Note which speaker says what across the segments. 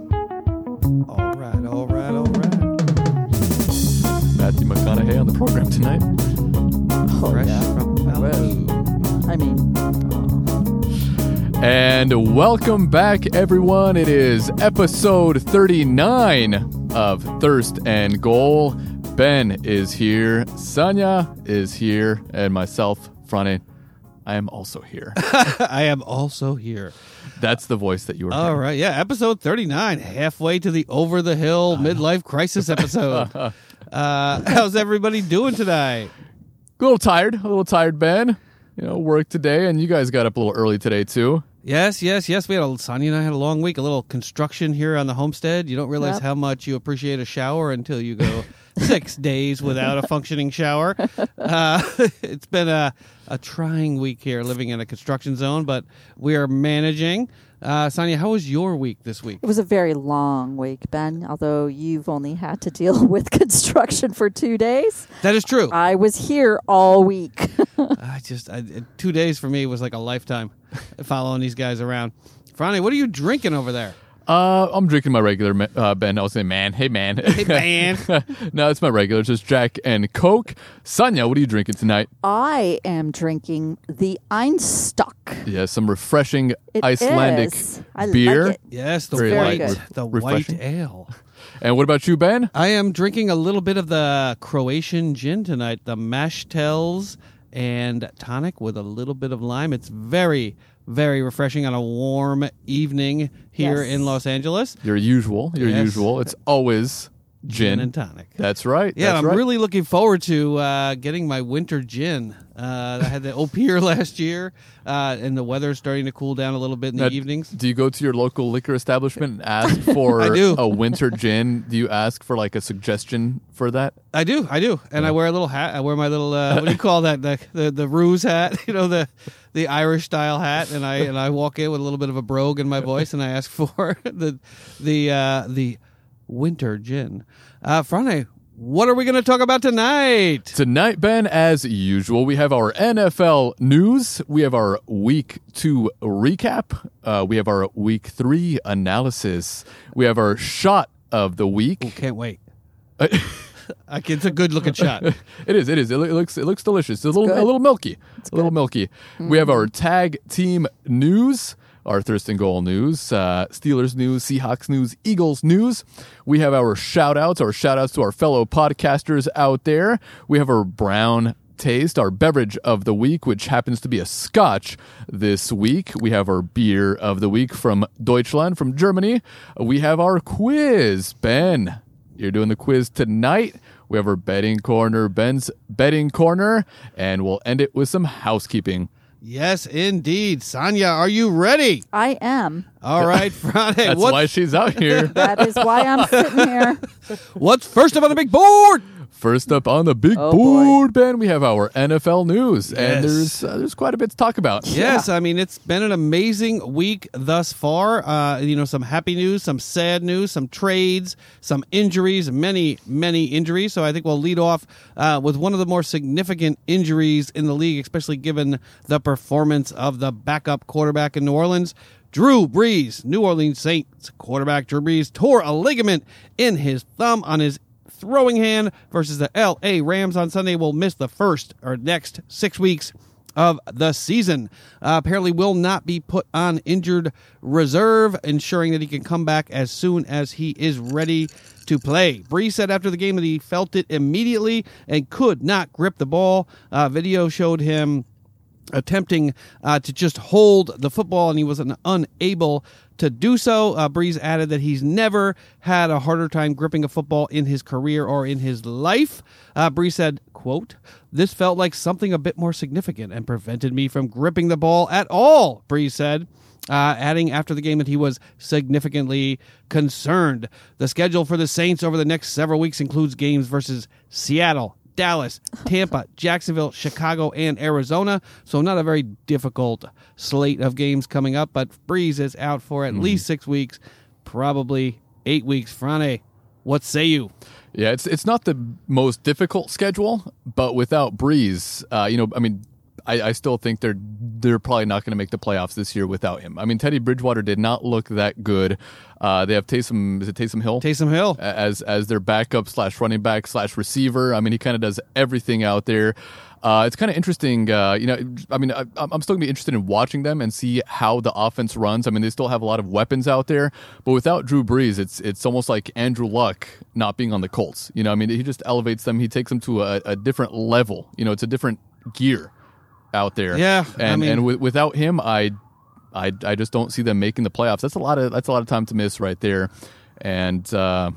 Speaker 1: All right, all right, all right.
Speaker 2: Matthew McConaughey on the program tonight.
Speaker 3: Oh,
Speaker 1: Fresh
Speaker 3: yeah.
Speaker 1: from Malibu.
Speaker 3: I mean, oh,
Speaker 2: And welcome back, everyone. It is episode 39 of Thirst and Goal. Ben is here, Sanya is here, and myself, Frane. I am also here.
Speaker 1: I am also here.
Speaker 2: That's the voice that you were.
Speaker 1: All
Speaker 2: hearing.
Speaker 1: right, yeah, episode 39, halfway to the over the hill midlife crisis episode. Uh, how's everybody doing tonight?
Speaker 2: A little tired, a little tired, Ben. You know, work today, and you guys got up a little early today too.
Speaker 1: Yes, yes, yes. We had a Sonia and I had a long week, a little construction here on the homestead. You don't realize
Speaker 3: Yep.
Speaker 1: how much you appreciate a shower until you go six days without a functioning shower. Uh, it's been a, a trying week here living in a construction zone, but we are managing. Uh, Sonia, how was your week this week?
Speaker 3: it was a very long week, Ben. Although you've only had to deal with construction for two days,
Speaker 1: That is true.
Speaker 3: I was here all week.
Speaker 1: I just, I, two days for me was like a lifetime following these guys around. Franny, what are you drinking over there?
Speaker 2: Uh, I'm drinking my regular ma- uh, Ben. I was saying, man, hey man, hey
Speaker 1: man.
Speaker 2: no, it's my regular, it's just Jack and Coke. Sonia, what are you drinking tonight?
Speaker 3: I am drinking the Einstock.
Speaker 2: Yeah, some refreshing
Speaker 3: It
Speaker 2: Icelandic
Speaker 3: is. I like
Speaker 2: beer.
Speaker 3: it.
Speaker 1: Yes, the
Speaker 2: Very
Speaker 1: white,
Speaker 3: light,
Speaker 1: the
Speaker 2: re- refreshing.
Speaker 1: white ale.
Speaker 2: And what about you, Ben?
Speaker 1: I am drinking a little bit of the Croatian gin tonight, the Mashtels and tonic with a little bit of lime. It's very, very refreshing on a warm evening here
Speaker 3: Yes.
Speaker 1: in Los Angeles.
Speaker 2: Your usual, your
Speaker 1: Yes.
Speaker 2: usual. It's always gin.
Speaker 1: and tonic.
Speaker 2: That's right.
Speaker 1: Yeah, and
Speaker 2: that's
Speaker 1: I'm
Speaker 2: right.
Speaker 1: really looking forward to uh, getting my winter gin. Uh, I had the old pier last year, uh, and the weather's starting to cool down a little bit in the
Speaker 2: Now,
Speaker 1: evenings.
Speaker 2: Do you go to your local liquor establishment and ask for
Speaker 1: I do.
Speaker 2: a winter gin? Do you ask for like a suggestion for that?
Speaker 1: I do, I do, and I wear a little hat. I wear my little uh, what do you call that? The, the the ruse hat, you know the the Irish style hat, and I and I walk in with a little bit of a brogue in my voice, and I ask for the the uh, the winter gin. Uh, Friday, what are we going to talk about tonight?
Speaker 2: Tonight, Ben, as usual, we have our NFL news, we have our week two recap, uh, we have our week three analysis, we have our shot of the week.
Speaker 1: Can't wait. I can- it's a good looking shot.
Speaker 2: It is. It is. It loo- it looks. It looks delicious. It's a little. A
Speaker 3: good.
Speaker 2: little milky. a little milky. We have our tag team news. Our Thurston Goal news, uh, Steelers news, Seahawks news, Eagles news. We have our shout outs, our shout outs to our fellow podcasters out there. We have our brown taste, our beverage of the week, which happens to be a scotch this week. We have our beer of the week from Deutschland, from Germany. We have our quiz, Ben. You're doing the quiz tonight. We have our betting corner, Ben's betting corner, and we'll end it with some housekeeping.
Speaker 1: Yes, indeed. Sonia, are you ready?
Speaker 3: I am.
Speaker 1: All right, Friday.
Speaker 2: That's
Speaker 1: what's,
Speaker 2: why she's out here.
Speaker 3: That is why I'm sitting here.
Speaker 1: what's first up on the big board?
Speaker 2: First up on the big
Speaker 3: Oh, boy.
Speaker 2: board, Ben, we have our NFL news,
Speaker 1: Yes.
Speaker 2: and there's uh, there's quite a bit to talk about.
Speaker 1: Yes, I mean it's been an amazing week thus far. Uh, you know, some happy news, some sad news, some trades, some injuries, many, many injuries. So I think we'll lead off uh, with one of the more significant injuries in the league, especially given the performance of the backup quarterback in New Orleans. Drew Brees, New Orleans Saints quarterback Drew Brees tore a ligament in his thumb on his throwing hand versus the LA Rams on Sunday will miss the first or next six weeks of the season. Uh, apparently, will not be put on injured reserve, ensuring that he can come back as soon as he is ready to play. Brees said after the game that he felt it immediately and could not grip the ball. Uh, video showed him attempting uh, to just hold the football, and he was un- unable to do so. Uh, Breeze added that he's never had a harder time gripping a football in his career or in his life. Uh, Breeze said, "quote This felt like something a bit more significant and prevented me from gripping the ball at all." Breeze said uh, adding after the game that he was significantly concerned. The schedule for the Saints over the next several weeks includes games versus Seattle, Dallas, Tampa, Jacksonville, Chicago, and Arizona. So, not a very difficult slate of games coming up, but Breeze is out for at least six weeks, probably eight weeks. Friday, what say you?
Speaker 2: Yeah, it's it's not the most difficult schedule, but without Breeze, uh, you know, I mean, I, I still think they're they're probably not going to make the playoffs this year without him. I mean, Teddy Bridgewater did not look that good. Uh, they have Taysom. Is it Taysom Hill?
Speaker 1: Taysom Hill.
Speaker 2: a- as as their backup slash running back slash receiver. I mean, he kind of does everything out there. Uh, it's kind of interesting, uh, you know. I mean, I, I'm I'm still gonna be interested in watching them and see how the offense runs. I mean, they still have a lot of weapons out there, but without Drew Brees, it's it's almost like Andrew Luck not being on the Colts. You know, I mean, he just elevates them. He takes them to a, a different level. You know, it's a different gear out there.
Speaker 1: Yeah, I
Speaker 2: and
Speaker 1: mean-
Speaker 2: and wi- without him, I I, I just don't see them making the playoffs. That's a lot of that's a lot of time to miss right there, and uh,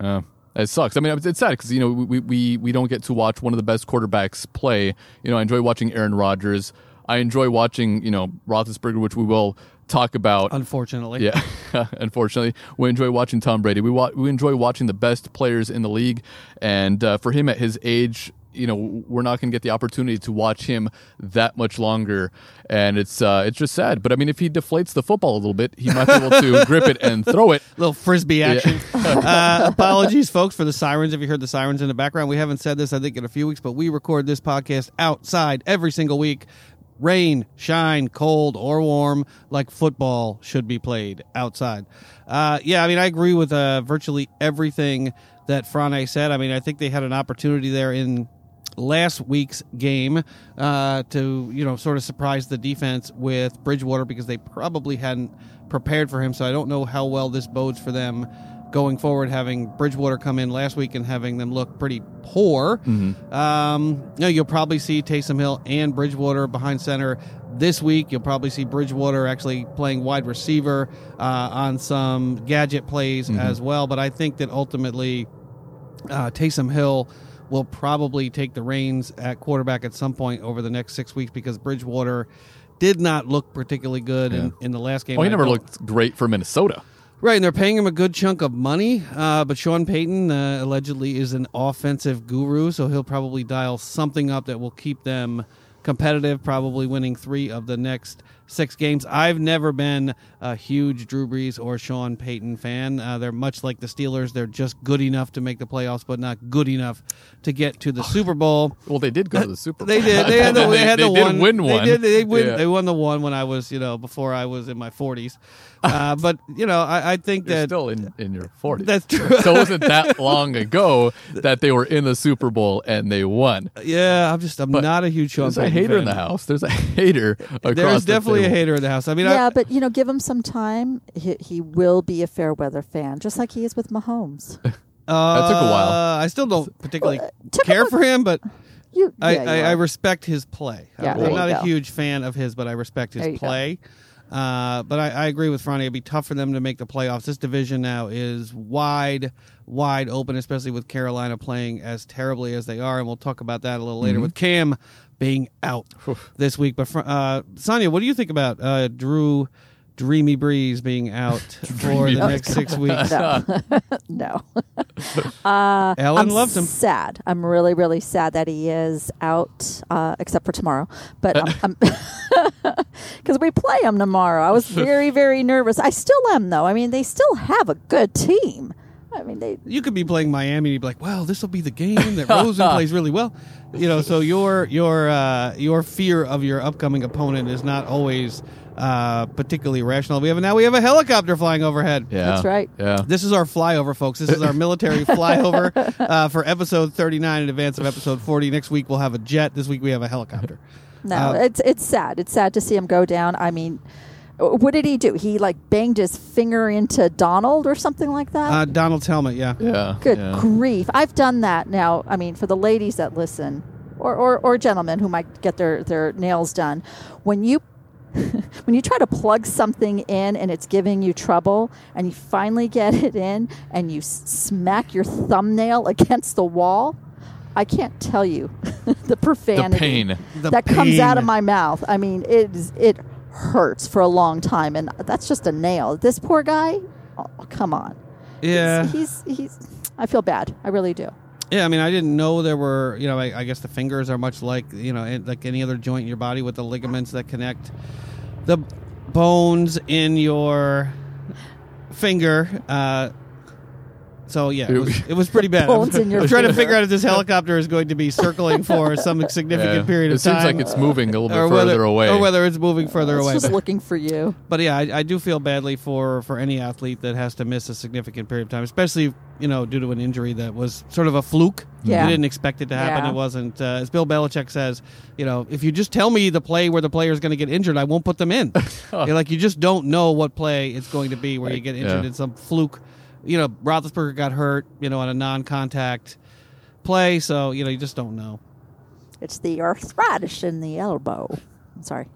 Speaker 2: uh, it sucks. I mean, it's it's sad because you know we, we we don't get to watch one of the best quarterbacks play. You know, I enjoy watching Aaron Rodgers. I enjoy watching you know Roethlisberger, which we will talk about.
Speaker 1: Unfortunately,
Speaker 2: Yeah, unfortunately, we enjoy watching Tom Brady. We wa- we enjoy watching the best players in the league, and uh, for him at his age, you know, we're not going to get the opportunity to watch him that much longer, and it's uh, it's just sad. But I mean, if he deflates the football a little bit, he might be able to grip it and throw it.
Speaker 1: little frisbee action. uh, apologies, folks, for the sirens. If you heard the sirens in the background, we haven't said this, I think, in a few weeks, but we record this podcast outside every single week. Rain, shine, cold, or warm, like football should be played outside. Uh, yeah, I mean, I agree with uh, virtually everything that Frane said. I mean, I think they had an opportunity there in last week's game uh, to you know sort of surprise the defense with Bridgewater because they probably hadn't prepared for him. So I don't know how well this bodes for them going forward, having Bridgewater come in last week and having them look pretty poor. Um, you know, you'll probably see Taysom Hill and Bridgewater behind center this week. You'll probably see Bridgewater actually playing wide receiver uh, on some gadget plays as well. But I think that ultimately uh, Taysom Hill will probably take the reins at quarterback at some point over the next six weeks because Bridgewater did not look particularly good in, in the last game.
Speaker 2: Oh, he
Speaker 1: I
Speaker 2: never
Speaker 1: don't-
Speaker 2: looked great for Minnesota.
Speaker 1: Right, and they're paying him a good chunk of money. Uh, but Sean Payton uh, allegedly is an offensive guru, so he'll probably dial something up that will keep them competitive, probably winning three of the next six games. I've never been a huge Drew Brees or Sean Payton fan. Uh, they're much like the Steelers, they're just good enough to make the playoffs, but not good enough to get to the Super Bowl.
Speaker 2: Well, they did go to the Super Bowl.
Speaker 1: They did. They had the, they had the
Speaker 2: did
Speaker 1: one.
Speaker 2: win one.
Speaker 1: They did. They, win,
Speaker 2: Yeah.
Speaker 1: they won the one when I was, you know, before I was in my 40s. Uh, but, you know, I, I think
Speaker 2: You're
Speaker 1: that.
Speaker 2: still in, in your 40s.
Speaker 1: That's true.
Speaker 2: so it wasn't that long ago that they were in the Super Bowl and they won.
Speaker 1: Yeah, I'm just I'm not a huge Sean
Speaker 2: There's a
Speaker 1: Payton
Speaker 2: hater
Speaker 1: fan.
Speaker 2: in the house. There's a hater across
Speaker 1: There's
Speaker 2: the
Speaker 1: definitely a
Speaker 2: table.
Speaker 1: hater in the house. I mean,
Speaker 3: yeah,
Speaker 1: I,
Speaker 3: but you know, give him some time. He, he will be a fair weather fan, just like he is with Mahomes.
Speaker 1: uh,
Speaker 2: That took a while.
Speaker 1: I still don't particularly
Speaker 3: took a
Speaker 1: care
Speaker 3: look-
Speaker 1: for him, but
Speaker 3: You,
Speaker 1: I,
Speaker 3: yeah, you
Speaker 1: I, I
Speaker 3: are.
Speaker 1: respect his play.
Speaker 3: Yeah,
Speaker 1: I'm
Speaker 3: there you
Speaker 1: not a
Speaker 3: go.
Speaker 1: huge fan of his, but I respect
Speaker 3: There
Speaker 1: his
Speaker 3: you go.
Speaker 1: play. Uh, but I, I agree with Ronnie. It'd be tough for them to make the playoffs. This division now is wide, wide open, especially with Carolina playing as terribly as they are. And we'll talk about that a little later with Cam being out this week. But fr- uh, Sonia, what do you think about uh, Drew Dreamy Breeze being out for
Speaker 2: Dreamy
Speaker 1: the next six weeks?
Speaker 3: no.
Speaker 1: Ellen
Speaker 3: I'm
Speaker 1: Oh, loves him.
Speaker 3: Sad. I'm really, really sad that he is out, uh, except for tomorrow. But I'm because we play him tomorrow. I was very, very nervous. I still am, though. I mean, they still have a good team. I mean, they.
Speaker 1: you could be playing Miami and you'd be like, "Wow, this will be the game that Rosen plays really well." You know, so your your uh, your fear of your upcoming opponent is not always uh, particularly rational. We have now we have a helicopter flying overhead.
Speaker 2: Yeah.
Speaker 3: That's right.
Speaker 2: Yeah.
Speaker 1: This is our flyover, folks. This is our military flyover uh, for episode 39 in advance of episode 40. Next week, we'll have a jet. This week, we have a helicopter.
Speaker 3: No,
Speaker 1: Uh,
Speaker 3: it's it's sad. It's sad to see him go down. I mean, w- what did he do? He like banged his finger into Donald or something like that.
Speaker 1: Uh, Donald Helmet, yeah.
Speaker 2: Yeah.
Speaker 3: Good
Speaker 2: yeah.
Speaker 3: grief! I've done that now. I mean, for the ladies that listen, or, or, or gentlemen who might get their, their nails done, when you when you try to plug something in and it's giving you trouble, and you finally get it in, and you s- smack your thumbnail against the wall, I can't tell you the profanity
Speaker 2: pain.
Speaker 1: The
Speaker 3: that comes out of
Speaker 1: pain.
Speaker 3: my mouth. I mean, it is it hurts for a long time, and that's just a nail. This poor guy. Oh, come on.
Speaker 1: Yeah.
Speaker 3: He's, he's he's. I feel bad. I really do.
Speaker 1: Yeah, I mean, I didn't know there were. You know, I, I guess the fingers are much like you know, an- like any other joint in your body with the ligaments that connect the bones in your finger. Uh, So yeah, it was, it was pretty bad. I
Speaker 3: Bones
Speaker 1: was,
Speaker 3: in your
Speaker 1: I was trying to
Speaker 3: finger.
Speaker 1: figure out if this helicopter is going to be circling for some significant
Speaker 2: Yeah.
Speaker 1: period of
Speaker 2: it seems
Speaker 1: time,
Speaker 2: like it's moving a little bit
Speaker 1: or
Speaker 2: further
Speaker 1: whether,
Speaker 2: away.
Speaker 1: or whether it's moving further
Speaker 3: It's
Speaker 1: away.
Speaker 3: just
Speaker 1: But,
Speaker 3: looking for you.
Speaker 1: but yeah, I, I do feel badly for for any athlete that has to miss a significant period of time, especially you know due to an injury that was sort of a fluke.
Speaker 3: Yeah.
Speaker 1: we didn't expect it to happen.
Speaker 3: Yeah.
Speaker 1: It wasn't. Uh, as Bill Belichick says, you know, if you just tell me the play where the player is going to get injured, I won't put them in. You're like you just don't know what play it's going to be where you get injured
Speaker 2: yeah.
Speaker 1: in some fluke. You know, Roethlisberger got hurt. You know, on a non-contact play, so you know you just don't know.
Speaker 3: It's the arthritis in the elbow. I'm sorry.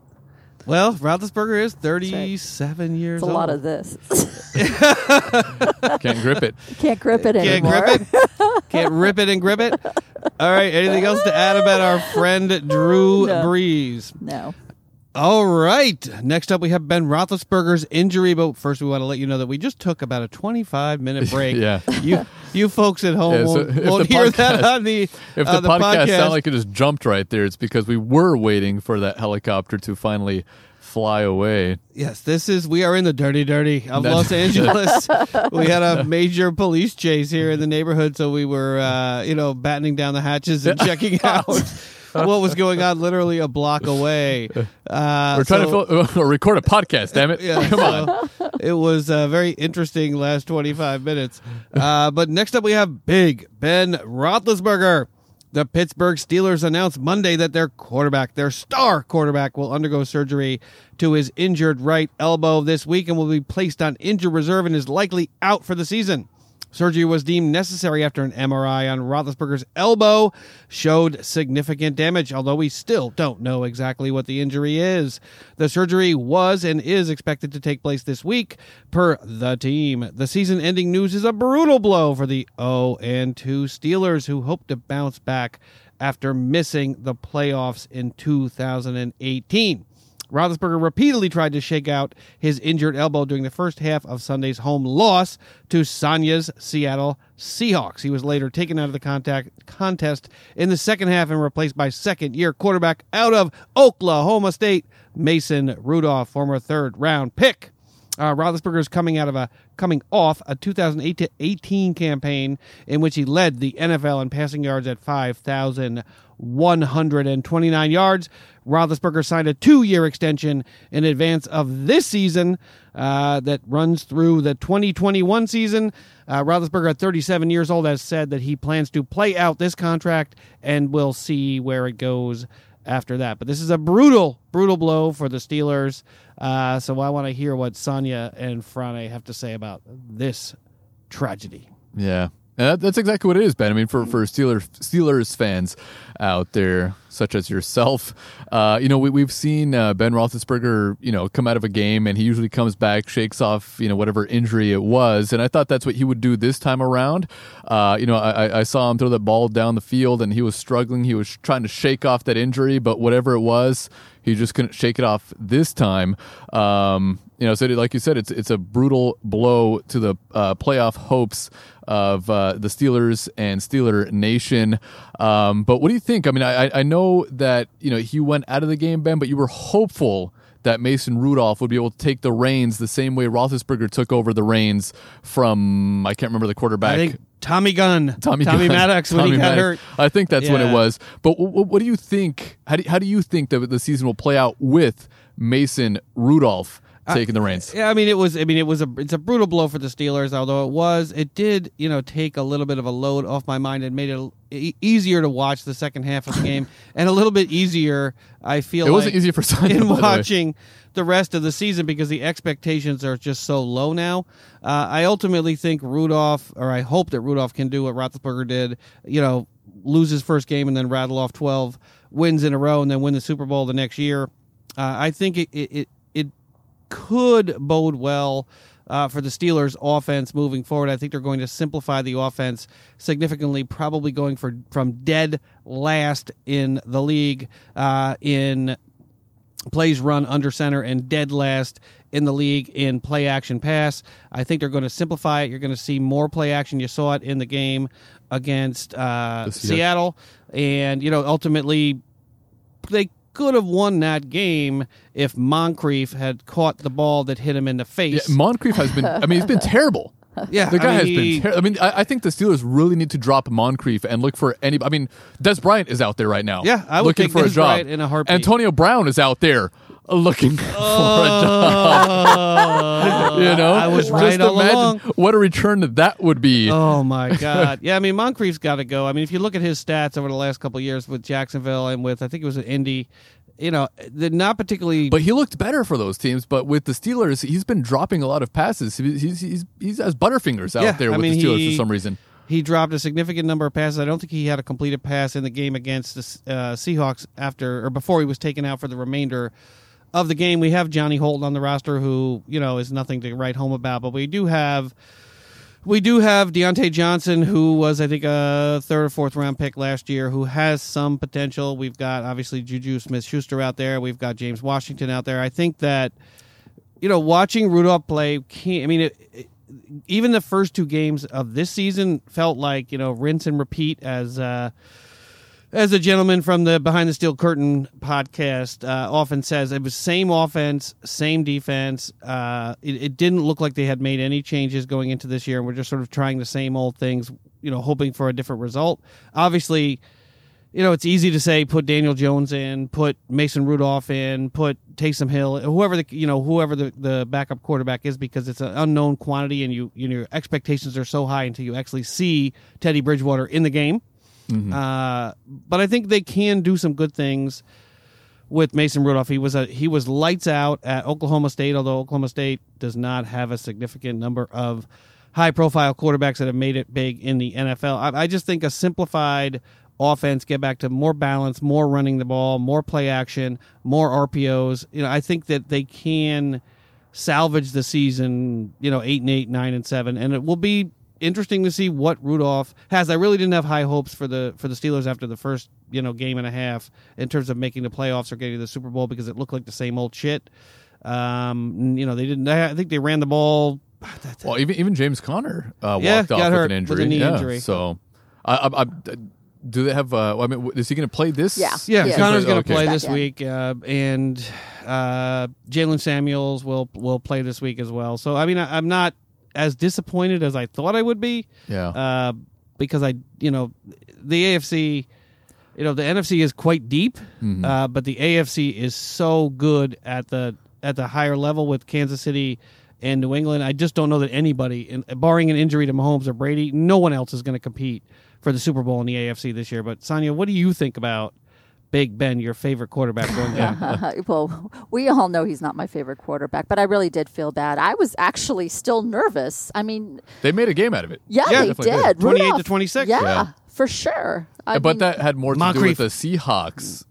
Speaker 1: Well, Roethlisberger is 37 years
Speaker 3: It's a
Speaker 1: old.
Speaker 3: lot of this.
Speaker 2: Can't grip it.
Speaker 3: you can't grip it
Speaker 1: Can't
Speaker 3: anymore.
Speaker 1: grip it. Can't rip it and grip it. All right. Anything else to add about our friend Drew
Speaker 3: No.
Speaker 1: Brees?
Speaker 3: No.
Speaker 1: All right. Next up, we have Ben Roethlisberger's injury. But first, we want to let you know that we just took about a 25 minute break.
Speaker 2: Yeah.
Speaker 1: You, you folks at home
Speaker 2: Yeah, so
Speaker 1: won't,
Speaker 2: if
Speaker 1: won't
Speaker 2: the
Speaker 1: hear
Speaker 2: podcast-
Speaker 1: that on the,
Speaker 2: If
Speaker 1: uh,
Speaker 2: the, podcast, sounded like it just jumped right there, it's because we were waiting for that helicopter to finally fly away.
Speaker 1: Yes, this is. We are in the dirty, dirty of
Speaker 2: No.
Speaker 1: Los Angeles. we had a major police chase here in the neighborhood, so we were, uh, you know, battening down the hatches and checking out what was going on, literally a block away. Uh,
Speaker 2: We're trying
Speaker 1: so-
Speaker 2: to fill, record a podcast, damn it.
Speaker 1: yeah,
Speaker 2: Come on.
Speaker 1: so It was a very interesting last 25 minutes. Uh, but next up, we have Big Ben Roethlisberger. The Pittsburgh Steelers announced Monday that their quarterback, their star quarterback, will undergo surgery to his injured right elbow this week and will be placed on injured reserve and is likely out for the season. Surgery was deemed necessary after an MRI on Roethlisberger's elbow showed significant damage, although we still don't know exactly what the injury is. The surgery was and is expected to take place this week, per the team. The season ending news is a brutal blow for the 0 and 2 Steelers, who hope to bounce back after missing the playoffs in 2018. Roethlisberger repeatedly tried to shake out his injured elbow during the first half of Sunday's home loss to Sonya's Seattle Seahawks. He was later taken out of the contact contest in the second half and replaced by second-year quarterback out of Oklahoma State, Mason Rudolph, former third-round pick. Uh, Roethlisberger is coming out of a coming off a 2018 campaign in which he led the NFL in passing yards at 5,129 yards. Roethlisberger signed a two-year extension in advance of this season uh, that runs through the 2021 season. Uh, Roethlisberger, at 37 years old, has said that he plans to play out this contract and we'll see where it goes after that. But this is a brutal, brutal blow for the Steelers. Uh, so I want to hear what Sonia and Frane have to say about this tragedy.
Speaker 2: Yeah. And that, that's exactly what it is, Ben. I mean, for, for Steelers, Steelers fans out there, such as yourself, uh, you know, we, we've seen uh, Ben Roethlisberger, you know, come out of a game and he usually comes back, shakes off, you know, whatever injury it was. And I thought that's what he would do this time around. Uh, you know, I, I- I saw him throw that ball down the field and he was struggling. He was trying to shake off that injury, but whatever it was, he just couldn't shake it off this time. Um, you know, so it- like you said, it's it's a brutal blow to the uh, playoff hopes of uh, the Steelers and Steeler Nation. Um, but what do you think? I mean, I I- I know that you know he went out of the game, Ben, but you were hopeful that Mason Rudolph would be able to take the reins the same way Roethlisberger took over the reins from I can't remember the quarterback.
Speaker 1: I think Tommy Gunn, Tommy,
Speaker 2: Gunn-
Speaker 1: Maddox, when he
Speaker 2: Tommy
Speaker 1: got hurt.
Speaker 2: Maddox. I think that's what
Speaker 1: Yeah.
Speaker 2: it was. But w- what do you think? How do, how do you think that the season will play out with Mason Rudolph taking the reins?
Speaker 1: Yeah, I mean it was. I mean it was a. It's a brutal blow for the Steelers. Although it was, it did you know take a little bit of a load off my mind and made it e- easier to watch the second half of the game and a little bit easier. I feel
Speaker 2: It wasn't
Speaker 1: like,
Speaker 2: easy for Sonya,
Speaker 1: in
Speaker 2: by the way.
Speaker 1: watching the rest of the season because the expectations are just so low now. Uh, I ultimately think Rudolph, or I hope that Rudolph can do what Roethlisberger did. You know, lose his first game and then rattle off twelve wins in a row and then win the Super Bowl the next year. Uh, I think it it, it, it could bode well uh, for the Steelers' offense moving forward. I think they're going to simplify the offense significantly, probably going for from dead last in the league uh, in plays run under center and dead last in the league in play action pass. I think they're going to simplify it. You're going to see more play action. You saw it in the game against uh,
Speaker 2: Seahawks.
Speaker 1: Seattle, and you know ultimately they could have won that game if Moncrief had caught the ball that hit him in the
Speaker 2: Yeah,
Speaker 1: face.
Speaker 2: Moncrief has been. I mean, he's been terrible.
Speaker 1: Yeah,
Speaker 2: The guy
Speaker 1: I mean,
Speaker 2: has
Speaker 1: he-
Speaker 2: been. Ter- I mean, I, I think the Steelers really need to drop Moncrief and look for any. I mean, Des Bryant is out there right now.
Speaker 1: Yeah, I would
Speaker 2: looking
Speaker 1: take
Speaker 2: for
Speaker 1: Des
Speaker 2: a job
Speaker 1: Bryant in a heartbeat.
Speaker 2: Antonio Brown is out there looking for a job.
Speaker 1: Oh,
Speaker 2: You know,
Speaker 1: I was
Speaker 2: Just
Speaker 1: right all
Speaker 2: imagine
Speaker 1: along.
Speaker 2: What a return that that would be.
Speaker 1: Oh my God! Yeah, I mean Moncrief's got to go. I mean, if you look at his stats over the last couple of years with Jacksonville and with I think it was an Indy, you know, they're not particularly.
Speaker 2: But he looked better for those teams. But with the Steelers, he's been dropping a lot of passes. He- He's he's he's has butterfingers out
Speaker 1: Yeah,
Speaker 2: there
Speaker 1: I
Speaker 2: with
Speaker 1: mean,
Speaker 2: the Steelers
Speaker 1: he-
Speaker 2: for some reason.
Speaker 1: he dropped a significant number of passes. I don't think he had a completed pass in the game against the uh, Seahawks after or before he was taken out for the remainder of the game. We have Johnny Holton on the roster, who you know is nothing to write home about, but we do have. We do have Deontay Johnson, who was, I think, a third or fourth round pick last year, who has some potential. We've got obviously Juju Smith Schuster out there. We've got James Washington out there. I think that, you know, watching Rudolph play, can't, I mean, it, it, even the first two games of this season felt like, you know, rinse and repeat as, uh, as a gentleman from the Behind the Steel Curtain podcast uh, often says, it was same offense, same defense. Uh, it, it didn't look like they had made any changes going into this year, and we're just sort of trying the same old things, you know, hoping for a different result. Obviously, you know, it's easy to say put Daniel Jones in, put Mason Rudolph in, put Taysom Hill, whoever the you know whoever the, the backup quarterback is, because it's an unknown quantity, and you, you know, your expectations are so high until you actually see Teddy Bridgewater in the game. Uh, but I think they can do some good things with Mason Rudolph. He was a he was lights out at Oklahoma State, although Oklahoma State does not have a significant number of high profile quarterbacks that have made it big in the NFL. I, I just think a simplified offense, get back to more balance, more running the ball, more play action, more RPOs. You know, I think that they can salvage the season, you know, eight and eight, nine and seven, and it will be interesting to see what Rudolph has. I really didn't have high hopes for the for the Steelers after the first you know game and a half in terms of making the playoffs or getting to the Super Bowl because it looked like the same old shit. Um, you know, they didn't. I think they ran the ball.
Speaker 2: Well, even even James Conner uh,
Speaker 1: Yeah,
Speaker 2: walked
Speaker 1: got
Speaker 2: off
Speaker 1: hurt
Speaker 2: with an
Speaker 1: with
Speaker 2: injury.
Speaker 1: a knee
Speaker 2: yeah,
Speaker 1: injury.
Speaker 2: So, I, I, I, do they have? Uh, I mean, w- is he going to play this?
Speaker 3: Yeah.
Speaker 1: Yeah,
Speaker 3: Yeah.
Speaker 1: Connor's going to
Speaker 2: Okay.
Speaker 1: play
Speaker 3: Back
Speaker 1: this
Speaker 3: end.
Speaker 1: week, uh, and uh, Jalen Samuels will will play this week as well. So I mean, I, I'm not as disappointed as I thought I would be.
Speaker 2: Yeah.
Speaker 1: uh, because I, you know, the AFC, you know, the NFC is quite deep, uh, but the AFC is so good at the at the higher level with Kansas City and New England. I just don't know that anybody, in, barring an injury to Mahomes or Brady, no one else is going to compete for the Super Bowl in the AFC this year. But Sonia, what do you think about Big Ben, your favorite quarterback going down?
Speaker 3: well, we all know he's not my favorite quarterback, but I really did feel bad. I was actually still nervous. I mean,
Speaker 2: They made a game out of it.
Speaker 3: yeah,
Speaker 1: Yeah,
Speaker 3: they
Speaker 2: definitely did.
Speaker 3: did.
Speaker 1: 28 to
Speaker 3: Rudolph,
Speaker 1: 26.
Speaker 3: Yeah,
Speaker 2: Yeah.
Speaker 3: for sure. I
Speaker 2: but
Speaker 3: mean,
Speaker 2: that had more to
Speaker 1: Moncrief.
Speaker 2: do with the Seahawks,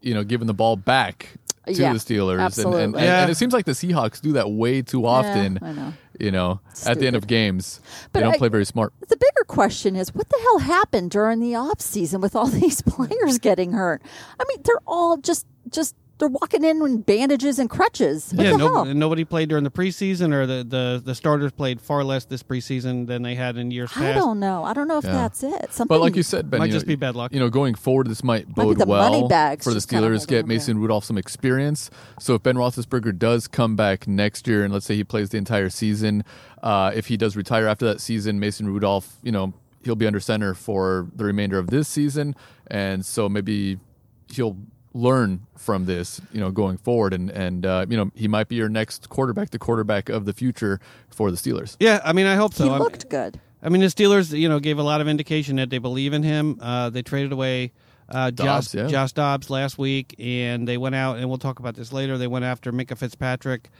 Speaker 2: you know, giving the ball back to
Speaker 3: Yeah,
Speaker 2: the Steelers.
Speaker 3: absolutely.
Speaker 2: And, and,
Speaker 1: Yeah.
Speaker 2: and it seems like the Seahawks do that way too often,
Speaker 3: I know.
Speaker 2: you know, at the end of games. they
Speaker 3: But
Speaker 2: don't
Speaker 3: I-
Speaker 2: play very smart.
Speaker 3: the bigger question is what the hell happened during the off season with all these players getting hurt? I mean, they're all just just they're walking in with bandages and crutches. What
Speaker 1: yeah,
Speaker 3: the
Speaker 1: no,
Speaker 3: hell?
Speaker 1: nobody played during the preseason, or the, the, the starters played far less this preseason than they had in years
Speaker 3: I
Speaker 1: past.
Speaker 3: don't know. I don't know if that's it. Something
Speaker 2: But like you said,
Speaker 1: Hmm.
Speaker 2: Ben,
Speaker 1: Might
Speaker 2: you
Speaker 1: just
Speaker 2: know,
Speaker 1: be bad luck.
Speaker 2: You know, going forward, this might
Speaker 3: be
Speaker 2: bode
Speaker 3: the
Speaker 2: well
Speaker 3: money bags
Speaker 2: for the
Speaker 3: just kinda
Speaker 2: Steelers.
Speaker 3: holding
Speaker 2: Get
Speaker 3: them back.
Speaker 2: Mason Rudolph some experience. So if Ben Roethlisberger does come back next year, and let's say he plays the entire season, uh, if he does retire after that season, Mason Rudolph, you know, he'll be under center for the remainder of this season, and so maybe he'll learn from this, you know, going forward, and and uh, you know, he might be your next quarterback, the quarterback of the future for the Steelers.
Speaker 1: Yeah, I mean, I hope so.
Speaker 3: he
Speaker 1: I'm-
Speaker 3: looked good.
Speaker 1: I mean, the Steelers, you know, gave a lot of indication that they believe in him. Uh, they traded away uh,
Speaker 2: Dobbs,
Speaker 1: Josh,
Speaker 2: yeah.
Speaker 1: Josh Dobbs last week, and they went out, and we'll talk about this later. They went after Micah Fitzpatrick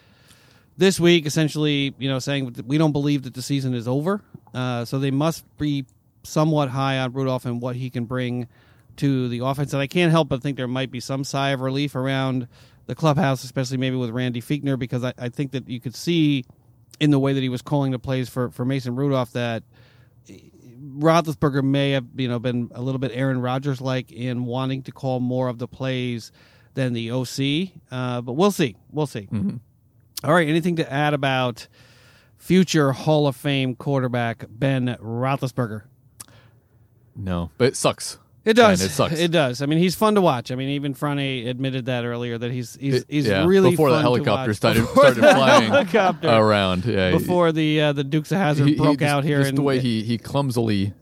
Speaker 1: this week, essentially, you know, saying we don't believe that the season is over. Uh, so they must be somewhat high on Rudolph and what he can bring to the offense. And I can't help but think there might be some sigh of relief around the clubhouse, especially maybe with Randy Fiechner, because I, I think that you could see in the way that he was calling the plays for, for Mason Rudolph that Roethlisberger may have you know been a little bit Aaron Rodgers like in wanting to call more of the plays than the OC, uh, but we'll see. We'll see.
Speaker 2: Mm-hmm.
Speaker 1: All right, anything to add about future Hall of Fame quarterback Ben Roethlisberger?
Speaker 2: No, but it sucks.
Speaker 1: It does.
Speaker 2: And it sucks.
Speaker 1: does. I mean, he's fun to watch. I mean, even Franny admitted that earlier that he's he's
Speaker 2: It-
Speaker 1: he's
Speaker 2: yeah,
Speaker 1: really
Speaker 2: before
Speaker 1: fun
Speaker 2: the helicopter
Speaker 1: to watch.
Speaker 2: started, started flying
Speaker 1: helicopter.
Speaker 2: around. Yeah, he-
Speaker 1: before the uh, the Dukes of Hazard
Speaker 2: he, he
Speaker 1: broke
Speaker 2: just-
Speaker 1: out here
Speaker 2: just
Speaker 1: and
Speaker 2: the way he he clumsily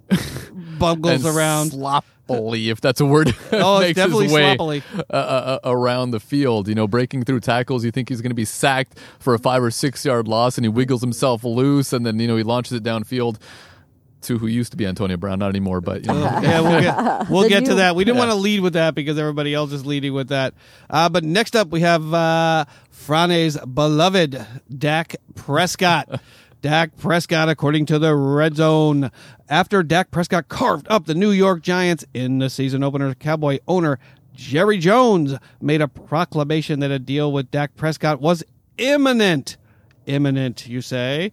Speaker 1: bungles
Speaker 2: and
Speaker 1: around.
Speaker 2: sloppily, if that's a word.
Speaker 1: Oh, it's
Speaker 2: makes his
Speaker 1: definitely
Speaker 2: way,
Speaker 1: sloppily.
Speaker 2: uh, uh, uh, around the field, you know, breaking through tackles. You think he's going to be sacked for a five or six yard loss, and he wiggles himself loose, and then you know he launches it downfield to who used to be Antonio Brown, not anymore, but you know,
Speaker 1: yeah, we'll get, we'll
Speaker 3: The
Speaker 1: get to
Speaker 3: new-
Speaker 1: that. We didn't
Speaker 2: Yeah.
Speaker 1: want to lead with that because everybody else is leading with that. Uh, but next up, we have uh, Frane's beloved Dak Prescott. Dak Prescott, according to the Red Zone, after Dak Prescott carved up the New York Giants in the season opener, Cowboy owner Jerry Jones made a proclamation that a deal with Dak Prescott was imminent imminent, you say.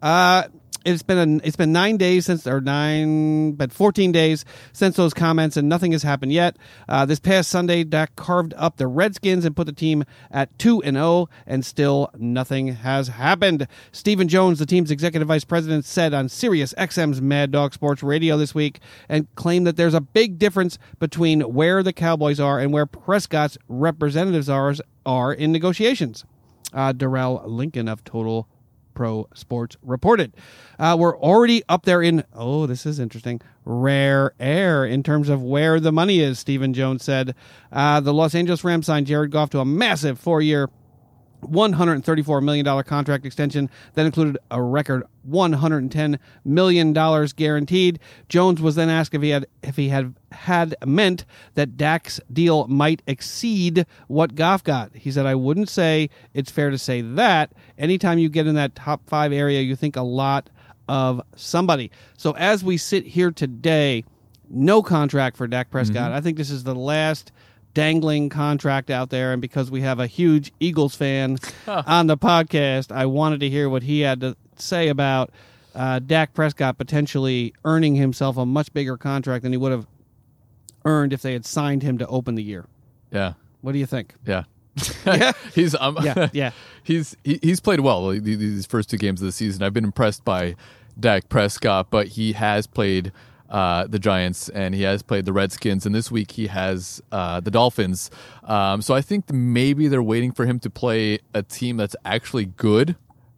Speaker 1: Uh, it's been a, it's been nine days since or nine, but fourteen days since those comments, and nothing has happened yet. Uh, this past Sunday, Dak carved up the Redskins and put the team at two and zero, and still nothing has happened. Stephen Jones, the team's executive vice president, said on Sirius XM's Mad Dog Sports Radio this week, and claimed that there's a big difference between where the Cowboys are and where Prescott's representatives are are in negotiations uh, Darrell Lincoln of Total Pro Sports reported. Uh, we're already up there in, oh, this is interesting, rare air in terms of where the money is, Stephen Jones said. Uh, the Los Angeles Rams signed Jared Goff to a massive four year. $134 million contract extension that included a record $110 million guaranteed. Jones was then asked if he had if he had had meant that Dak's deal might exceed what Goff got. He said, I wouldn't say it's fair to say that. Anytime you get in that top five area, you think a lot of somebody. So as we sit here today, no contract for Dak Prescott. I think this is the last dangling contract out there. And because we have a huge Eagles fan on the podcast, I wanted to hear what he had to say about uh, Dak Prescott potentially earning himself a much bigger contract than he would have earned if they had signed him to open the year.
Speaker 2: yeah,
Speaker 1: What do you think?
Speaker 2: yeah. he's um,
Speaker 1: Yeah, yeah.
Speaker 2: he's he, he's played well like, the- these first two games of the season. I've been impressed by Dak Prescott, but he has played uh, the Giants and he has played the Redskins, and this week he has uh, the Dolphins. Um, so I think maybe they're waiting for him to play a team that's actually good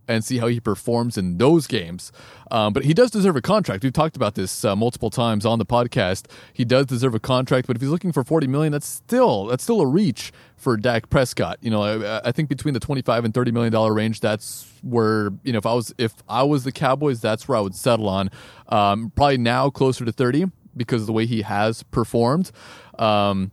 Speaker 2: and see how he performs in those games. Um, but he does deserve a contract. We've talked about this uh, multiple times on the podcast. He does deserve a contract, but if he's looking for forty million, that's still that's still a reach for Dak Prescott. You know, I, I think between the twenty-five and thirty million dollar range, that's where you know if I was if I was the Cowboys, that's where I would settle on. Um, probably now closer to thirty because of the way he has performed. Um,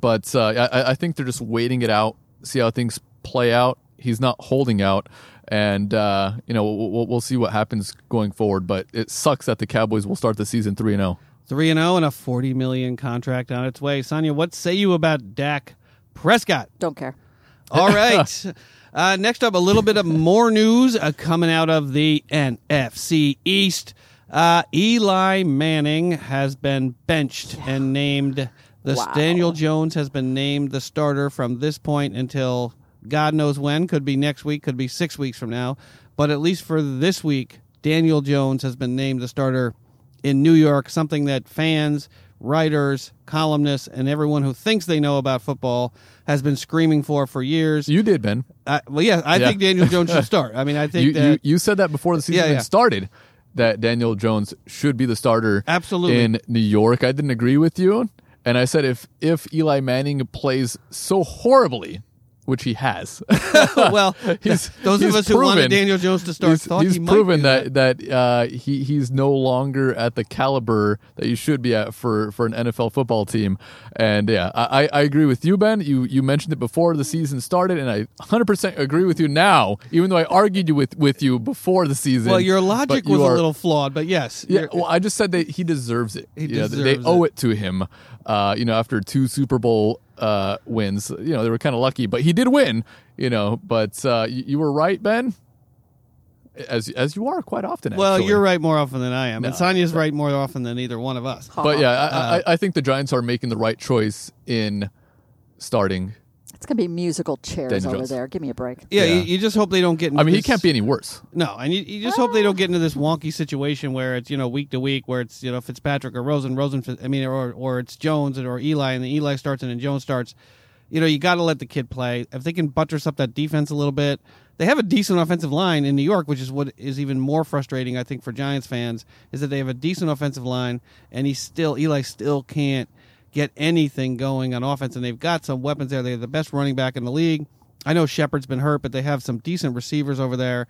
Speaker 2: but uh, I- I, I think they're just waiting it out, see how things play out. He's not holding out, and uh, you know we'll, we'll- we'll see what happens going forward. But it sucks that the Cowboys will start the season three and oh. zero.
Speaker 1: 3 and 0 and a 40 million contract on its way. Sonia, what say you about Dak Prescott?
Speaker 3: Don't care.
Speaker 1: All right. Uh, next up, a little bit of more news uh, coming out of the NFC East. Uh, Eli Manning has been benched and named the
Speaker 3: Wow.
Speaker 1: Daniel Jones has been named the starter from this point until God knows when. Could be next week. Could be six weeks from now. But at least for this week, Daniel Jones has been named the starter in New York. Something that fans, writers, columnists, and everyone who thinks they know about football has been screaming for for years.
Speaker 2: You did, Ben.
Speaker 1: I, well, yeah, I
Speaker 2: Yeah.
Speaker 1: think Daniel Jones should start. I mean, I think
Speaker 2: You,
Speaker 1: that
Speaker 2: you you said that before the season
Speaker 1: Yeah, yeah.
Speaker 2: even started that Daniel Jones should be the starter.
Speaker 1: Absolutely.
Speaker 2: in New York. I didn't agree with you, and I said if if Eli Manning plays so horribly, which he has,
Speaker 1: well,
Speaker 2: He's-
Speaker 1: those of
Speaker 2: he's
Speaker 1: us who wanted
Speaker 2: proven-
Speaker 1: Daniel Jones to start
Speaker 2: he's,
Speaker 1: thought
Speaker 2: he's
Speaker 1: he might
Speaker 2: proven
Speaker 1: do
Speaker 2: that that, uh, he he's no longer at the caliber that you should be at for, for an NFL football team. And yeah, I, I- I agree with you, Ben. You you mentioned it before the season started, and I 100 percent agree with you now. Even though I argued you with with you before the season.
Speaker 1: Well, your logic
Speaker 2: But you
Speaker 1: was a
Speaker 2: are-
Speaker 1: little flawed, but yes,
Speaker 2: Yeah,
Speaker 1: you're-
Speaker 2: well, I just said that he deserves it.
Speaker 1: He
Speaker 2: You know, they
Speaker 1: deserves
Speaker 2: owe it to him. Uh, you know, after two Super Bowl uh, wins, you know they were kind of lucky, but he did win. You know, but uh, you, you were right, Ben. As as you are quite often.
Speaker 1: well,
Speaker 2: actually.
Speaker 1: you're right more often than I am, and Sonia's right more often than either one of us. Uh,
Speaker 2: But yeah, I, I, I think the Giants are making the right choice in starting
Speaker 3: It's gonna be musical chairs
Speaker 2: Daniel
Speaker 3: over
Speaker 2: Jones.
Speaker 3: there. Give me a break.
Speaker 1: Yeah,
Speaker 2: Yeah.
Speaker 1: You, you just hope they don't get. Into
Speaker 2: I mean, he
Speaker 1: this-
Speaker 2: can't be any worse.
Speaker 1: No, and you, you just hope they don't get into this wonky situation where it's you know week to week where it's you know Fitzpatrick or Rosen, Rosen. I mean, or or it's Jones and or Eli, and then Eli starts and then Jones starts. You know, you got to let the kid play. If they can buttress up that defense a little bit, they have a decent offensive line in New York, which is what is even more frustrating, I think, for Giants fans, is that they have a decent offensive line, and he still Eli still can't get anything going on offense, and they've got some weapons there. They have the best running back in the league. I know Shepard's been hurt, but they have some decent receivers over there.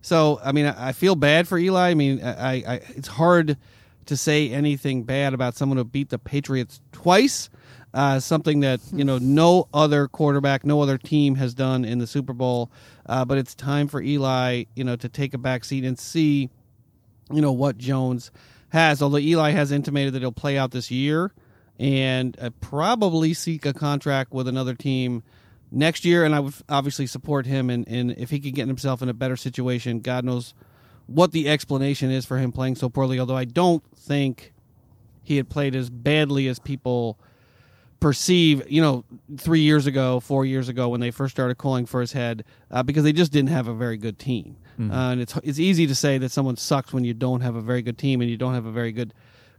Speaker 1: So I mean, I I feel bad for Eli. I mean, I, I it's hard to say anything bad about someone who beat the Patriots twice. Uh, something that you know no other quarterback, no other team has done in the Super Bowl. Uh, but it's time for Eli, you know, to take a back seat and see, you know, what Jones has. Although Eli has intimated that he'll play out this year and uh, probably seek a contract with another team next year. And I would obviously support him. And, and if he could get himself in a better situation, God knows what the explanation is for him playing so poorly. Although I don't think he had played as badly as people perceive, you know, three years ago, four years ago, when they first started calling for his head, uh, because they just didn't have a very good team. Uh, and it's it's easy to say that someone sucks when you don't have a very good team and you don't have a very good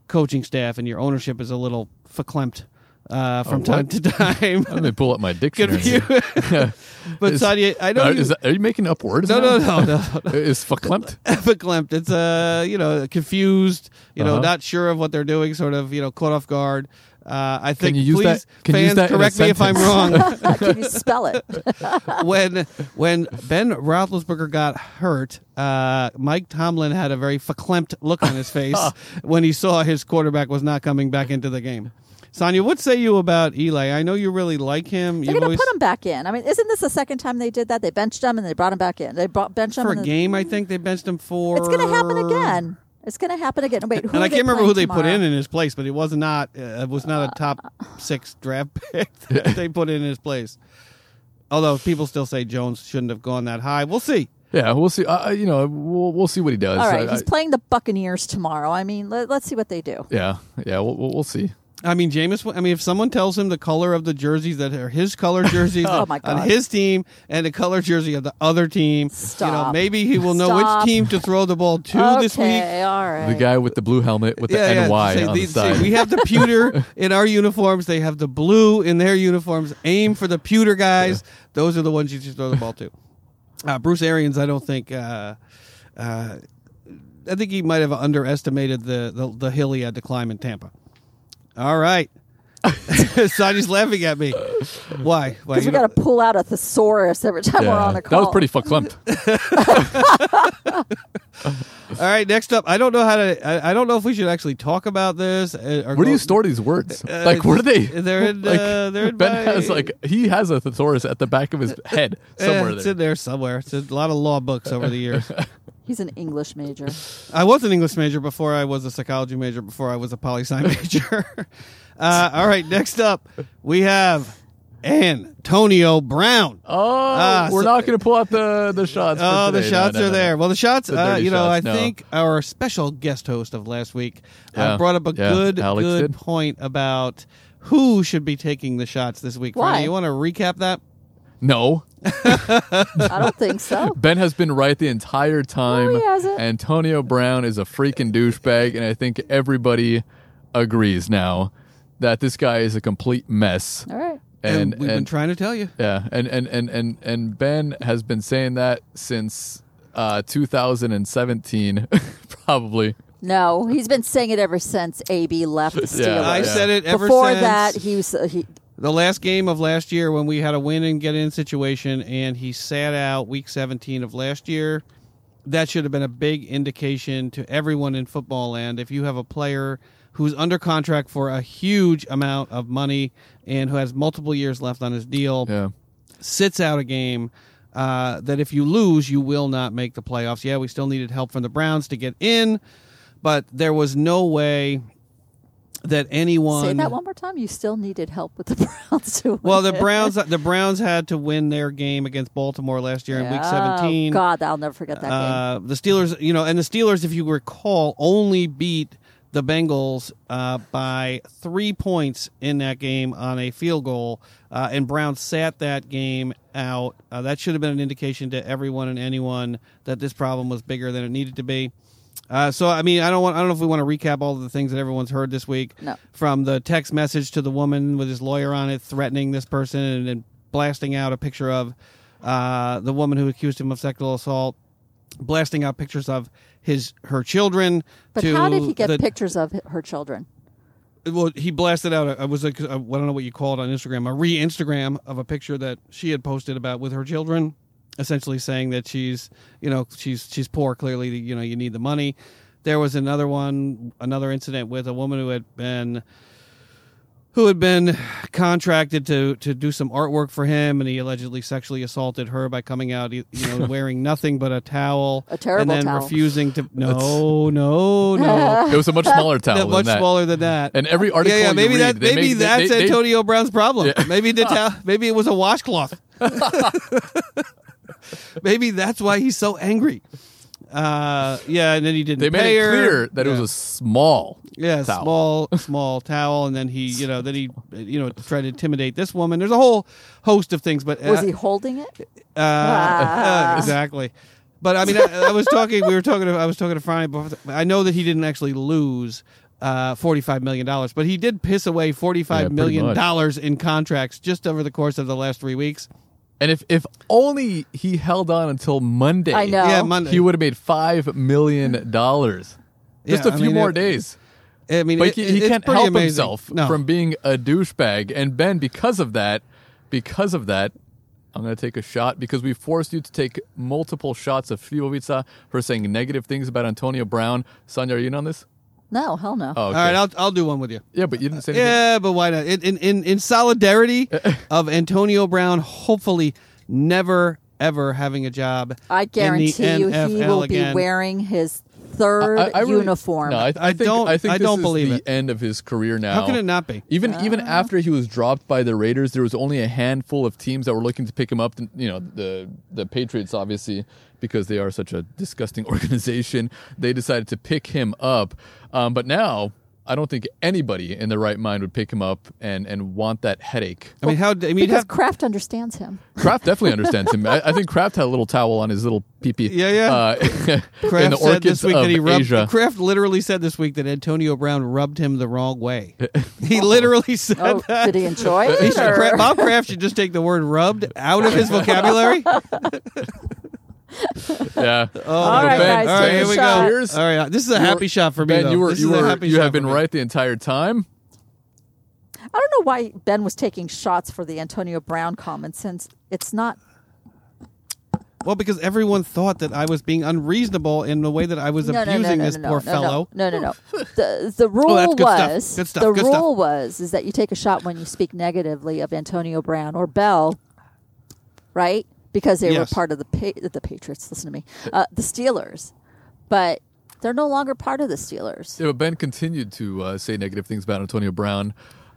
Speaker 1: coaching staff and your ownership is a little verklempt uh, from time to time.
Speaker 2: Let me pull up my dictionary.
Speaker 1: for you. but
Speaker 2: Is-
Speaker 1: Sadia, I know
Speaker 2: Uh,
Speaker 1: you,
Speaker 2: is that- are you making up words?
Speaker 1: No,
Speaker 2: now?
Speaker 1: no, no, no,
Speaker 2: Is verklempt?
Speaker 1: verklempt. It's uh, you know, confused. You know,
Speaker 2: Uh-huh.
Speaker 1: not sure of what they're doing. Sort of, you know, caught off guard. Uh, I think
Speaker 2: you use
Speaker 1: please,
Speaker 2: that- can you use
Speaker 1: fans,
Speaker 2: that in a
Speaker 1: correct me if I'm
Speaker 2: sentence?
Speaker 1: wrong.
Speaker 3: Can you spell it?
Speaker 1: when when Ben Roethlisberger got hurt, uh, Mike Tomlin had a very verklempt look on his face when he saw his quarterback was not coming back into the game. Sonia, what say you about Eli? I know you really like him.
Speaker 3: They're
Speaker 1: You've
Speaker 3: gonna
Speaker 1: always-
Speaker 3: put him back in. I mean, isn't this the second time they did that? They benched him and they brought him back in. They brought bench him.
Speaker 1: for a
Speaker 3: and then-
Speaker 1: game. I think they benched him for.
Speaker 3: It's gonna happen again. It's gonna happen again. Wait, who
Speaker 1: and
Speaker 3: are
Speaker 1: I
Speaker 3: they
Speaker 1: can't remember
Speaker 3: playing
Speaker 1: who they put
Speaker 3: tomorrow?
Speaker 1: in in his place, but it was not uh, it was not a top six draft pick that they put in his place. Although people still say Jones shouldn't have gone that high, we'll see.
Speaker 2: Yeah, we'll see. Uh, you know, we'll we'll see what he does.
Speaker 3: All right,
Speaker 2: I-
Speaker 3: he's
Speaker 2: I-
Speaker 3: playing the Buccaneers tomorrow. I mean, let, let's see what they do.
Speaker 2: yeah, yeah, we'll we'll we'll see.
Speaker 1: I mean, Jameis. I mean, if someone tells him the color of the jerseys that are his color jerseys
Speaker 3: Oh, my
Speaker 1: on
Speaker 3: God.
Speaker 1: his team and the color jersey of the other team, you know,
Speaker 3: Stop.
Speaker 1: maybe he will know
Speaker 3: Stop.
Speaker 1: which team to throw the ball to
Speaker 3: okay,
Speaker 1: this week.
Speaker 3: all right.
Speaker 2: The guy with the blue helmet with the NY
Speaker 1: say
Speaker 2: on
Speaker 1: these-
Speaker 2: the
Speaker 1: say,
Speaker 2: side.
Speaker 1: we have the pewter in our uniforms. They have the blue in their uniforms. Aim for the pewter guys. Those are the ones you should throw the ball to. Uh, Bruce Arians, I don't think. Uh, uh, I think he might have underestimated the, the the hill he had to climb in Tampa. All right, Sonny's laughing at me. Why? Why
Speaker 3: Because
Speaker 1: you
Speaker 3: we got
Speaker 1: don't-
Speaker 3: to pull out a thesaurus every time we're
Speaker 2: Yeah,
Speaker 3: on the
Speaker 2: that
Speaker 3: call.
Speaker 2: was pretty verklempt.
Speaker 1: All right, next up. I don't know how to. I, I don't know if we should actually talk about this. uh, or
Speaker 2: Where do
Speaker 1: go-
Speaker 2: you store these words?
Speaker 1: Uh,
Speaker 2: like, where do they?
Speaker 1: They're in.
Speaker 2: Like,
Speaker 1: uh, they're in
Speaker 2: ben
Speaker 1: my-
Speaker 2: has like he has a thesaurus at the back of his head
Speaker 1: Eh,
Speaker 2: somewhere
Speaker 1: it's
Speaker 2: there.
Speaker 1: in there somewhere. It's a lot of law books over the years.
Speaker 3: He's an English major.
Speaker 1: I was an English major before I was a psychology major before I was a poli sci major. uh, all right, next up we have Antonio Brown.
Speaker 2: Oh,
Speaker 1: Ah,
Speaker 2: we're
Speaker 1: so-
Speaker 2: not going to pull out the the shots. for
Speaker 1: Oh, the
Speaker 2: today. No,
Speaker 1: shots
Speaker 2: no, no,
Speaker 1: are
Speaker 2: no.
Speaker 1: there. Well, the shots,
Speaker 2: The
Speaker 1: uh,
Speaker 2: dirty
Speaker 1: you know,
Speaker 2: shots,
Speaker 1: I
Speaker 2: no.
Speaker 1: think our special guest host of last week uh,
Speaker 2: Yeah,
Speaker 1: brought up a
Speaker 2: yeah,
Speaker 1: good,
Speaker 2: Alex
Speaker 1: good
Speaker 2: did.
Speaker 1: point about who should be taking the shots this week.
Speaker 3: Why?
Speaker 1: Franny, you want to recap that?
Speaker 2: No,
Speaker 3: I don't think so.
Speaker 2: Ben has been right the entire time.
Speaker 3: No, he hasn't.
Speaker 2: Antonio Brown is a freaking douchebag, and I think everybody agrees now that this guy is a complete mess.
Speaker 3: All right.
Speaker 2: And
Speaker 1: we've been
Speaker 2: and,
Speaker 1: trying to tell you.
Speaker 2: yeah, and, and and and and Ben has been saying that since uh, 2017, probably.
Speaker 3: No, he's been saying it ever since AB left the Steelers.
Speaker 1: I
Speaker 2: yeah.
Speaker 1: said it ever
Speaker 3: Before
Speaker 1: since
Speaker 3: that, he was uh, he,
Speaker 1: the last game of last year when we had a win and get in situation and he sat out week 17 of last year that should have been a big indication to everyone in football land if you have a player who's under contract for a huge amount of money and who has multiple years left on his deal
Speaker 2: Yeah.
Speaker 1: sits out a game uh, that if you lose, you will not make the playoffs. Yeah, we still needed help from the Browns to get in, but there was no way that anyone.
Speaker 3: say that one more time. You still needed help with the Browns too.
Speaker 1: Well, the Browns, the Browns had to win their game against Baltimore last year in Week 17.
Speaker 3: Oh, God, I'll never forget that game.
Speaker 1: Uh, the Steelers, you know, and the Steelers, if you recall, only beat the Bengals uh, by three points in that game on a field goal, uh, and Brown sat that game out. Uh, that should have been an indication to everyone and anyone that this problem was bigger than it needed to be. Uh, so I mean, I don't want. I don't know if we want to recap all of the things that everyone's heard this week.
Speaker 3: No.
Speaker 1: From the text message to the woman with his lawyer on it, threatening this person and, and blasting out a picture of uh, the woman who accused him of sexual assault, blasting out pictures of his her children.
Speaker 3: But
Speaker 1: to
Speaker 3: how did he get
Speaker 1: the,
Speaker 3: pictures of her children?
Speaker 1: well, he blasted out. I was like, I don't know what you call it on Instagram, a re-Instagram of a picture that she had posted about with her children, essentially saying that she's, you know, she's she's poor. Clearly, you know, you need the money. There was another one, another incident with a woman who had been, who had been contracted to to do some artwork for him, and he allegedly sexually assaulted her by coming out, you know, wearing nothing but a towel,
Speaker 3: A terrible
Speaker 1: and then
Speaker 3: towel.
Speaker 1: refusing to. No, no, no.
Speaker 3: Uh.
Speaker 2: It was a much smaller towel
Speaker 1: That
Speaker 2: than
Speaker 1: much
Speaker 2: that.
Speaker 1: smaller than that.
Speaker 2: And every article,
Speaker 1: Yeah, yeah.
Speaker 2: you
Speaker 1: Maybe
Speaker 2: read,
Speaker 1: that.
Speaker 2: they
Speaker 1: Maybe
Speaker 2: make- they-
Speaker 1: that's
Speaker 2: they- they-
Speaker 1: Antonio Brown's problem.
Speaker 2: Yeah.
Speaker 1: Maybe the towel. Maybe it was a washcloth. maybe that's why he's so angry. Uh, yeah, and then he didn't.
Speaker 2: They
Speaker 1: pay
Speaker 2: made it
Speaker 1: her.
Speaker 2: clear that it was
Speaker 1: Yeah.
Speaker 2: a small
Speaker 1: Yeah,
Speaker 2: towel.
Speaker 1: small, small towel, and then he, you know, then he, you know, tried to intimidate this woman. There's a whole host of things, but uh,
Speaker 3: Was he holding it?
Speaker 1: uh, uh,
Speaker 3: Ah.
Speaker 1: exactly. But I mean, I, I was talking. We were talking. To, I was talking to Friday. Before, I know that he didn't actually lose uh, forty-five million dollars, but he did piss away
Speaker 2: Yeah,
Speaker 1: forty-five
Speaker 2: pretty
Speaker 1: million
Speaker 2: much.
Speaker 1: dollars in contracts just over the course of the last three weeks.
Speaker 2: And if if only he held on until Monday,
Speaker 3: I know.
Speaker 1: Yeah, Monday.
Speaker 2: Oh. he would have made five million dollars. Just
Speaker 1: Yeah,
Speaker 2: a
Speaker 1: I
Speaker 2: few
Speaker 1: mean,
Speaker 2: more
Speaker 1: it-
Speaker 2: days.
Speaker 1: I mean,
Speaker 2: But
Speaker 1: it-
Speaker 2: he,
Speaker 1: it-
Speaker 2: he
Speaker 1: it's
Speaker 2: can't
Speaker 1: pretty
Speaker 2: help
Speaker 1: amazing.
Speaker 2: himself
Speaker 1: No.
Speaker 2: from being a douchebag. And Ben, because of that, because of that, I'm going to take a shot because we forced you to take multiple shots of Frivovica for saying negative things about Antonio Brown. Sonia, are you in on this?
Speaker 3: No, hell no.
Speaker 2: Oh, okay.
Speaker 1: All right, I'll I'll do one with you.
Speaker 2: yeah, but you didn't say anything.
Speaker 1: Yeah, but why not? In in in, in solidarity of Antonio Brown, hopefully never ever having a job.
Speaker 3: I guarantee
Speaker 1: in
Speaker 3: you
Speaker 1: the
Speaker 3: he
Speaker 1: NFL
Speaker 3: will
Speaker 1: again.
Speaker 3: be wearing his third
Speaker 2: really-
Speaker 3: uniform.
Speaker 2: No, I, I
Speaker 1: I
Speaker 2: think,
Speaker 1: don't-
Speaker 2: I think
Speaker 1: I
Speaker 2: this
Speaker 1: don't
Speaker 2: is
Speaker 1: believe
Speaker 2: the
Speaker 1: it.
Speaker 2: end of his career now.
Speaker 1: How can it not be?
Speaker 2: Even even after he was dropped by the Raiders, there was only a handful of teams that were looking to pick him up. You know, the the Patriots obviously because they are such a disgusting organization, they decided to pick him up. Um, but now I don't think anybody in their right mind would pick him up and and want that headache.
Speaker 1: I mean, how? I mean, you'd
Speaker 3: because
Speaker 1: have
Speaker 3: Kraft understands him.
Speaker 2: Kraft definitely understands him. I, I think Kraft had a little towel on his little peepee.
Speaker 1: Yeah, yeah.
Speaker 2: Uh, in
Speaker 1: Kraft
Speaker 2: the
Speaker 1: said
Speaker 2: orchids
Speaker 1: this week
Speaker 2: of
Speaker 1: that he rubbed.
Speaker 2: Asia.
Speaker 1: Kraft literally said this week that Antonio Brown rubbed him the wrong way.
Speaker 2: Oh.
Speaker 1: he literally said
Speaker 3: Oh,
Speaker 1: that.
Speaker 3: did he enjoy it?
Speaker 1: He should-
Speaker 3: or-
Speaker 1: Kraft- Bob Kraft should just take the word "rubbed" out of his vocabulary.
Speaker 2: yeah.
Speaker 1: Oh,
Speaker 3: All right,
Speaker 2: Ben,
Speaker 3: guys,
Speaker 1: All right,
Speaker 3: take a
Speaker 1: here we
Speaker 3: shot.
Speaker 1: go. All right, this is a happy shot for me.
Speaker 2: Ben,
Speaker 1: though.
Speaker 2: you were
Speaker 1: This
Speaker 2: you
Speaker 1: is a
Speaker 2: were
Speaker 1: happy
Speaker 2: you
Speaker 1: shot
Speaker 2: have been
Speaker 1: for me.
Speaker 2: right the entire time.
Speaker 3: I don't know why Ben was taking shots for the Antonio Brown comment since it's not.
Speaker 1: Well, because everyone thought that I was being unreasonable in the way that I was
Speaker 3: No, no,
Speaker 1: abusing
Speaker 3: no, no,
Speaker 1: this
Speaker 3: no, no,
Speaker 1: poor
Speaker 3: no,
Speaker 1: fellow. Oh,
Speaker 3: No, no, no. no. The, the rule
Speaker 1: that's good stuff.
Speaker 3: was
Speaker 1: Good stuff,
Speaker 3: the
Speaker 1: good stuff.
Speaker 3: rule was is that you take a shot when you speak negatively of Antonio Brown or Bell, right? Because they
Speaker 1: Yes.
Speaker 3: were part of the pa- the Patriots. Listen to me, uh, the Steelers, but they're no longer part of the Steelers.
Speaker 2: Yeah, but Ben continued to uh, say negative things about Antonio Brown.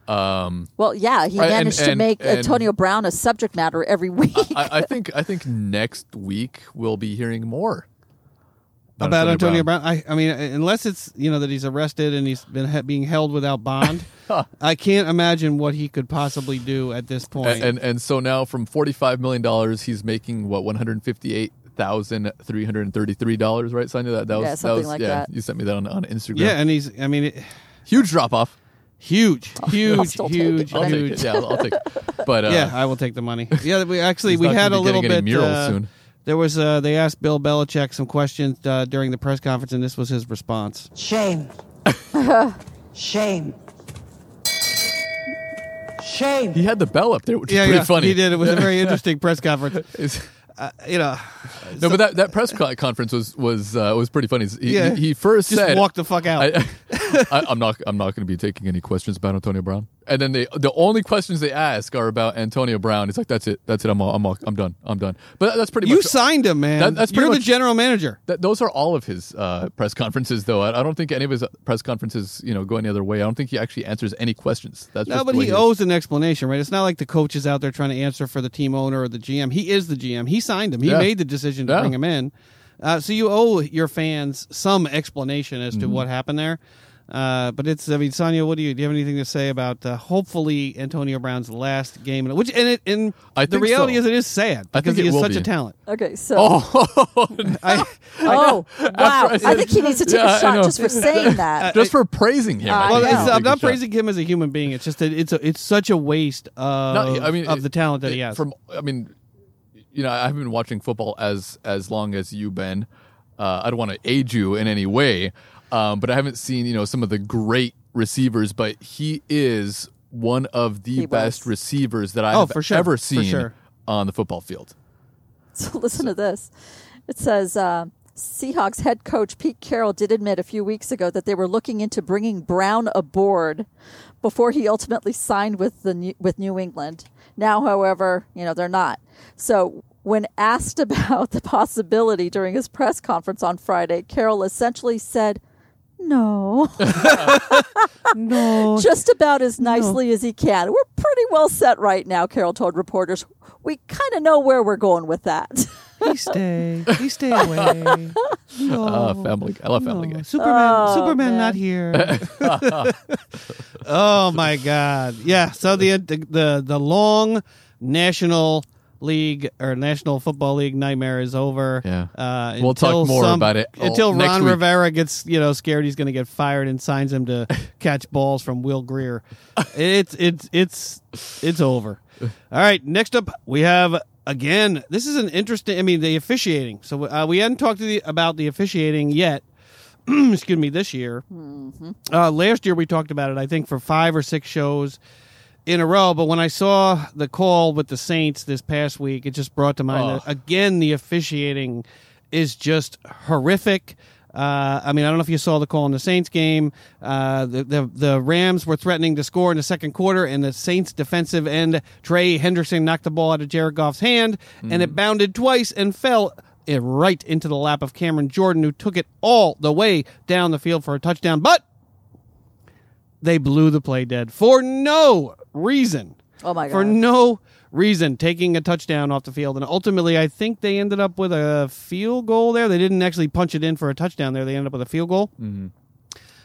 Speaker 2: Um,
Speaker 3: Well, yeah, he
Speaker 1: Uh,
Speaker 2: Right, and-
Speaker 3: managed
Speaker 2: and-
Speaker 3: to make
Speaker 2: and-
Speaker 3: Antonio Brown a subject matter every week.
Speaker 2: I, I think I think next week we'll be hearing more
Speaker 1: about Antonio Brown. I, I mean, unless it's you know that he's arrested and he's been he- being held without bond, I can't imagine what he could possibly do at this point.
Speaker 2: And, and and so now from forty five million dollars, he's making what one hundred fifty eight thousand three hundred thirty three dollars, right? Sonia, that that was
Speaker 3: Yeah,
Speaker 2: that
Speaker 3: something
Speaker 2: was
Speaker 3: like
Speaker 2: yeah.
Speaker 3: that.
Speaker 2: You sent me that on, on Instagram.
Speaker 1: yeah, and he's. I mean, it,
Speaker 2: huge drop off.
Speaker 1: huge, huge,
Speaker 3: still take it,
Speaker 1: huge,
Speaker 2: I'll take
Speaker 1: huge.
Speaker 2: it. Yeah, I'll, I'll take it. But uh,
Speaker 1: Yeah, I will take the money. Yeah, we actually
Speaker 2: He's
Speaker 1: we
Speaker 2: not
Speaker 1: had a
Speaker 2: gonna be
Speaker 1: little
Speaker 2: getting
Speaker 1: bit.
Speaker 2: any murals
Speaker 1: uh,
Speaker 2: soon.
Speaker 1: There was uh, they asked Bill Belichick some questions uh, during the press conference, and this was his response.
Speaker 4: Shame. Shame. Shame.
Speaker 2: he had the bell up there, which is
Speaker 1: yeah,
Speaker 2: pretty
Speaker 1: yeah,
Speaker 2: funny.
Speaker 1: He did. It was a very interesting press conference.
Speaker 2: It's-
Speaker 1: Uh, you know,
Speaker 2: No, but that, that press co- conference was was uh, was pretty funny. He,
Speaker 1: Yeah.
Speaker 2: he, he first
Speaker 1: just
Speaker 2: said,
Speaker 1: walk the fuck out.
Speaker 2: I, I, I'm not. I'm not going to be taking any questions about Antonio Brown. And then they, the only questions they ask are about Antonio Brown. He's like, "That's it. That's it. I'm all, I'm all, I'm done. I'm done." But that's pretty
Speaker 1: you
Speaker 2: much.
Speaker 1: signed him, man.
Speaker 2: That- that's pretty
Speaker 1: You're the
Speaker 2: much-
Speaker 1: general manager.
Speaker 2: that, those are all of his uh, press conferences, though. I, I don't think any of his uh, press conferences, you know, go any other way. I don't think he actually answers any questions. That's
Speaker 1: No,
Speaker 2: just
Speaker 1: but
Speaker 2: the way
Speaker 1: he
Speaker 2: is.
Speaker 1: owes an explanation, right? It's not like the coach is out there trying to answer for the team owner or the GM. He is the GM. He signed him. He
Speaker 2: Yeah.
Speaker 1: made the decision to
Speaker 2: Yeah.
Speaker 1: bring
Speaker 2: Mm-hmm.
Speaker 1: him in. Uh, so you owe your fans some explanation as to what happened there. Uh, but it's I mean Sonia, what do you do? You have anything to say about uh, hopefully Antonio Brown's last game? Which and it and
Speaker 2: I
Speaker 1: the
Speaker 2: think
Speaker 1: reality
Speaker 2: so.
Speaker 1: is it is sad
Speaker 2: I
Speaker 1: because
Speaker 2: think it
Speaker 1: he is
Speaker 2: will
Speaker 1: such
Speaker 2: be.
Speaker 1: a talent.
Speaker 3: Okay, so
Speaker 2: Oh,
Speaker 1: I,
Speaker 3: oh wow,
Speaker 2: I
Speaker 3: I,
Speaker 2: said-
Speaker 3: think he needs to take
Speaker 2: Yeah, I
Speaker 3: a shot
Speaker 2: know.
Speaker 3: just for saying that.
Speaker 2: just for praising him. I
Speaker 3: I
Speaker 1: Uh, well,
Speaker 2: think
Speaker 3: know.
Speaker 1: it's,
Speaker 2: he'll
Speaker 1: I'm
Speaker 2: take a
Speaker 1: not
Speaker 2: shot.
Speaker 1: praising him as a human being. It's just that it's a, it's such a waste of
Speaker 2: No, I mean
Speaker 1: of
Speaker 2: it-
Speaker 1: the talent that he
Speaker 2: it-
Speaker 1: has.
Speaker 2: From I mean, you know, I haven't been watching football as as long as you, Ben. Uh, I don't want to age you in any way, um, but I haven't seen you know some of the great receivers. But he is one of the
Speaker 3: He was.
Speaker 2: best receivers that I
Speaker 1: Oh,
Speaker 2: have
Speaker 1: for sure,
Speaker 2: ever
Speaker 1: for
Speaker 2: seen
Speaker 1: sure.
Speaker 2: on the football field.
Speaker 3: So listen to this. It says uh, Seahawks head coach Pete Carroll did admit a few weeks ago that they were looking into bringing Brown aboard before he ultimately signed with the New- with New England. Now, however, you know they're not. So. When asked about the possibility during his press conference on Friday, Carroll essentially said, No.
Speaker 1: no,
Speaker 3: just about as nicely as he can. We're pretty well set right now, Carroll told reporters. We kind of know where we're going with that.
Speaker 1: he stay, he stay away. No,
Speaker 2: Uh, family, Guy. I love Family
Speaker 1: no.
Speaker 2: Guy.
Speaker 1: Superman,
Speaker 3: Oh,
Speaker 1: Superman,
Speaker 3: man.
Speaker 1: not here. oh my God, yeah. So the the the, the long National League or National Football League nightmare is over.
Speaker 2: Yeah.
Speaker 1: uh,
Speaker 2: We'll talk
Speaker 1: until
Speaker 2: more about it all-
Speaker 1: until
Speaker 2: next
Speaker 1: Ron
Speaker 2: week.
Speaker 1: Rivera gets you know scared he's going to get fired and signs him to catch balls from Will Greer. It's it's it's it's over. All right, next up we have again. This is an interesting. I mean, the officiating. So uh, we hadn't talked to the, about the officiating yet. Excuse me. This year, uh, last year we talked about it. I think for five or six shows in a row. But when I saw the call with the Saints this past week, it just brought to mind
Speaker 2: Oh.
Speaker 1: that again the officiating is just horrific. Uh, I mean, I don't know if you saw the call in the Saints game. Uh, the, the the Rams were threatening to score in the second quarter, and the Saints defensive end Trey Henderson knocked the ball out of Jared Goff's hand, and it bounded twice and fell it right into the lap of Cameron Jordan, who took it all the way down the field for a touchdown. But they blew the play dead for no reason.
Speaker 3: Oh, my
Speaker 1: For
Speaker 3: God.
Speaker 1: no reason, taking a touchdown off the field, and ultimately, I think they ended up with a field goal there. They didn't actually punch it in for a touchdown there. They ended up with a field goal.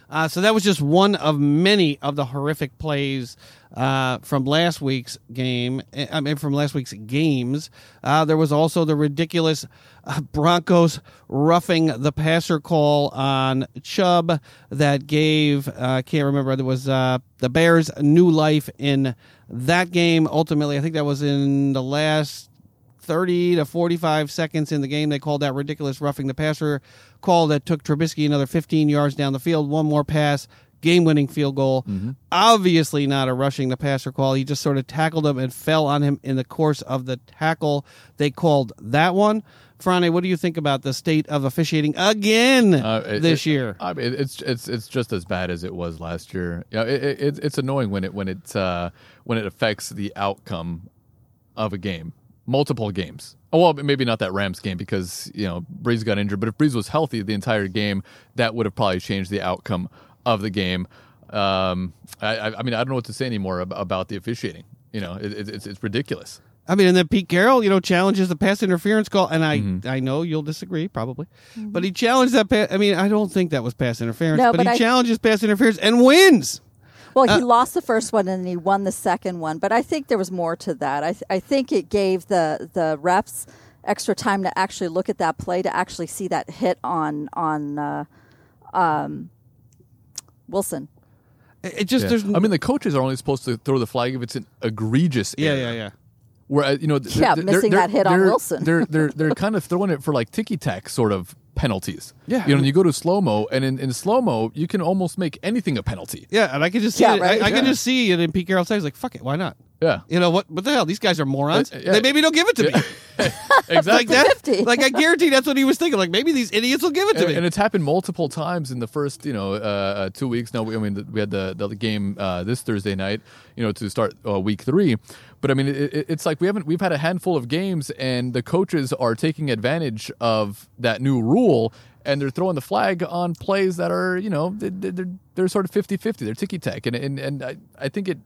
Speaker 1: Uh, so that was just one of many of the horrific plays uh, from last week's game. eh, I mean, from last week's games. Uh, there was also the ridiculous uh, Broncos roughing the passer call on Chubb that gave, uh, I can't remember, it was uh, the Bears new life in that game. Ultimately, I think that was in the last 30 to 45 seconds in the game. They called that ridiculous roughing the passer call that took Trubisky another 15 yards down the field. One more pass, game winning field goal.
Speaker 2: Mm-hmm.
Speaker 1: Obviously, not a rushing the passer call. He just sort of tackled him and fell on him in the course of the tackle. They called that one. Franny, what do you think about the state of officiating again
Speaker 2: Uh, it-
Speaker 1: this
Speaker 2: it-
Speaker 1: year?
Speaker 2: I mean, it's it's it's just as bad as it was last year. Yeah, it, it, it's- it's annoying when it when it uh, when it affects the outcome of a game, multiple games. Oh, well, maybe not that Rams game because you know Breeze got injured. But if Breeze was healthy the entire game, that would have probably changed the outcome of the game. Um, I, I, I mean, I don't know what to say anymore ab- about the officiating. You know, it, it, it's it's ridiculous.
Speaker 1: I mean, and then Pete Carroll, you know, challenges the pass interference call, and I,
Speaker 2: Mm-hmm.
Speaker 1: I know you'll disagree probably, but he challenged that. Pass, I mean, I don't think that was pass interference,
Speaker 3: Mm-hmm. No,
Speaker 1: but,
Speaker 3: but
Speaker 1: he
Speaker 3: I-
Speaker 1: challenges pass interference and wins.
Speaker 3: well, he lost the first one and he won the second one, but I think there was more to that. I, th- I think it gave the the refs extra time to actually look at that play to actually see that hit on on uh, um, Wilson.
Speaker 1: It it just
Speaker 2: Yeah.
Speaker 1: there's
Speaker 2: I mean, the coaches are only supposed to throw the flag if it's an egregious.
Speaker 1: yeah,
Speaker 2: error.
Speaker 1: yeah, yeah.
Speaker 2: Whereas uh, you know, th-
Speaker 3: Yeah,
Speaker 2: th-
Speaker 3: missing that hit on
Speaker 2: they're-
Speaker 3: Wilson.
Speaker 2: They're they're they're kind of throwing it for like ticky tack sort of penalties.
Speaker 1: Yeah.
Speaker 2: you know, and you go to slow mo, and in, in slow mo, you can almost make anything a penalty.
Speaker 1: Yeah, and I could just see
Speaker 3: Yeah,
Speaker 1: it.
Speaker 3: right?
Speaker 1: I, I could
Speaker 2: Yeah.
Speaker 1: just see it in Pete Carroll's eyes. Like, fuck it, why not?
Speaker 2: Yeah,
Speaker 1: You know what? What the hell? These guys are morons.
Speaker 2: Uh, yeah.
Speaker 1: They maybe don't give it to me.
Speaker 2: exactly.
Speaker 1: Like that.
Speaker 3: 50.
Speaker 1: Like I guarantee that's what he was thinking. Like maybe these idiots will give it to
Speaker 2: and,
Speaker 1: me.
Speaker 2: and it's happened multiple times in the first, you know, uh, uh, two weeks. Now, we, I mean, th- we had the, the game uh, this Thursday night, you know, to start uh, week three. But I mean, it, it, it's like we haven't we've had a handful of games, and the coaches are taking advantage of that new rule, and they're throwing the flag on plays that are, you know, they- they- they're they're sort of 50-50. They're ticky tack, and and and I, I think it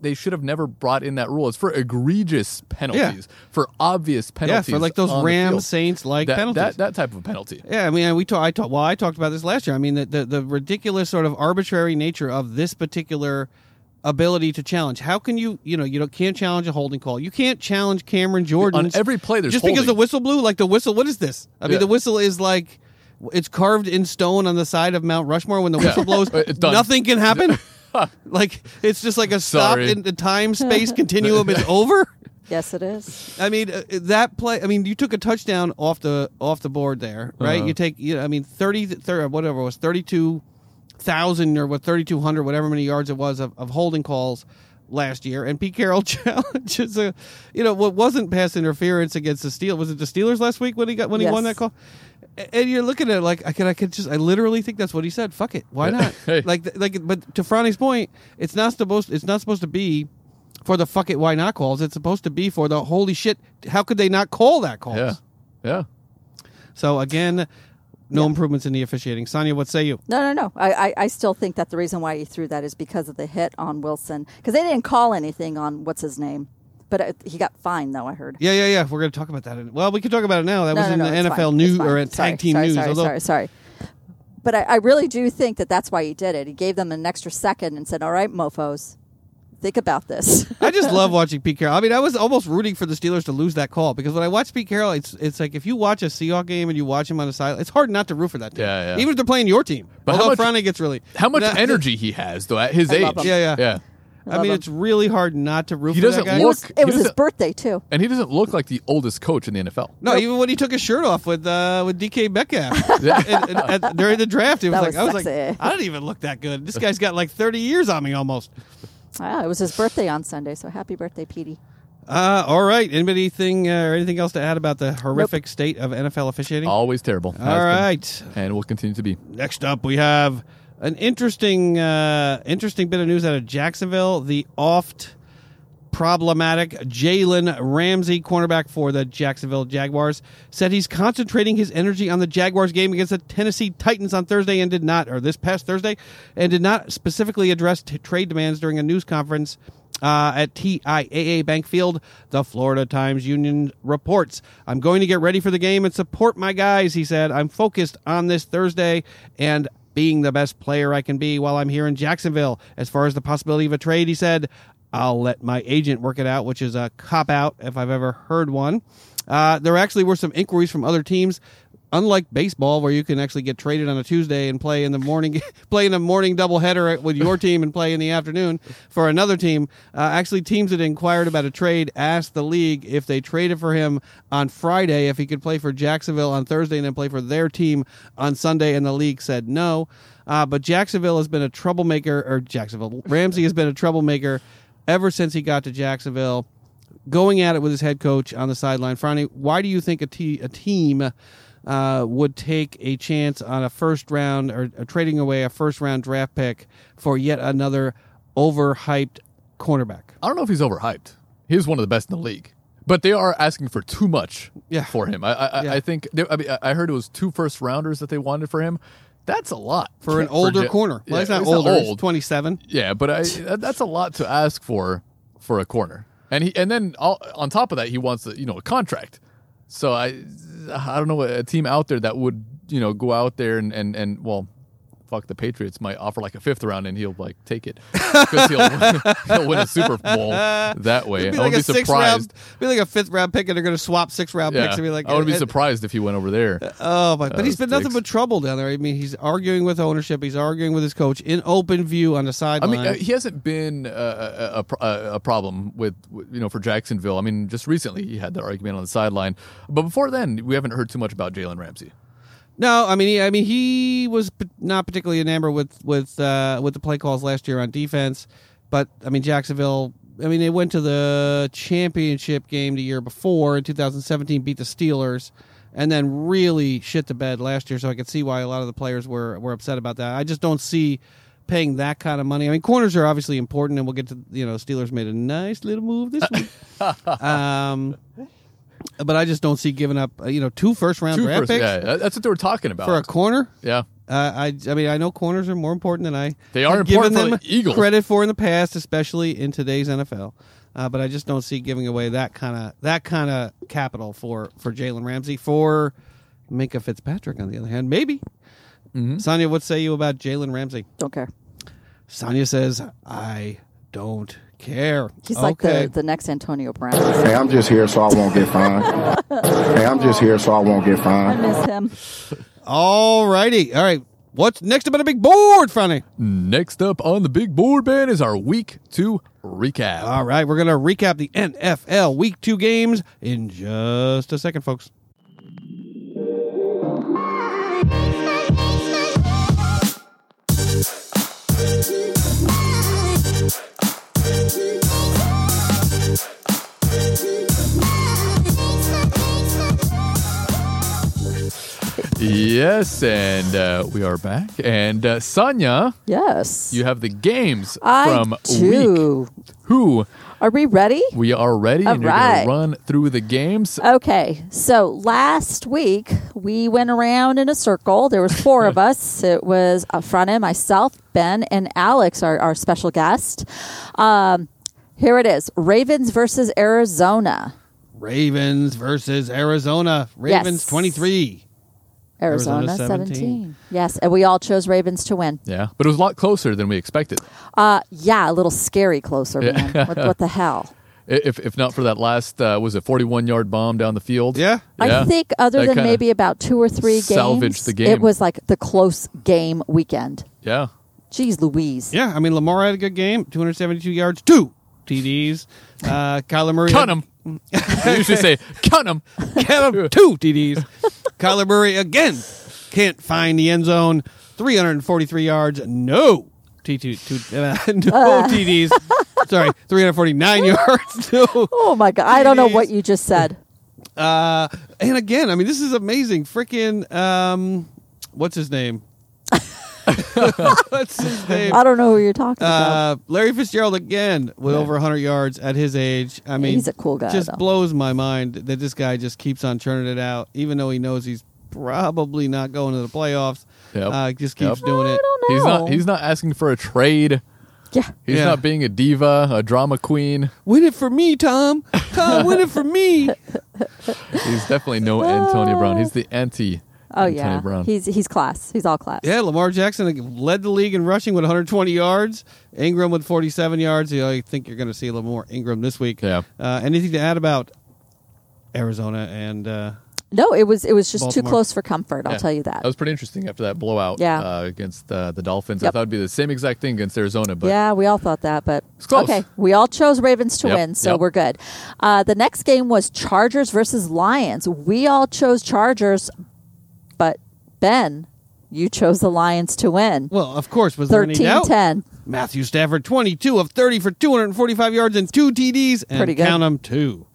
Speaker 2: they should have never brought in that rule. It's for egregious penalties, for obvious penalties.
Speaker 1: Yeah, for like those
Speaker 2: on the
Speaker 1: Ram
Speaker 2: field.
Speaker 1: Saints like
Speaker 2: that,
Speaker 1: penalties.
Speaker 2: That, that type of penalty.
Speaker 1: yeah, I mean, we talk, I talk, well, I talked about this last year. I mean, the, the the ridiculous sort of arbitrary nature of this particular ability to challenge. How can you, you know, you don't, can't challenge a holding call. You can't challenge Cameron Jordan
Speaker 2: every play, there's
Speaker 1: just because the
Speaker 2: holding.
Speaker 1: whistle blew. Like the whistle, what is this? I mean,
Speaker 2: Yeah.
Speaker 1: the whistle is like it's carved in stone on the side of Mount Rushmore. When the
Speaker 2: Yeah.
Speaker 1: whistle blows,
Speaker 2: It's done.
Speaker 1: nothing can happen. like it's just like a stop
Speaker 2: Sorry.
Speaker 1: in the time space continuum is over.
Speaker 3: Yes, it is.
Speaker 1: I mean uh, that play. I mean, you took a touchdown off the off the board there, right? You take, you know, I mean, 30, thir uh, whatever it was thirty two thousand or what thirty two hundred, whatever many yards it was of, of holding calls last year, and Pete Carroll challenges a, you know, what wasn't pass interference against the Steelers. Was it the Steelers last week when he got when he won
Speaker 3: Yes.
Speaker 1: that call? A- And you're looking at it like I could, I could just, I literally think that's what he said. Fuck it, why not?
Speaker 2: Hey.
Speaker 1: Like, th- like, but to Franny's point, it's not supposed, it's not supposed to be for the fuck it, why not calls. It's supposed to be for the holy shit. How could they not call that calls?
Speaker 2: Yeah, yeah.
Speaker 1: So again, no improvements in the officiating. Sonia, what say you?
Speaker 3: No, no, no. I, I, I still think that the reason why he threw that is because of the hit on Wilson, because they didn't call anything on what's his name, but uh, he got fined though. I heard.
Speaker 1: Yeah, yeah, yeah. We're going to talk about that. In, well, we can talk about it now. That
Speaker 3: No,
Speaker 1: was
Speaker 3: no,
Speaker 1: in
Speaker 3: no, it's
Speaker 1: the NFL
Speaker 3: fine.
Speaker 1: news
Speaker 3: It's fine.
Speaker 1: or at
Speaker 3: Sorry,
Speaker 1: tag team
Speaker 3: sorry,
Speaker 1: news.
Speaker 3: Sorry,
Speaker 1: although
Speaker 3: sorry, sorry. But I, I really do think that that's why he did it. He gave them an extra second and said, "All right, mofo's, think about this."
Speaker 1: I just love watching Pete Carroll. I mean, I was almost rooting for the Steelers to lose that call because when I watch Pete Carroll, it's it's like if you watch a Seahawk game and you watch him on the side, it's hard not to root for that team.
Speaker 2: Yeah, yeah.
Speaker 1: Even if they're playing your team.
Speaker 2: But how
Speaker 1: Although
Speaker 2: much-
Speaker 1: Frane gets really
Speaker 2: How much
Speaker 1: No,
Speaker 2: energy he has though at his age.
Speaker 3: love him.
Speaker 1: Yeah, yeah.
Speaker 2: yeah.
Speaker 1: I mean,
Speaker 3: him.
Speaker 1: it's really hard not to root
Speaker 2: He
Speaker 1: for
Speaker 2: doesn't
Speaker 1: that guy.
Speaker 3: it was,
Speaker 2: Look,
Speaker 3: it was
Speaker 2: here's
Speaker 3: his
Speaker 2: a-
Speaker 3: birthday too.
Speaker 2: And he doesn't look like the oldest coach in the NFL.
Speaker 1: No, even when he took his shirt off with uh, with DK Metcalf And- and- and during the draft, it was
Speaker 3: That
Speaker 1: like
Speaker 3: was
Speaker 1: I was like,
Speaker 3: sexy.
Speaker 1: I don't even look that good. This guy's got like thirty years on me almost.
Speaker 3: Ah, it was his birthday on Sunday, so happy birthday, Petey.
Speaker 1: Uh, all right, anybody thing uh, or anything else to add about the horrific state of NFL officiating?
Speaker 2: Always terrible.
Speaker 1: all
Speaker 2: Has
Speaker 1: right,
Speaker 2: been. and will continue to be.
Speaker 1: next up we have an interesting uh, interesting bit of news out of Jacksonville. The oft problematic Jalen Ramsey, cornerback for the Jacksonville Jaguars, said he's concentrating his energy on the Jaguars game against the Tennessee Titans on Thursday and did not, or this past Thursday, and did not specifically address t- trade demands during a news conference. Uh, at TIAA Bank Field, the Florida Times Union reports. I'm going to get ready for the game and support my guys, he said. I'm focused on this Thursday and being the best player I can be while I'm here in Jacksonville. As far as the possibility of a trade, he said, I'll let my agent work it out, which is a cop out if I've ever heard one. Uh, there actually were some inquiries from other teams. Unlike baseball, where you can actually get traded on a Tuesday and play in the morning, play in a morning doubleheader with your team and play in the afternoon for another team. Uh, actually, teams that inquired about a trade asked the league if they traded for him on Friday if he could play for Jacksonville on Thursday and then play for their team on Sunday, and the league said no. Uh, but Jacksonville has been a troublemaker, or Jacksonville Ramsey has been a troublemaker ever since he got to Jacksonville, going at it with his head coach on the sideline. Franny, why do you think a, te- a team uh, would take a chance on a first round or, or trading away a first round draft pick for yet another overhyped cornerback?
Speaker 2: I don't know if he's overhyped. He's one of the best in the league, but they are asking for too much
Speaker 1: Yeah.
Speaker 2: for him. I I,
Speaker 1: Yeah.
Speaker 2: I I think they, I, mean, I- I heard it was two first rounders that they wanted for him. That's a lot
Speaker 1: For an older
Speaker 2: Ja-
Speaker 1: corner. Well,
Speaker 2: Yeah,
Speaker 1: he's not older. He's 27.
Speaker 2: Yeah, but I, that- that's a lot to ask for for a corner, and he and then all, on top of that, he wants a, you know a contract. So I I don't know a team out there that would you know go out there and and and well. Fuck the Patriots might offer like a fifth round and he'll like take it because he'll, he'll win a Super Bowl that way. I would be
Speaker 1: sixth
Speaker 2: surprised.
Speaker 1: round, be like a fifth round pick, and they're going to swap six round
Speaker 2: Yeah,
Speaker 1: picks and be like,
Speaker 2: I would be
Speaker 1: and-
Speaker 2: surprised if he went over there.
Speaker 1: Oh my! But he's
Speaker 2: it
Speaker 1: been nothing but
Speaker 2: stinks.
Speaker 1: trouble down there. I mean, he's arguing with ownership. He's arguing with his coach in open view on the
Speaker 2: I
Speaker 1: sideline.
Speaker 2: mean, uh, he hasn't been uh, a, a, pro- a, a problem with with, you know for Jacksonville. I mean, just recently he had that argument on the sideline, but before then we haven't heard too much about Jalen Ramsey.
Speaker 1: No, I mean, he, I mean, he was p- not particularly enamored with with uh, with the play calls last year on defense, but I mean, Jacksonville. I mean, they went to the championship game the year before in 2017, beat the Steelers, and then really shit the bed last year. So I could see why a lot of the players were were upset about that. I just don't see paying that kind of money. I mean, corners are obviously important, and we'll get to you know, Steelers made a nice little move this week. um, but I just don't see giving up uh, you know two first round
Speaker 2: Two
Speaker 1: draft
Speaker 2: first-
Speaker 1: picks
Speaker 2: yeah, that's what they were talking about.
Speaker 1: for a corner.
Speaker 2: yeah,
Speaker 1: Uh, I, I mean, I know corners are more important than I.
Speaker 2: They are
Speaker 1: I've given
Speaker 2: important for
Speaker 1: them
Speaker 2: the Eagles.
Speaker 1: Credit for in the past, especially in today's NFL. Uh, but I just don't see giving away that kind of that kind of capital for for Jalen Ramsey for Minka Fitzpatrick. On the other hand, maybe.
Speaker 2: Mm-hmm.
Speaker 1: Sonia, what say you about Jalen Ramsey?
Speaker 3: Don't care.
Speaker 1: Sonia says, "I don't care."
Speaker 3: He's like
Speaker 1: okay.
Speaker 3: the, the next Antonio Brown.
Speaker 5: Hey, I'm just here so I won't get fined. hey, I'm just here so I won't get
Speaker 3: I
Speaker 5: fined.
Speaker 3: miss him.
Speaker 1: All righty, all right. What's next up on the big board, Franny?
Speaker 2: Next up on the big board, man, is our week two recap.
Speaker 1: All right, we're going to recap the NFL Week 2 games in just a second, folks.
Speaker 2: yes, and uh, we are back. And uh, Sonia,
Speaker 3: Yes.
Speaker 2: you have the games
Speaker 3: I
Speaker 2: from week
Speaker 3: do.
Speaker 2: who
Speaker 3: Are we ready?
Speaker 2: we are ready
Speaker 3: All
Speaker 2: and you're going
Speaker 3: right. Uh,
Speaker 2: to run through the games.
Speaker 3: Okay, so last week we went around in a circle. There was four of us. It was uh, front end, myself, Ben, and Alex, our, our special guest. Um, here it is: Ravens versus Arizona.
Speaker 1: Ravens versus Arizona. Ravens
Speaker 3: Yes.
Speaker 1: 23.
Speaker 3: Arizona,
Speaker 1: Arizona
Speaker 3: 17.
Speaker 1: 17.
Speaker 3: Yes, and we all chose Ravens to win.
Speaker 2: Yeah, but it was a lot closer than we expected.
Speaker 3: Uh, yeah, a little scary closer, man. what, what the hell?
Speaker 2: I- If, if not for that last, uh, was it 41 yard bomb down the field?
Speaker 1: Yeah.
Speaker 2: Yeah.
Speaker 3: I think other
Speaker 2: That
Speaker 3: than
Speaker 2: kinda-
Speaker 3: maybe about two or three games,
Speaker 2: salvaged the game.
Speaker 3: it was like the close game weekend.
Speaker 2: Yeah.
Speaker 3: Jeez Louise.
Speaker 1: Yeah, I mean, Lamar had a good game 272 yards, two TDs. Uh, Kyler Murray.
Speaker 2: Cut him. they usually say, cut him.
Speaker 1: Cut 'em, two TDs. Kyler Murray again can't find the end zone. 343 yards, no. T2, two, uh, no TDs. Sorry, 349 yards, no.
Speaker 3: Oh my God! I don't know
Speaker 1: TDs.
Speaker 3: what you just said.
Speaker 1: Uh, and again, I mean, this is amazing. Freaking, um, what's his name? what's his name?
Speaker 3: I don't know who you're talking about.
Speaker 1: Uh, Larry Fitzgerald again with over 100 yards at his age. I mean,
Speaker 3: He's a cool guy,
Speaker 1: Just
Speaker 3: though.
Speaker 1: blows my mind that this guy just keeps on churning it out, even though he knows he's probably not going to the playoffs.
Speaker 2: Yep.
Speaker 1: Uh, just keeps
Speaker 2: Yep.
Speaker 1: doing
Speaker 3: I
Speaker 1: it.
Speaker 3: don't know.
Speaker 2: He's not, he's not asking for a trade.
Speaker 3: yeah.
Speaker 2: He's
Speaker 1: Yeah.
Speaker 2: not being a diva, a drama queen.
Speaker 1: Win it for me, Tom. Tom, win it for me.
Speaker 2: He's definitely no Antonio Brown. He's the anti.
Speaker 3: Oh
Speaker 2: Antonio
Speaker 3: yeah.
Speaker 2: Brown.
Speaker 3: He's he's class. He's all class.
Speaker 1: Yeah, Lamar Jackson led the league in rushing with 120 yards. Ingram with 47 yards. You know, I think you're going to see a little more Ingram this week.
Speaker 2: Yeah.
Speaker 1: Uh, anything to add about Arizona and uh,
Speaker 3: No, it was it was just too
Speaker 1: Baltimore.
Speaker 3: close for comfort. I'll
Speaker 2: Yeah.
Speaker 3: tell you that.
Speaker 2: That was pretty interesting after that blowout
Speaker 3: Yeah.
Speaker 2: uh, against uh, the Dolphins. I
Speaker 3: Yep.
Speaker 2: thought it'd be the same exact thing against Arizona, but
Speaker 3: yeah, we all thought that, but
Speaker 2: It's close.
Speaker 3: okay, we all chose Ravens to
Speaker 2: Yep,
Speaker 3: win, so
Speaker 2: yep.
Speaker 3: we're good. Uh, the next game was Chargers versus Lions. We all chose Chargers, but Ben, you chose the Lions to win.
Speaker 1: well, of course, was there any
Speaker 3: Thirteen
Speaker 1: doubt?
Speaker 3: ten.
Speaker 1: Matthew Stafford, 22 of 30 for 245 yards and two TDs. And
Speaker 3: Pretty good.
Speaker 1: count them, two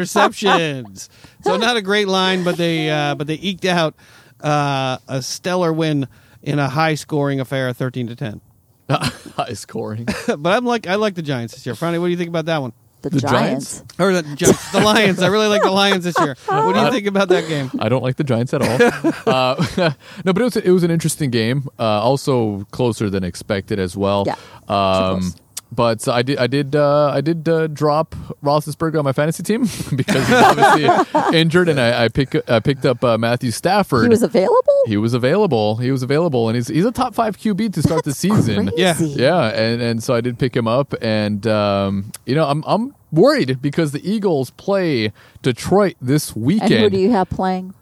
Speaker 1: interceptions. So not a great line, but they uh, but they eked out uh, a stellar win in a high scoring affair, 13 to 10.
Speaker 2: high scoring.
Speaker 1: but I'm like I like the Giants this year. Franny, what do you think about that one?
Speaker 3: The,
Speaker 2: The
Speaker 3: Giants.
Speaker 2: Giants?
Speaker 1: Or the, Giants, the Lions. I really like the Lions this year. What do you think about that game?
Speaker 2: I don't like the Giants at all. uh, no, but it was it was an interesting game. Uh, also closer than expected as well.
Speaker 3: Yeah.
Speaker 2: Um,
Speaker 3: Too close.
Speaker 2: but I did I did uh, I did uh, drop Roethlisberger on my fantasy team because he's obviously injured, and I, I pick I picked up uh, Matthew Stafford.
Speaker 3: He was available.
Speaker 2: He was available. He was available, and he's he's a top five QB to start the season.
Speaker 1: Yeah.
Speaker 3: Crazy.
Speaker 2: Yeah, and, and so I did pick him up, and um, you know I'm I'm worried because the Eagles play Detroit this
Speaker 3: And
Speaker 2: weekend.
Speaker 3: who do you have playing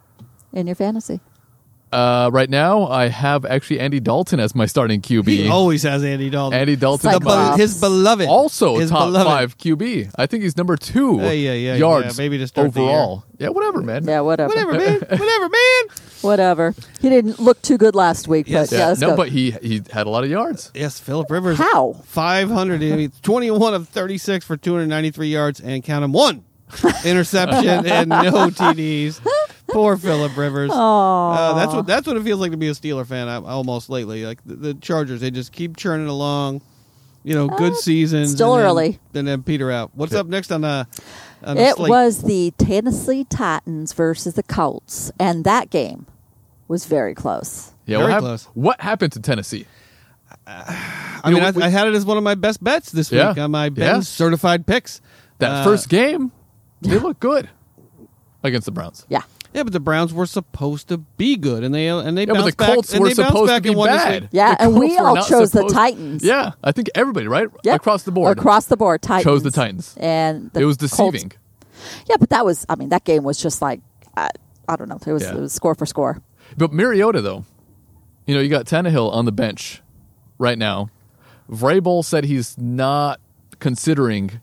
Speaker 3: in your fantasy?
Speaker 2: uh, right now, I have actually Andy Dalton as my starting QB.
Speaker 1: He oh, always has Andy Dalton.
Speaker 2: Andy Dalton,
Speaker 1: The
Speaker 3: Like
Speaker 2: my-
Speaker 1: bel- his beloved.
Speaker 2: also
Speaker 1: his
Speaker 2: top
Speaker 1: beloved.
Speaker 2: five QB. I think he's number two
Speaker 1: Hey, yeah, yeah,
Speaker 2: yards
Speaker 1: yeah, maybe to start the year.
Speaker 2: overall. Yeah, whatever, man.
Speaker 3: Yeah, whatever.
Speaker 1: Whatever, man. Whatever, man.
Speaker 3: Whatever. He didn't look too good last week,
Speaker 1: Yes.
Speaker 3: but yeah, let's
Speaker 2: no,
Speaker 3: go.
Speaker 2: but he he had a lot of yards.
Speaker 1: Yes, Philip Rivers.
Speaker 3: How?
Speaker 1: 500. I mean, 21 of 36 for 293 yards and count him one interception and no TDs. Poor Philip Rivers. Uh, that's what that's what it feels like to be a Steeler fan. I, almost lately, like the, the Chargers, they just keep churning along. You know, good seasons.
Speaker 3: Uh, still
Speaker 1: and then-
Speaker 3: early.
Speaker 1: and then Peter out. What's up next on the? On the
Speaker 3: it
Speaker 1: slate?
Speaker 3: was the Tennessee Titans versus the Colts, and that game was very close.
Speaker 2: Yeah,
Speaker 1: Very
Speaker 2: what, hap-
Speaker 1: close.
Speaker 2: what happened to Tennessee?
Speaker 1: I
Speaker 2: You
Speaker 1: mean,
Speaker 2: know,
Speaker 1: I,
Speaker 2: we-
Speaker 1: I had it as one of my best bets this
Speaker 2: Yeah.
Speaker 1: week on my Ben
Speaker 2: Yeah.
Speaker 1: certified picks.
Speaker 2: That
Speaker 1: Uh,
Speaker 2: first game, they look good against the Browns.
Speaker 3: Yeah.
Speaker 1: Yeah, but the Browns were supposed to be good, and they and they
Speaker 2: Yeah, but the
Speaker 1: bounced back.
Speaker 2: Colts
Speaker 1: and
Speaker 2: were
Speaker 1: they bounced
Speaker 2: supposed to
Speaker 1: back
Speaker 2: be
Speaker 1: and won this week.
Speaker 2: bad.
Speaker 3: Yeah,
Speaker 2: The
Speaker 3: and
Speaker 2: Colts
Speaker 3: we
Speaker 2: were
Speaker 3: all
Speaker 2: not
Speaker 3: chose the
Speaker 2: supposed-
Speaker 3: Titans.
Speaker 2: Yeah, I think everybody, right?
Speaker 3: Yep.
Speaker 2: Across the board.
Speaker 3: Across the board, Titans.
Speaker 2: Chose the Titans.
Speaker 3: And the
Speaker 2: it was
Speaker 3: Colts-
Speaker 2: deceiving.
Speaker 3: Yeah, but that was, I mean, that game was just like, I, I don't know. It was,
Speaker 2: Yeah.
Speaker 3: it was score for score.
Speaker 2: But Mariota, though, you know, you got Tannehill on the bench right now. Vrabel said he's not considering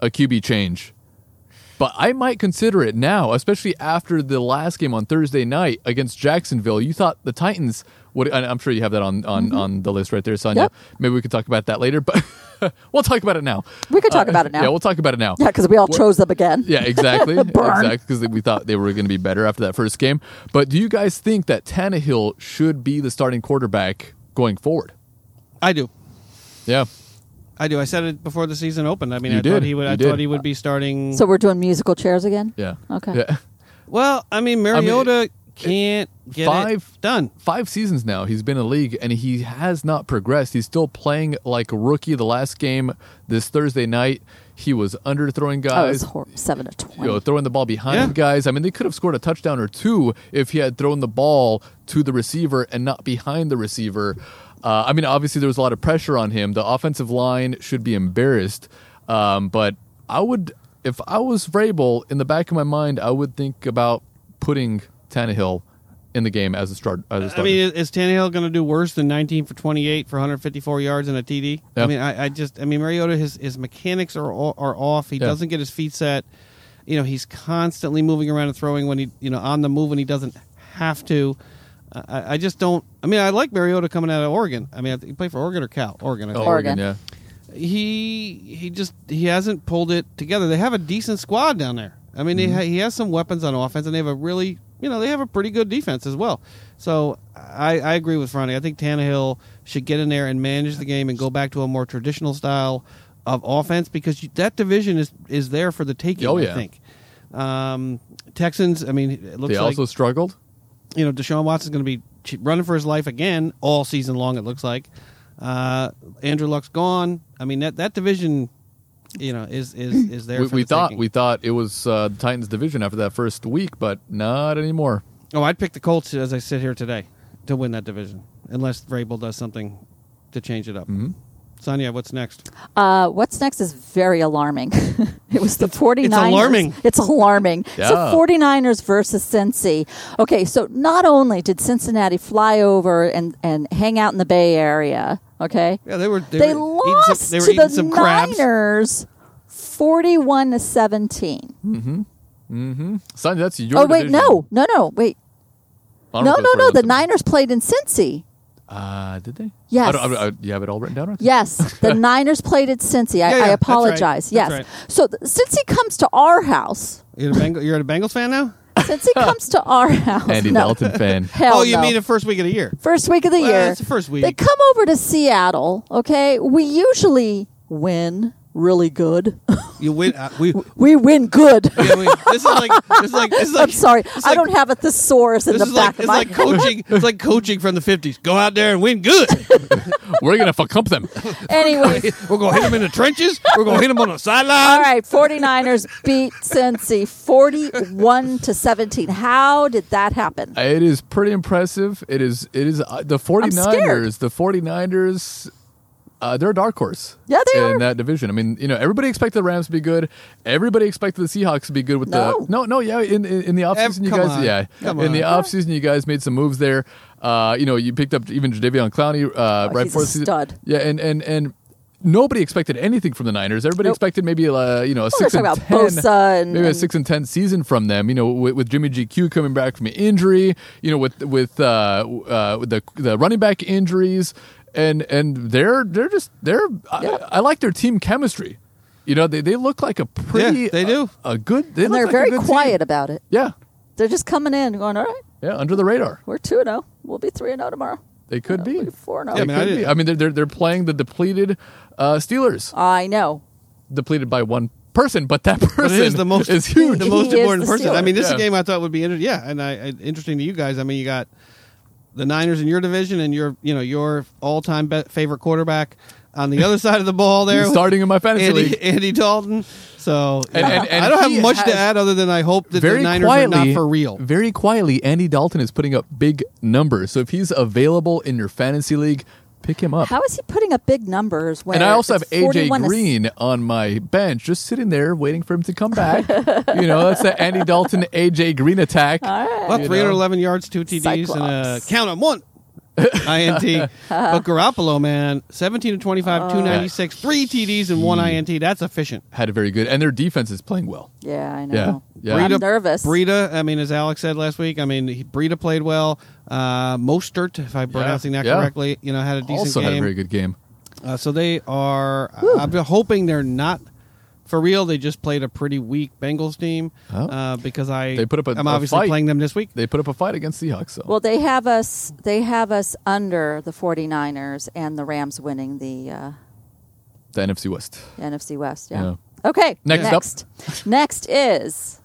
Speaker 2: a QB change, but I might consider it now, especially after the last game on Thursday night against Jacksonville. You thought the Titans would, and I'm sure you have that on on, on the list right there, Sonia.
Speaker 3: Mm-hmm. Yep.
Speaker 2: Maybe we could talk about that later, but we'll talk about it now.
Speaker 3: We could talk about it now.
Speaker 2: Uh, Yeah, we'll talk about it now.
Speaker 3: Yeah, because we all
Speaker 2: We're-
Speaker 3: chose them again.
Speaker 2: yeah, exactly.
Speaker 3: Burn.
Speaker 2: Exactly, because we thought they were going to be better after that first game. But do you guys think that Tannehill should be the starting quarterback going forward?
Speaker 1: I do.
Speaker 2: Yeah.
Speaker 1: I do. I said it before the season opened. I mean,
Speaker 2: You
Speaker 1: I
Speaker 2: did.
Speaker 1: thought he would.
Speaker 2: You
Speaker 1: I
Speaker 2: did.
Speaker 1: thought he would be starting.
Speaker 3: So we're doing musical chairs again?
Speaker 2: Yeah.
Speaker 3: Okay.
Speaker 2: Yeah.
Speaker 1: well, I mean, Mariota can't get
Speaker 2: five-
Speaker 1: it done.
Speaker 2: Five seasons now he's been in the league and he has not progressed. He's still playing like a rookie. The last game this Thursday night, he was underthrowing
Speaker 3: Oh, it
Speaker 2: guys.
Speaker 3: was hor- 7 to 20.
Speaker 2: you know, throwing the ball behind
Speaker 1: Yeah.
Speaker 2: guys. I mean, they could have scored a touchdown or two if he had thrown the ball to the receiver and not behind the receiver. Uh, I mean, obviously there was a lot of pressure on him. The offensive line should be embarrassed. Um, but I would, if I was Vrabel, in the back of my mind, I would think about putting Tannehill in the game as a start. As a
Speaker 1: I
Speaker 2: starter.
Speaker 1: mean, is- is Tannehill going to do worse than 19 for 28 for 154 yards and a TD?
Speaker 2: Yeah.
Speaker 1: I mean, I, I just, I mean, Mariota, his his mechanics are all- are off. He
Speaker 2: Yeah.
Speaker 1: doesn't get his feet set. You know, he's constantly moving around and throwing when he, you know, on the move when he doesn't have to. I- I, I just don't. I mean, I like Mariota coming out of Oregon. I mean, I think he played for Oregon or Cal. Oregon. I
Speaker 2: Oh,
Speaker 1: think.
Speaker 2: Oregon,
Speaker 3: Oregon.
Speaker 2: yeah.
Speaker 1: he he just he hasn't pulled it together. They have a decent squad down there. I mean,
Speaker 2: Mm-hmm.
Speaker 1: he ha- he has some weapons on offense, and they have a really you know they have a pretty good defense as well. So I, I agree with Ronnie. I think Tannehill should get in there and manage the game and go back to a more traditional style of offense because you, that division is is there for the taking.
Speaker 2: Oh, yeah.
Speaker 1: I think um, Texans. I mean, it looks
Speaker 2: They
Speaker 1: like
Speaker 2: also struggled.
Speaker 1: you know, Deshaun Watson's going to be ch- running for his life again all season long. It looks like uh, Andrew Luck's gone. I mean that that division, you know, is is is there.
Speaker 2: We,
Speaker 1: for
Speaker 2: we
Speaker 1: the
Speaker 2: thought
Speaker 1: taking.
Speaker 2: we thought it was uh, the Titans' division after that first week, but not anymore.
Speaker 1: Oh, I'd pick the Colts as I sit here today to win that division, unless Vrabel does something to change it up. Mm-hmm. Sonia, what's next?
Speaker 3: Uh, what's next is very alarming. it was the 49ers.
Speaker 1: alarming.
Speaker 3: It's alarming. So
Speaker 2: Yeah.
Speaker 3: 49ers versus Cincy. Okay, so not only did Cincinnati fly over and, and hang out in the Bay Area, okay?
Speaker 1: Yeah, they were they,
Speaker 3: they
Speaker 1: were eating some-
Speaker 3: lost
Speaker 1: they were
Speaker 3: to
Speaker 1: eating
Speaker 3: the
Speaker 1: some crabs.
Speaker 3: Niners 41 to 17.
Speaker 2: Son, that's your.
Speaker 3: oh, wait,
Speaker 2: division.
Speaker 3: no. No, no. Wait.
Speaker 2: I don't know
Speaker 3: No,
Speaker 2: if that's
Speaker 3: no, no. The
Speaker 2: relevant.
Speaker 3: Niners played in Cincy.
Speaker 2: Uh, did they?
Speaker 3: Yes.
Speaker 2: I don't, I don't- I- you have it all written down, right?
Speaker 3: Yes, the Niners played at Cincy. I,
Speaker 1: Yeah, yeah,
Speaker 3: I
Speaker 1: that's right.
Speaker 3: apologize.
Speaker 1: That's
Speaker 3: Yes.
Speaker 1: right.
Speaker 3: So th- Cincy comes to our house.
Speaker 1: You're a, Bengals, you're a Bengals fan now?
Speaker 3: Cincy comes to our house.
Speaker 2: Andy
Speaker 3: no.
Speaker 2: Dalton fan.
Speaker 3: Hell
Speaker 1: oh, you
Speaker 3: no.
Speaker 1: mean the first week of the year?
Speaker 3: first week of the
Speaker 1: Well,
Speaker 3: year.
Speaker 1: it's the first week.
Speaker 3: They come over to Seattle, okay? We usually win really good.
Speaker 1: You win. Uh, we,
Speaker 3: we win good.
Speaker 1: yeah, we- this is like this is like this is like
Speaker 3: I'm sorry.
Speaker 1: this is
Speaker 3: I
Speaker 1: like-
Speaker 3: don't have a thesaurus in
Speaker 1: This
Speaker 3: the
Speaker 1: is like,
Speaker 3: back of
Speaker 1: it's
Speaker 3: my
Speaker 1: like
Speaker 3: head.
Speaker 1: coaching. It's like coaching from the fifties. Go out there and win good.
Speaker 2: We're going to fuck up them.
Speaker 3: Anyway,
Speaker 1: We're gonna hit them in the trenches. We're gonna hit them on the
Speaker 3: All
Speaker 1: sideline.
Speaker 3: right, 49ers beat Cincy 41 to 17. How did that happen?
Speaker 2: It is pretty impressive. It is it is uh, the
Speaker 3: scared.
Speaker 2: 49ers, the 49ers uh, they're a dark horse.
Speaker 3: Yeah, they
Speaker 2: in
Speaker 3: are.
Speaker 2: that division. I mean, you know, everybody expected the Rams to be good. Everybody expected the Seahawks to be good with the
Speaker 3: No.
Speaker 2: No, no, yeah, in in, in the offseason you
Speaker 1: come
Speaker 2: guys
Speaker 1: on.
Speaker 2: yeah.
Speaker 1: Come
Speaker 2: in the
Speaker 1: on.
Speaker 2: offseason you guys made some moves there. Uh, you know, you picked up even Jadavion Clowney uh,
Speaker 3: Oh,
Speaker 2: right
Speaker 3: he's
Speaker 2: before
Speaker 3: a
Speaker 2: the season.
Speaker 3: stud.
Speaker 2: Yeah, and and and nobody expected anything from the Niners. Everybody
Speaker 3: Nope.
Speaker 2: expected maybe uh, you know a
Speaker 3: they're
Speaker 2: six and
Speaker 3: talking
Speaker 2: ten,
Speaker 3: about Bosa and-
Speaker 2: maybe a
Speaker 3: and-
Speaker 2: six and ten season from them. You know, with, with Jimmy GQ coming back from injury, you know, with with uh, uh, with the the running back injuries, and and they're they're just they're I, I like their team chemistry. You know, they, they look like a pretty
Speaker 1: Yeah, they do.
Speaker 2: a, a good. They
Speaker 3: And
Speaker 2: look
Speaker 3: they're
Speaker 2: like a
Speaker 3: very
Speaker 2: good team.
Speaker 3: quiet about it.
Speaker 2: Yeah,
Speaker 3: They're just coming in and going, all right,
Speaker 2: yeah, under the radar.
Speaker 3: we're 2 0. We'll be 3 0 tomorrow.
Speaker 2: They could
Speaker 3: We'll
Speaker 2: be.
Speaker 3: be oh. 4
Speaker 1: Yeah, I
Speaker 3: 0.
Speaker 1: mean,
Speaker 2: Could
Speaker 1: did-
Speaker 2: be. I mean, they're, they're they're playing the depleted uh, Steelers.
Speaker 3: I know.
Speaker 2: depleted by one person, but that person
Speaker 1: But it is the most
Speaker 2: is huge.
Speaker 1: the most
Speaker 3: He is
Speaker 1: important
Speaker 3: the E
Speaker 1: person. I
Speaker 3: Steeler.
Speaker 1: mean, this is
Speaker 2: Yeah.
Speaker 1: a game I thought would be inter- yeah, and I, I interesting to you guys. I mean, you got the Niners in your division and your you know your all time be- favorite quarterback on the other side of the ball there,
Speaker 2: starting in my fantasy
Speaker 1: Andy,
Speaker 2: league.
Speaker 1: Andy Dalton. So
Speaker 2: And- and- and
Speaker 1: I don't
Speaker 2: he
Speaker 1: have much
Speaker 2: has-
Speaker 1: to add other than I hope that the
Speaker 2: very
Speaker 1: Niners
Speaker 2: quietly,
Speaker 1: are not for real.
Speaker 2: Very quietly, Andy Dalton is putting up big numbers. So if he's available in your fantasy league, pick him up.
Speaker 3: How is he putting up big numbers? Where
Speaker 2: and I also have
Speaker 3: it's 41
Speaker 2: AJ
Speaker 3: to-
Speaker 2: Green on my bench, just sitting there waiting for him to come back. you know, that's the Andy Dalton AJ Green attack.
Speaker 1: Well,
Speaker 2: You
Speaker 1: 311 yards, two TDs, and a
Speaker 3: Cyclops.
Speaker 1: count 'em, one. INT. but Garoppolo, man, 17 to 25,
Speaker 2: Oh.
Speaker 1: 296, three TDs and one INT. That's efficient.
Speaker 2: Had a very good, and their defense is playing well.
Speaker 3: Yeah, I
Speaker 2: Yeah,
Speaker 3: know.
Speaker 2: yeah.
Speaker 3: I'm
Speaker 1: Breida-
Speaker 3: nervous.
Speaker 1: Breida, I mean, as Alex said last week, I mean, he, Breida played well. Uh, Mostert, if I'm pronouncing that
Speaker 2: yeah.
Speaker 1: correctly, you know, had a decent
Speaker 2: also
Speaker 1: game.
Speaker 2: had a very good game.
Speaker 1: Uh, so they are. I'm hoping they're not for real. They just played a pretty weak Bengals team
Speaker 2: Oh.
Speaker 1: uh, because I
Speaker 2: They put up a-
Speaker 1: I'm
Speaker 2: a
Speaker 1: obviously
Speaker 2: fight.
Speaker 1: playing them this week.
Speaker 2: They put up a fight against Seahawks. So.
Speaker 3: Well, they have us. They have us under the 49ers and the Rams winning the uh,
Speaker 2: the NFC West.
Speaker 3: NFC West. Yeah.
Speaker 2: Yeah.
Speaker 3: Okay.
Speaker 2: Next
Speaker 3: Next. Next is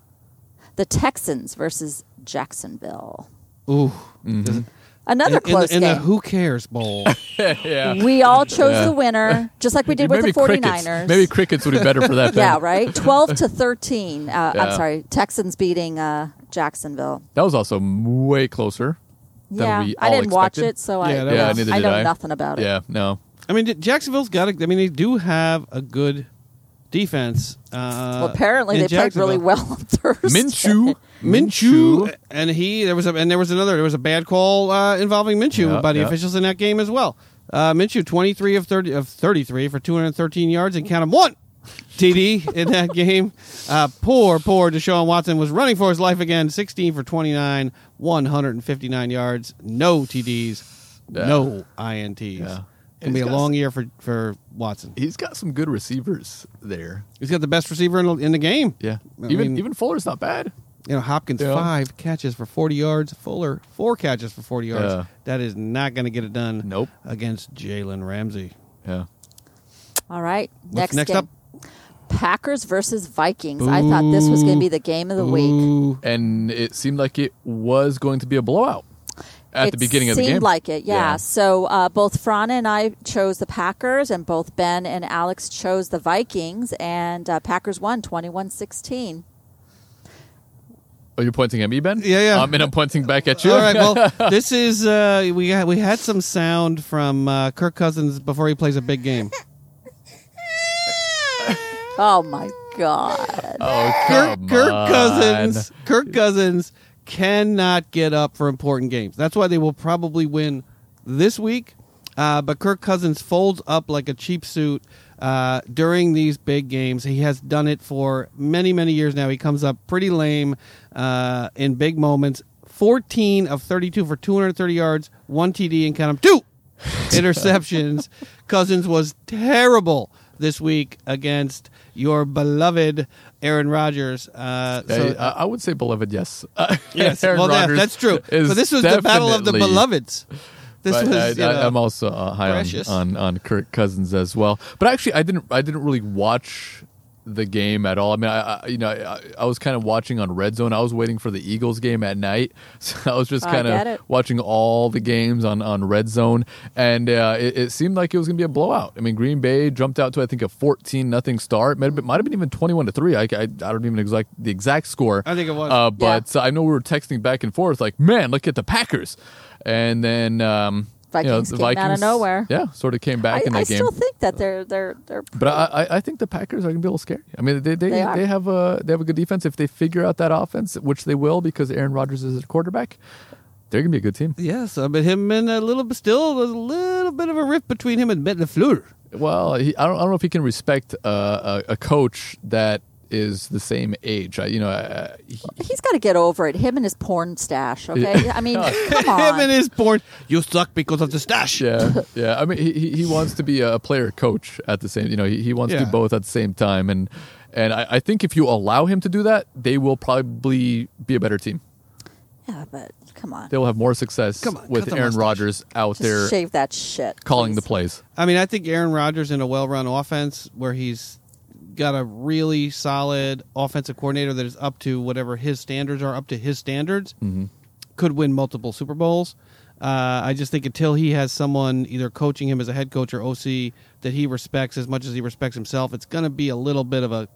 Speaker 3: the Texans versus Jacksonville.
Speaker 1: Ooh,
Speaker 2: Mm-hmm.
Speaker 3: Another
Speaker 1: in, in
Speaker 3: close
Speaker 1: the, in the
Speaker 3: game.
Speaker 1: Who Cares Bowl.
Speaker 2: yeah.
Speaker 3: we all chose
Speaker 2: Yeah.
Speaker 3: the winner, just like we did with
Speaker 2: Maybe
Speaker 3: the 49ers.
Speaker 2: crickets. Maybe crickets would be better for that.
Speaker 3: yeah,
Speaker 2: then.
Speaker 3: right. Twelve to thirteen. Uh,
Speaker 2: Yeah.
Speaker 3: I'm sorry, Texans beating uh, Jacksonville.
Speaker 2: That was also way closer. than
Speaker 3: Yeah,
Speaker 2: we
Speaker 3: I
Speaker 2: all
Speaker 3: didn't watch
Speaker 2: expected.
Speaker 3: it, so I
Speaker 1: Yeah, that
Speaker 2: Yeah,
Speaker 1: was-
Speaker 2: neither
Speaker 3: I
Speaker 2: did
Speaker 3: know
Speaker 2: I.
Speaker 3: nothing about it.
Speaker 2: Yeah, no.
Speaker 1: I mean, Jacksonville's got. A, I mean, they do have a good defense. Uh,
Speaker 3: Well, apparently
Speaker 1: in
Speaker 3: they played really
Speaker 1: Jacksonville.
Speaker 3: well on Thursday.
Speaker 2: Minshew. Uh,
Speaker 1: Minshew and he there was a and there was another there was a bad call uh, involving Minshew
Speaker 2: Yeah,
Speaker 1: by the
Speaker 2: yeah.
Speaker 1: officials in that game as well. Uh, Minshew twenty three of thirty of thirty three for two hundred thirteen yards and count him one TD in that game. Uh, poor poor Deshaun Watson was running for his life again. Sixteen for twenty nine, one hundred and fifty nine yards, no TDs,
Speaker 2: Yeah.
Speaker 1: no INTs.
Speaker 2: Yeah.
Speaker 1: It's gonna be
Speaker 2: He's
Speaker 1: a
Speaker 2: got
Speaker 1: long
Speaker 2: s-
Speaker 1: year for for Watson.
Speaker 2: He's got some good receivers there.
Speaker 1: He's got the best receiver in the, in the game.
Speaker 2: Yeah.
Speaker 1: I
Speaker 2: even
Speaker 1: mean-
Speaker 2: even Fuller's not bad.
Speaker 1: You know, Hopkins
Speaker 2: Yeah.
Speaker 1: five catches for forty yards. Fuller four catches for forty yards.
Speaker 2: Yeah.
Speaker 1: That is not going to get it done.
Speaker 2: Nope.
Speaker 1: Against Jalen Ramsey.
Speaker 2: Yeah.
Speaker 3: All right.
Speaker 1: What's
Speaker 3: Next,
Speaker 1: next
Speaker 3: game.
Speaker 1: up?
Speaker 3: Packers versus Vikings. I thought this was going to be the game of the week.
Speaker 1: Ooh.
Speaker 2: And it seemed like it was going to be a blowout at the
Speaker 3: It
Speaker 2: beginning of the game.
Speaker 3: seemed like it, yeah.
Speaker 2: Yeah.
Speaker 3: So uh, both Frana and I chose the Packers, and both Ben and Alex chose the Vikings, and uh, Packers won 21 16.
Speaker 2: Oh, you're pointing at me, Ben?
Speaker 1: Yeah, yeah.
Speaker 2: Um, and I'm pointing back at you.
Speaker 1: All right. Well, this is uh, we had, we had some sound from uh, Kirk Cousins before he plays a big game.
Speaker 3: Oh, my God.
Speaker 2: oh,
Speaker 1: Kirk,
Speaker 2: come
Speaker 1: Kirk
Speaker 2: on.
Speaker 1: Cousins. Kirk Cousins cannot get up for important games. That's why they will probably win this week. Uh, but Kirk Cousins folds up like a cheap suit uh, during these big games. He has done it for many, many years now. He comes up pretty lame uh, in big moments. 14 of 32 for 230 yards, one TD, and count 'em, two interceptions. Cousins was terrible this week against your beloved Aaron Rodgers. Uh,
Speaker 2: Yeah,
Speaker 1: so,
Speaker 2: I, I would say beloved, yes.
Speaker 1: yes,
Speaker 2: Aaron
Speaker 1: well, that-
Speaker 2: Rodgers
Speaker 1: that's true.
Speaker 2: is
Speaker 1: But this was the battle of the
Speaker 2: definitely-
Speaker 1: beloveds. This
Speaker 2: But
Speaker 1: was.
Speaker 2: I,
Speaker 1: you know,
Speaker 2: am also uh, high
Speaker 1: precious.
Speaker 2: on, on on Kirk Cousins as well. But actually, I didn't I didn't really watch the game at all. I mean, I, I you know I, I was kind of watching on Red Zone. I was waiting for the Eagles game at night, so I was just
Speaker 3: I
Speaker 2: kind
Speaker 3: get
Speaker 2: of
Speaker 3: it.
Speaker 2: watching all the games on on Red Zone, and uh, it, it seemed like it was going to be a blowout. I mean, Green Bay jumped out to I think a fourteen nothing start. Might have been, might have been even twenty one to three. I, I I don't even exact the exact score.
Speaker 1: I think it was.
Speaker 2: Uh, but I know we were texting back and forth, like, man, look at the Packers. And then um, you know,
Speaker 3: Vikings
Speaker 2: the
Speaker 3: came out of
Speaker 2: Vikings
Speaker 3: nowhere.
Speaker 2: Yeah, sort of came back
Speaker 3: I,
Speaker 2: in
Speaker 3: I
Speaker 2: that game.
Speaker 3: still think that they're. they're, they're
Speaker 2: but I, I, I think the Packers are going to be a little scary. I mean, they they,
Speaker 3: They are.
Speaker 2: they have a they have a good defense. If they figure out that offense, which they will, because Aaron Rodgers is a quarterback, they're going to be a good team.
Speaker 1: yes, uh, but him and a little, still there's a little bit of a rift between him and Matt Lafleur.
Speaker 2: Well, he, I don't I don't know if he can respect uh, a, a coach that is the same age. I, you know, uh, he,
Speaker 3: He's got to get over it. Him and his porn stash. Okay, I mean, come on.
Speaker 1: Him and his born, you suck because of the stash.
Speaker 2: Yeah, yeah. I mean, he, he he wants to be a player coach at the same. You know, he, he wants to
Speaker 1: Yeah.
Speaker 2: do both at the same time, and and I, I think if you allow him to do that, they will probably be a better team.
Speaker 3: yeah, but come on.
Speaker 2: They will have more success
Speaker 1: Come on, cut
Speaker 2: with
Speaker 1: the
Speaker 2: Aaron
Speaker 1: mustache.
Speaker 2: Rodgers out
Speaker 3: Just
Speaker 2: there
Speaker 3: shave that shit.
Speaker 2: calling the
Speaker 3: please.
Speaker 2: plays.
Speaker 1: I mean, I think Aaron Rodgers in a well-run offense where he's got a really solid offensive coordinator that is
Speaker 2: Mm-hmm.
Speaker 1: up to whatever his standards are, up to his standards, could win multiple Super Bowls. Uh, I just think until he has someone either coaching him as a head coach or OC that he respects as much as he respects himself, it's going to be a little bit of a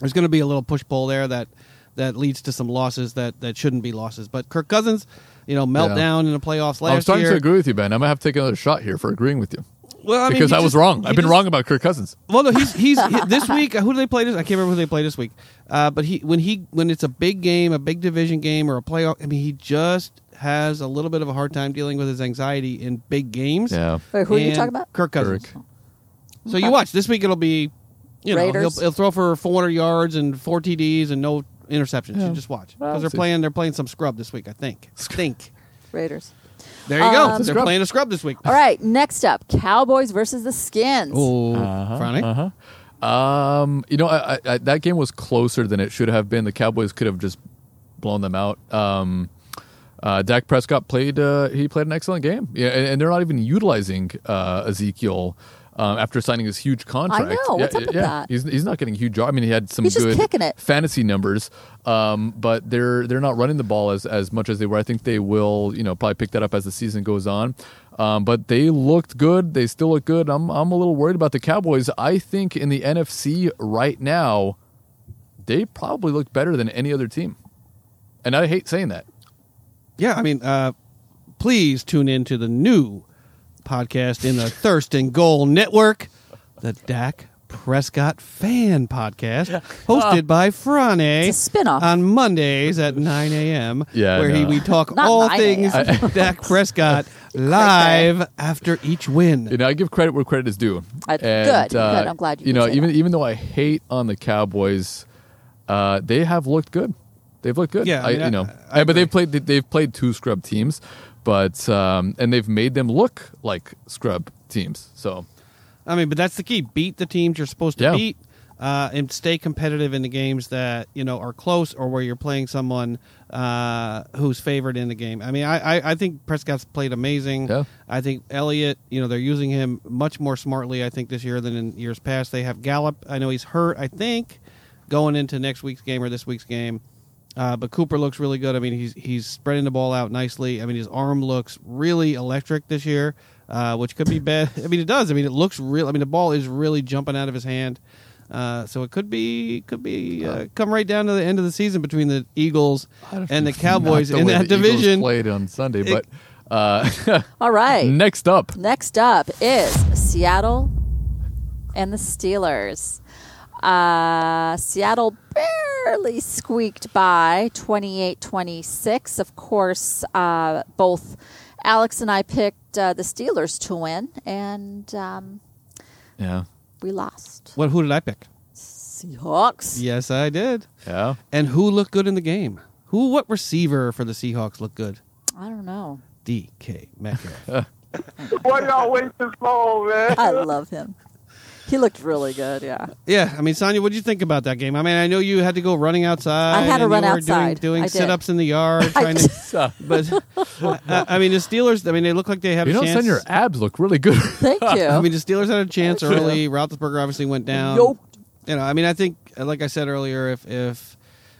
Speaker 1: there's going to be a little push pull there that that leads to some losses that that shouldn't be losses. But Kirk Cousins, you know, meltdown in the playoffs last
Speaker 2: I'm starting
Speaker 1: year.
Speaker 2: to agree with you, Ben. I'm gonna have to take another shot here for agreeing with you
Speaker 1: Well, I mean,
Speaker 2: because
Speaker 1: you
Speaker 2: I was
Speaker 1: just-
Speaker 2: wrong.
Speaker 1: you
Speaker 2: I've been
Speaker 1: just-
Speaker 2: wrong about Kirk Cousins.
Speaker 1: Well, no, he's he's he- this week. Who do they play this? I can't remember who they play this week. Uh, but he when he when it's a big game, a big division game, or a playoff. I mean, he just has a little bit of a hard time dealing with his anxiety in big games.
Speaker 2: Yeah.
Speaker 3: Wait, who are you
Speaker 1: And
Speaker 3: talking about?
Speaker 1: Kirk Cousins.
Speaker 2: Kirk.
Speaker 1: So you watch this week. It'll be, you know, he'll,
Speaker 3: Raiders.
Speaker 1: he'll throw for 400 yards and four TDs and no interceptions. You just watch
Speaker 2: Well,
Speaker 1: because they're
Speaker 2: see.
Speaker 1: playing. They're playing some scrub this week. I think. Think.
Speaker 3: Raiders.
Speaker 1: There you go.
Speaker 3: Um,
Speaker 1: They're
Speaker 2: Scrub.
Speaker 1: playing a scrub this week.
Speaker 3: All right, next up, Cowboys versus the Skins.
Speaker 1: Oh,
Speaker 2: Uh-huh,
Speaker 1: Franny?
Speaker 2: uh-huh. Um, you know, I, I, I, that game was closer than it should have been. The Cowboys could have just blown them out. Um, uh, Dak Prescott played. Uh, he played an excellent game. Yeah, and, and they're not even utilizing uh, Ezekiel um, after signing his huge contract.
Speaker 3: know. What's
Speaker 2: yeah,
Speaker 3: up with
Speaker 2: yeah.
Speaker 3: that?
Speaker 2: He's, he's not getting huge. I mean, he had some
Speaker 3: He's just
Speaker 2: good
Speaker 3: kicking it.
Speaker 2: fantasy numbers, um, but they're they're not running the ball as, as much as they were. I think they will, you know, probably pick that up as the season goes on. Um, but they looked good. They still look good. I'm I'm a little worried about the Cowboys. I think in the NFC right now, they probably look better than any other team. And I hate saying that.
Speaker 1: Yeah, I mean, uh, please tune in to the new podcast in the Thirst and Goal Network, the Dak Prescott Fan Podcast, hosted by Frane.
Speaker 3: Ah. It's a spin-off.
Speaker 1: on Mondays at 9 a.m.
Speaker 2: Yeah, I
Speaker 1: where he,
Speaker 2: know.
Speaker 1: we talk
Speaker 3: Not
Speaker 1: all
Speaker 3: 9
Speaker 1: things
Speaker 2: a.m.
Speaker 1: Dak Prescott live after each win.
Speaker 2: You know, I give credit where credit is due. uh,
Speaker 3: I- Uh, good, good. I'm glad you
Speaker 2: You
Speaker 3: did
Speaker 2: know,
Speaker 3: say
Speaker 2: even
Speaker 3: that.
Speaker 2: even though I hate on the Cowboys, uh, they have looked good. They've looked good.
Speaker 1: Yeah, I
Speaker 2: I,
Speaker 1: mean, I-
Speaker 2: you know,
Speaker 1: I
Speaker 2: Yeah, but they've
Speaker 1: agree.
Speaker 2: played they've played two scrub teams, but um, and they've made them look like scrub teams. So
Speaker 1: I mean, but that's the key. Beat the teams you're supposed to
Speaker 2: Yeah.
Speaker 1: beat uh, and stay competitive in the games that, you know, are close or where you're playing someone uh, who's favored in the game. I mean, I, I, I think Prescott's played amazing.
Speaker 2: Yeah.
Speaker 1: I think Elliott, you know, they're using him much more smartly, I think, this year than in years past. They have Gallup. I know he's hurt, I think, going into next week's game or this week's game. Uh, but Cooper looks really good. I mean, he's he's spreading the ball out nicely. I mean, his arm looks really electric this year, uh, which could be bad. I mean, it does. I mean, it looks real. I mean, the ball is really jumping out of his hand. Uh, so it could be could be uh, come right down to the end of the season between the Eagles and the Cowboys
Speaker 2: Not the
Speaker 1: in
Speaker 2: way
Speaker 1: that
Speaker 2: the Eagles
Speaker 1: division.
Speaker 2: played on Sunday,
Speaker 1: It-
Speaker 2: but uh,
Speaker 3: All right.
Speaker 2: next up,
Speaker 3: Next up is Seattle and the Steelers. Uh, Seattle barely squeaked by 28 26. Of course, uh, both Alex and I picked uh, the Steelers to win, and um,
Speaker 2: yeah,
Speaker 3: we lost.
Speaker 1: What? Who did I pick?
Speaker 3: Seahawks.
Speaker 1: Yes, I did.
Speaker 2: yeah.
Speaker 1: And who looked good in the game? Who? What receiver for the Seahawks looked good?
Speaker 3: I don't know.
Speaker 1: DK Metcalf.
Speaker 6: Why y'all wait this long, man?
Speaker 3: I love him. He looked really good, yeah.
Speaker 1: yeah, I mean, Sonia, what did you think about that game? I mean, I know you had to go running outside.
Speaker 3: I had to
Speaker 1: and
Speaker 3: run
Speaker 1: you were
Speaker 3: outside.
Speaker 1: doing, doing
Speaker 3: I did.
Speaker 1: sit-ups in the yard, trying to.
Speaker 3: uh,
Speaker 1: But I, I mean, the Steelers. I mean, they look like they had
Speaker 2: You
Speaker 1: a
Speaker 2: know,
Speaker 1: chance.
Speaker 2: son, your abs look really good.
Speaker 3: Thank you.
Speaker 1: I mean, um, the Steelers had a chance early. Roethlisberger obviously went down.
Speaker 3: Yoked.
Speaker 1: You know, I mean, I think, like I said earlier, if if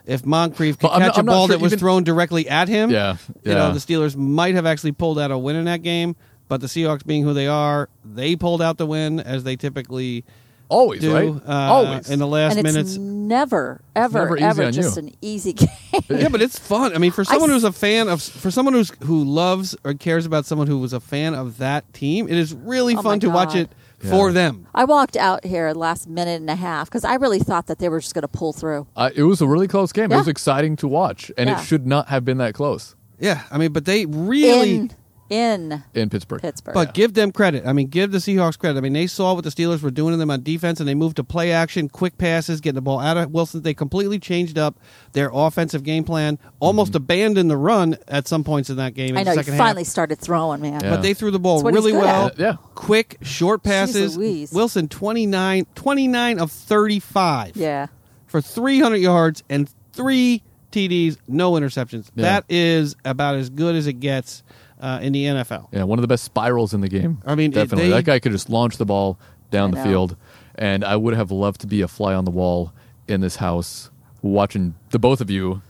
Speaker 1: if Moncrief could
Speaker 2: Well, I'm
Speaker 1: catch
Speaker 2: not-
Speaker 1: a
Speaker 2: I'm not
Speaker 1: ball
Speaker 2: sure
Speaker 1: that was
Speaker 2: even-
Speaker 1: thrown directly at him,
Speaker 2: Yeah,
Speaker 1: you know,
Speaker 2: yeah.
Speaker 1: the Steelers might have actually pulled out a win in that game. But the Seahawks, being who they are, they pulled out the win as they typically
Speaker 2: Always,
Speaker 1: do
Speaker 2: right?
Speaker 1: uh,
Speaker 2: Always
Speaker 1: in the last
Speaker 3: and
Speaker 1: minutes.
Speaker 3: it's never, ever,
Speaker 2: never easy
Speaker 3: ever
Speaker 2: on
Speaker 3: just
Speaker 2: you.
Speaker 3: an easy game.
Speaker 1: yeah, but it's fun. I mean, for someone who's a fan of, for someone who's who loves or cares about someone who was a fan of that team, it is really
Speaker 3: Oh my
Speaker 1: fun to watch
Speaker 3: God.
Speaker 1: it for
Speaker 2: Yeah.
Speaker 1: them.
Speaker 3: I walked out here last minute and a half because I really thought that they were just going to pull through.
Speaker 2: Uh, it was a really close game. It
Speaker 3: Yeah.
Speaker 2: was exciting to watch, and
Speaker 3: Yeah.
Speaker 2: it should not have been that close
Speaker 1: Yeah, I mean, but they really
Speaker 3: In in
Speaker 2: in Pittsburgh.
Speaker 3: Pittsburgh.
Speaker 1: But give them credit. I mean, give the Seahawks credit. I mean, they saw what the Steelers were doing to them on defense, and they moved to play action, quick passes, getting the ball out of Wilson. They completely changed up their offensive game plan, almost abandoned the run at some points in that game. In
Speaker 3: I know
Speaker 1: the
Speaker 3: you
Speaker 1: second
Speaker 3: finally
Speaker 1: half.
Speaker 3: started throwing, man.
Speaker 2: Yeah.
Speaker 1: But they threw the ball
Speaker 3: That's what he's
Speaker 1: really
Speaker 3: good
Speaker 1: well.
Speaker 3: at.
Speaker 2: Yeah.
Speaker 1: Quick, short passes.
Speaker 3: Louise.
Speaker 1: Wilson, 29, 29 of 35
Speaker 3: Yeah.
Speaker 1: for 300 yards and three TDs, no interceptions.
Speaker 2: Yeah.
Speaker 1: That is about as good as it gets uh, in the NFL.
Speaker 2: Yeah, one of the best spirals in the game.
Speaker 1: I mean, it-
Speaker 2: definitely
Speaker 1: they-
Speaker 2: that guy could just launch the ball down
Speaker 3: I
Speaker 2: the
Speaker 3: know.
Speaker 2: field, and I would have loved to be a fly on the wall in this house watching the both of you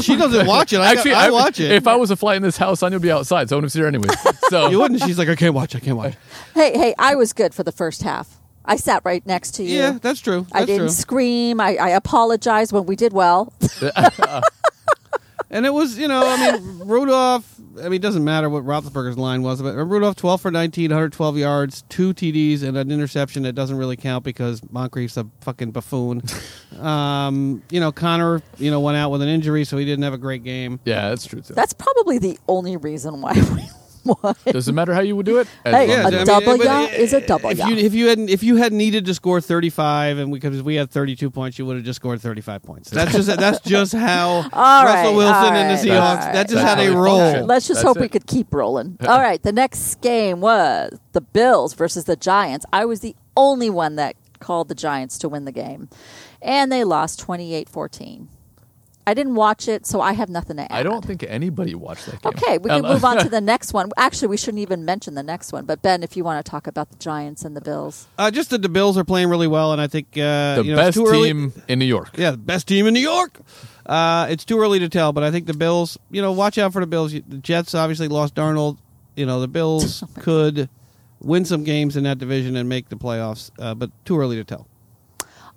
Speaker 1: she doesn't watch it. I,
Speaker 2: Actually,
Speaker 1: I,
Speaker 2: I-
Speaker 1: watch it.
Speaker 2: If I was a fly in this house, Sonia would be outside, so I wouldn't see her anyway. So
Speaker 1: you wouldn't. She's like, I can't watch. I can't watch.
Speaker 3: Hey, hey, I was good for the first half. I sat right next to you.
Speaker 1: Yeah, that's true. That's
Speaker 3: I didn't
Speaker 1: true.
Speaker 3: scream. I, I apologized when we did well.
Speaker 1: And it was, you know, I mean, Rudolph. I mean, it doesn't matter what Roethlisberger's line was, but Rudolph, 12 for 19, 112 yards, two TDs, and an interception that doesn't really count because Moncrief's a fucking buffoon. um, you know, Connor, you know, went out with an injury, so he didn't have a great game.
Speaker 2: yeah, that's true too.
Speaker 3: That's probably the only reason why we won.
Speaker 2: Doesn't matter how you would do it. as
Speaker 3: Hey,
Speaker 2: long
Speaker 3: a
Speaker 2: as-
Speaker 1: I mean,
Speaker 3: double
Speaker 1: it was-
Speaker 3: ya is a double
Speaker 1: if
Speaker 3: ya.
Speaker 1: You, if you hadn't, if you had needed to score thirty five, and because we had thirty two points, you would have just scored thirty five points. That's just that's just how
Speaker 3: All right,
Speaker 1: Russell Wilson
Speaker 3: all
Speaker 1: and
Speaker 3: right,
Speaker 1: the
Speaker 3: all
Speaker 1: Seahawks.
Speaker 3: right.
Speaker 1: That's just
Speaker 2: That's
Speaker 1: how they
Speaker 2: how they
Speaker 1: roll.
Speaker 2: function.
Speaker 3: Let's just
Speaker 2: That's
Speaker 3: hope we
Speaker 2: it.
Speaker 3: could keep rolling. All right, the next game was the Bills versus the Giants. I was the only one that called the Giants to win the game, and they lost 28 14. I didn't watch it, so I have nothing to add.
Speaker 2: I don't think anybody watched that game.
Speaker 3: Okay, we can
Speaker 2: Um,
Speaker 3: move on to the next one. Actually, we shouldn't even mention the next one. But Ben, if you want to talk about the Giants and the Bills,
Speaker 1: Uh, just that the Bills are playing really well, and I think uh,
Speaker 2: the
Speaker 1: you know, it's
Speaker 2: best
Speaker 1: too early-
Speaker 2: team in New York.
Speaker 1: Yeah, the best team in New York. Uh, it's too early to tell, but I think the Bills. You know, watch out for the Bills. You- The Jets obviously lost Darnold. You know, the Bills could win some games in that division and make the playoffs, uh, but too early to tell.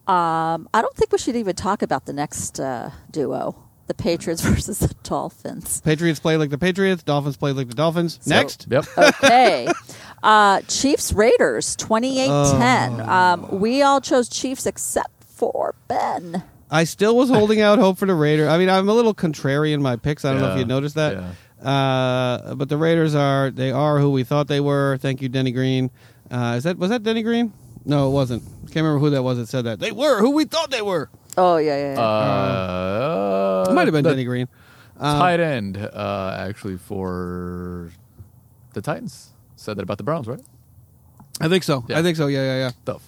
Speaker 3: um, I don't think we should even talk about the next uh, duo, the Patriots versus the Dolphins.
Speaker 1: Patriots play like the Patriots. Dolphins play like the Dolphins. Next.
Speaker 2: Yep.
Speaker 3: Okay. Uh, Chiefs Raiders 28 10.
Speaker 1: Oh.
Speaker 3: Um, we all chose Chiefs except for Ben.
Speaker 1: I still was holding out hope for the Raiders. I mean, I'm a little contrary in my picks. I don't know if
Speaker 2: Yeah,
Speaker 1: you noticed that. Uh, but the Raiders are they are who we thought they were. Thank you, Denny Green. Uh, is that was that Denny Green? No, it wasn't. Can't remember who that was that said that. They were who we thought they were.
Speaker 3: Oh, yeah, yeah, yeah.
Speaker 2: Uh,
Speaker 1: It might have been
Speaker 2: the
Speaker 1: Denny Green.
Speaker 2: Tight end, uh, actually, for the Titans. Said that about the Browns, right?
Speaker 1: I think so.
Speaker 2: Yeah.
Speaker 1: I think so. Yeah, yeah, yeah.
Speaker 2: The,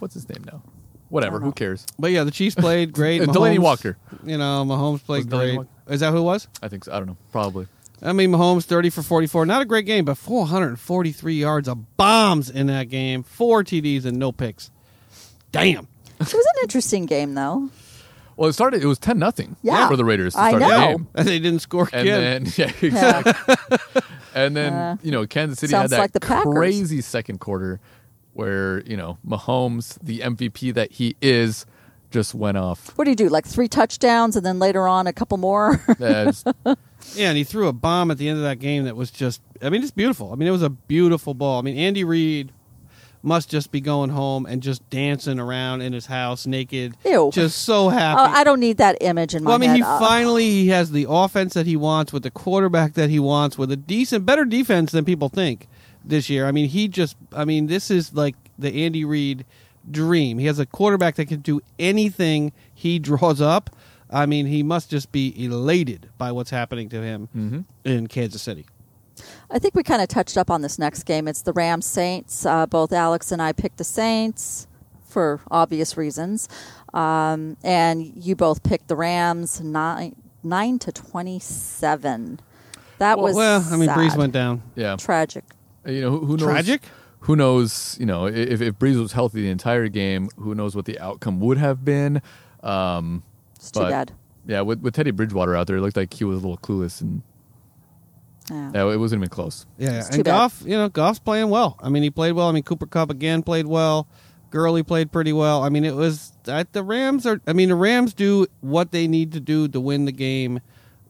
Speaker 2: what's his name now? Whatever. Who cares?
Speaker 1: But yeah, the Chiefs played great.
Speaker 2: Uh, Delaney Walker.
Speaker 1: You know, Mahomes played
Speaker 2: Was Delaney
Speaker 1: great.
Speaker 2: Walker-
Speaker 1: Is that who it was?
Speaker 2: I think so. I don't know. Probably.
Speaker 1: I mean, Mahomes thirty for forty four. Not a great game, but four hundred and forty three yards of bombs in that game. Four TDs and no picks. Damn.
Speaker 3: it was an interesting game, though.
Speaker 2: Well, it started. It was ten nothing.
Speaker 3: Yeah.
Speaker 2: For the Raiders to
Speaker 3: I
Speaker 2: start the
Speaker 3: know.
Speaker 2: game.
Speaker 1: And they didn't score
Speaker 2: And
Speaker 1: again.
Speaker 2: then yeah, exactly. and then you know Kansas City had
Speaker 3: Uh, sounds
Speaker 2: that
Speaker 3: like the Packers.
Speaker 2: crazy second quarter where you know Mahomes, the MVP that he is, just went off.
Speaker 3: What do you do? Like three touchdowns and then later on a couple more?
Speaker 2: Uh, it's-
Speaker 1: yeah, and he threw a bomb at the end of that game that was just, I mean, it's beautiful. I mean, it was a beautiful ball. I mean, Andy Reid must just be going home and just dancing around in his house naked.
Speaker 3: Ew.
Speaker 1: Just so happy.
Speaker 3: oh, I don't need that image in my
Speaker 1: well, I mean,
Speaker 3: head.
Speaker 1: he
Speaker 3: Uh,
Speaker 1: finally he has the offense that he wants with the quarterback that he wants with a decent, better defense than people think this year. I mean, he just, I mean, this is like the Andy Reid dream. He has a quarterback that can do anything he draws up. I mean, he must just be elated by what's happening to him
Speaker 2: Mm-hmm.
Speaker 1: in Kansas City.
Speaker 3: I think we kind of touched up on this next game. It's the Rams Saints. Uh, both Alex and I picked the Saints for obvious reasons, um, and you both picked the Rams nine nine to twenty seven. That was
Speaker 1: well, I mean,
Speaker 3: sad.
Speaker 1: Breeze went down.
Speaker 2: yeah.
Speaker 3: tragic.
Speaker 2: You know who, who knows?
Speaker 1: Tragic?
Speaker 2: Who knows? You know i- if if Breeze was healthy the entire game, who knows what the outcome would have been? Um,
Speaker 3: It's too
Speaker 2: but-
Speaker 3: bad.
Speaker 2: Yeah, with, with Teddy Bridgewater out there, it looked like he was a little clueless, and
Speaker 3: Yeah.
Speaker 2: yeah, it wasn't even close.
Speaker 1: Yeah,
Speaker 3: It's too
Speaker 1: and
Speaker 3: bad.
Speaker 1: Goff, you know, Goff's playing well. I mean, he played well. I mean, Cooper Cup again played well. Gurley played pretty well. I mean, it was that the Rams are. I mean, the Rams do what they need to do to win the game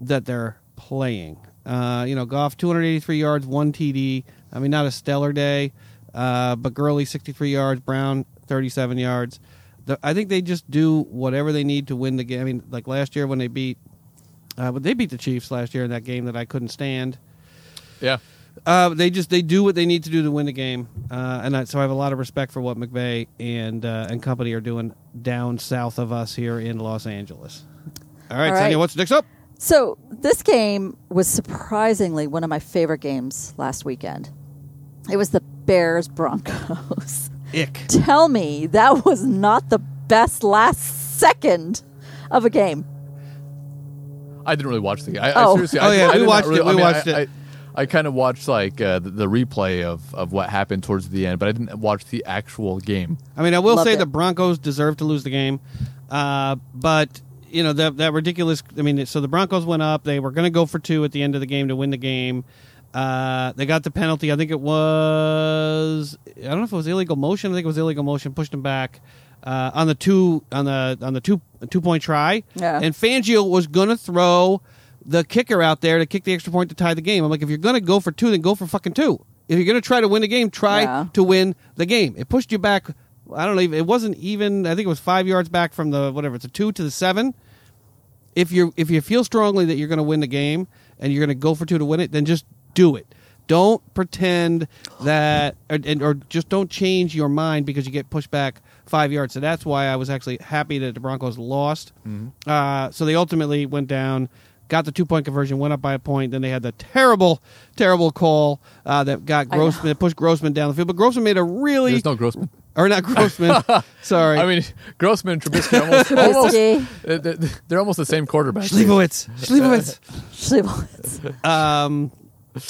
Speaker 1: that they're playing. Uh, you know, Goff 283 yards, one TD. I mean, not a stellar day, uh, but Gurley 63 yards, Brown 37 yards. The, I think they just do whatever they need to win the game. I mean, like last year when they beat, uh, but they beat the Chiefs last year in that game that I couldn't stand.
Speaker 2: Yeah.
Speaker 1: Uh, they just they do what they need to do to win the game, uh, and I, so I have a lot of respect for what McVay and uh, and company are doing down south of us here in Los Angeles. All right,
Speaker 3: All right.
Speaker 1: Sonia, what's next up?
Speaker 3: So this game was surprisingly one of my favorite games last weekend. It was the Bears Broncos.
Speaker 1: Ick.
Speaker 3: Tell me that was not the best last second of a game.
Speaker 2: I didn't really watch the game. I, I
Speaker 3: Oh.
Speaker 2: seriously,
Speaker 1: Oh,
Speaker 2: I,
Speaker 1: yeah,
Speaker 2: I
Speaker 1: we
Speaker 2: did not
Speaker 1: watched it.
Speaker 2: really-
Speaker 1: We
Speaker 2: I mean,
Speaker 1: watched
Speaker 2: I,
Speaker 1: it.
Speaker 2: I, I kind of watched like uh, the, the replay of, of what happened towards the end, but I didn't watch the actual game.
Speaker 1: I mean, I will
Speaker 3: Loved
Speaker 1: say
Speaker 3: it.
Speaker 1: the Broncos deserve to lose the game, uh, but you know that that ridiculous. I mean, so the Broncos went up. They were going to go for two at the end of the game to win the game. Uh, they got the penalty. I think it was. I don't know if it was illegal motion. I think it was illegal motion. Pushed them back uh, on the two on the on the two two point try.
Speaker 3: Yeah.
Speaker 1: And Fangio was going to throw the kicker out there to kick the extra point to tie the game. I'm like, if you're going to go for two, then go for fucking two. If you're going to try to win the game, try
Speaker 3: Yeah.
Speaker 1: to win the game. It pushed you back. I don't know. It wasn't even. I think it was five yards back from the whatever. It's a two to the seven. If you if you feel strongly that you're going to win the game and you're going to go for two to win it, then just do it. Don't pretend that, or, and- or just don't change your mind because you get pushed back five yards. So that's why I was actually happy that the Broncos lost. Uh, so they ultimately went down, got the two point conversion, went up by a point. Then they had the terrible, terrible call uh, that got
Speaker 3: know.
Speaker 1: Grossman, that pushed Grossman down the field. But Grossman made a really
Speaker 2: There's no Grossman.
Speaker 1: or not Grossman. sorry,
Speaker 2: I mean, Grossman and Trubisky almost,
Speaker 3: Trubisky.
Speaker 2: almost they're, they're- they're almost the same quarterback.
Speaker 1: Schlievowitz. Schlievowitz.
Speaker 3: Schlievowitz.
Speaker 1: um,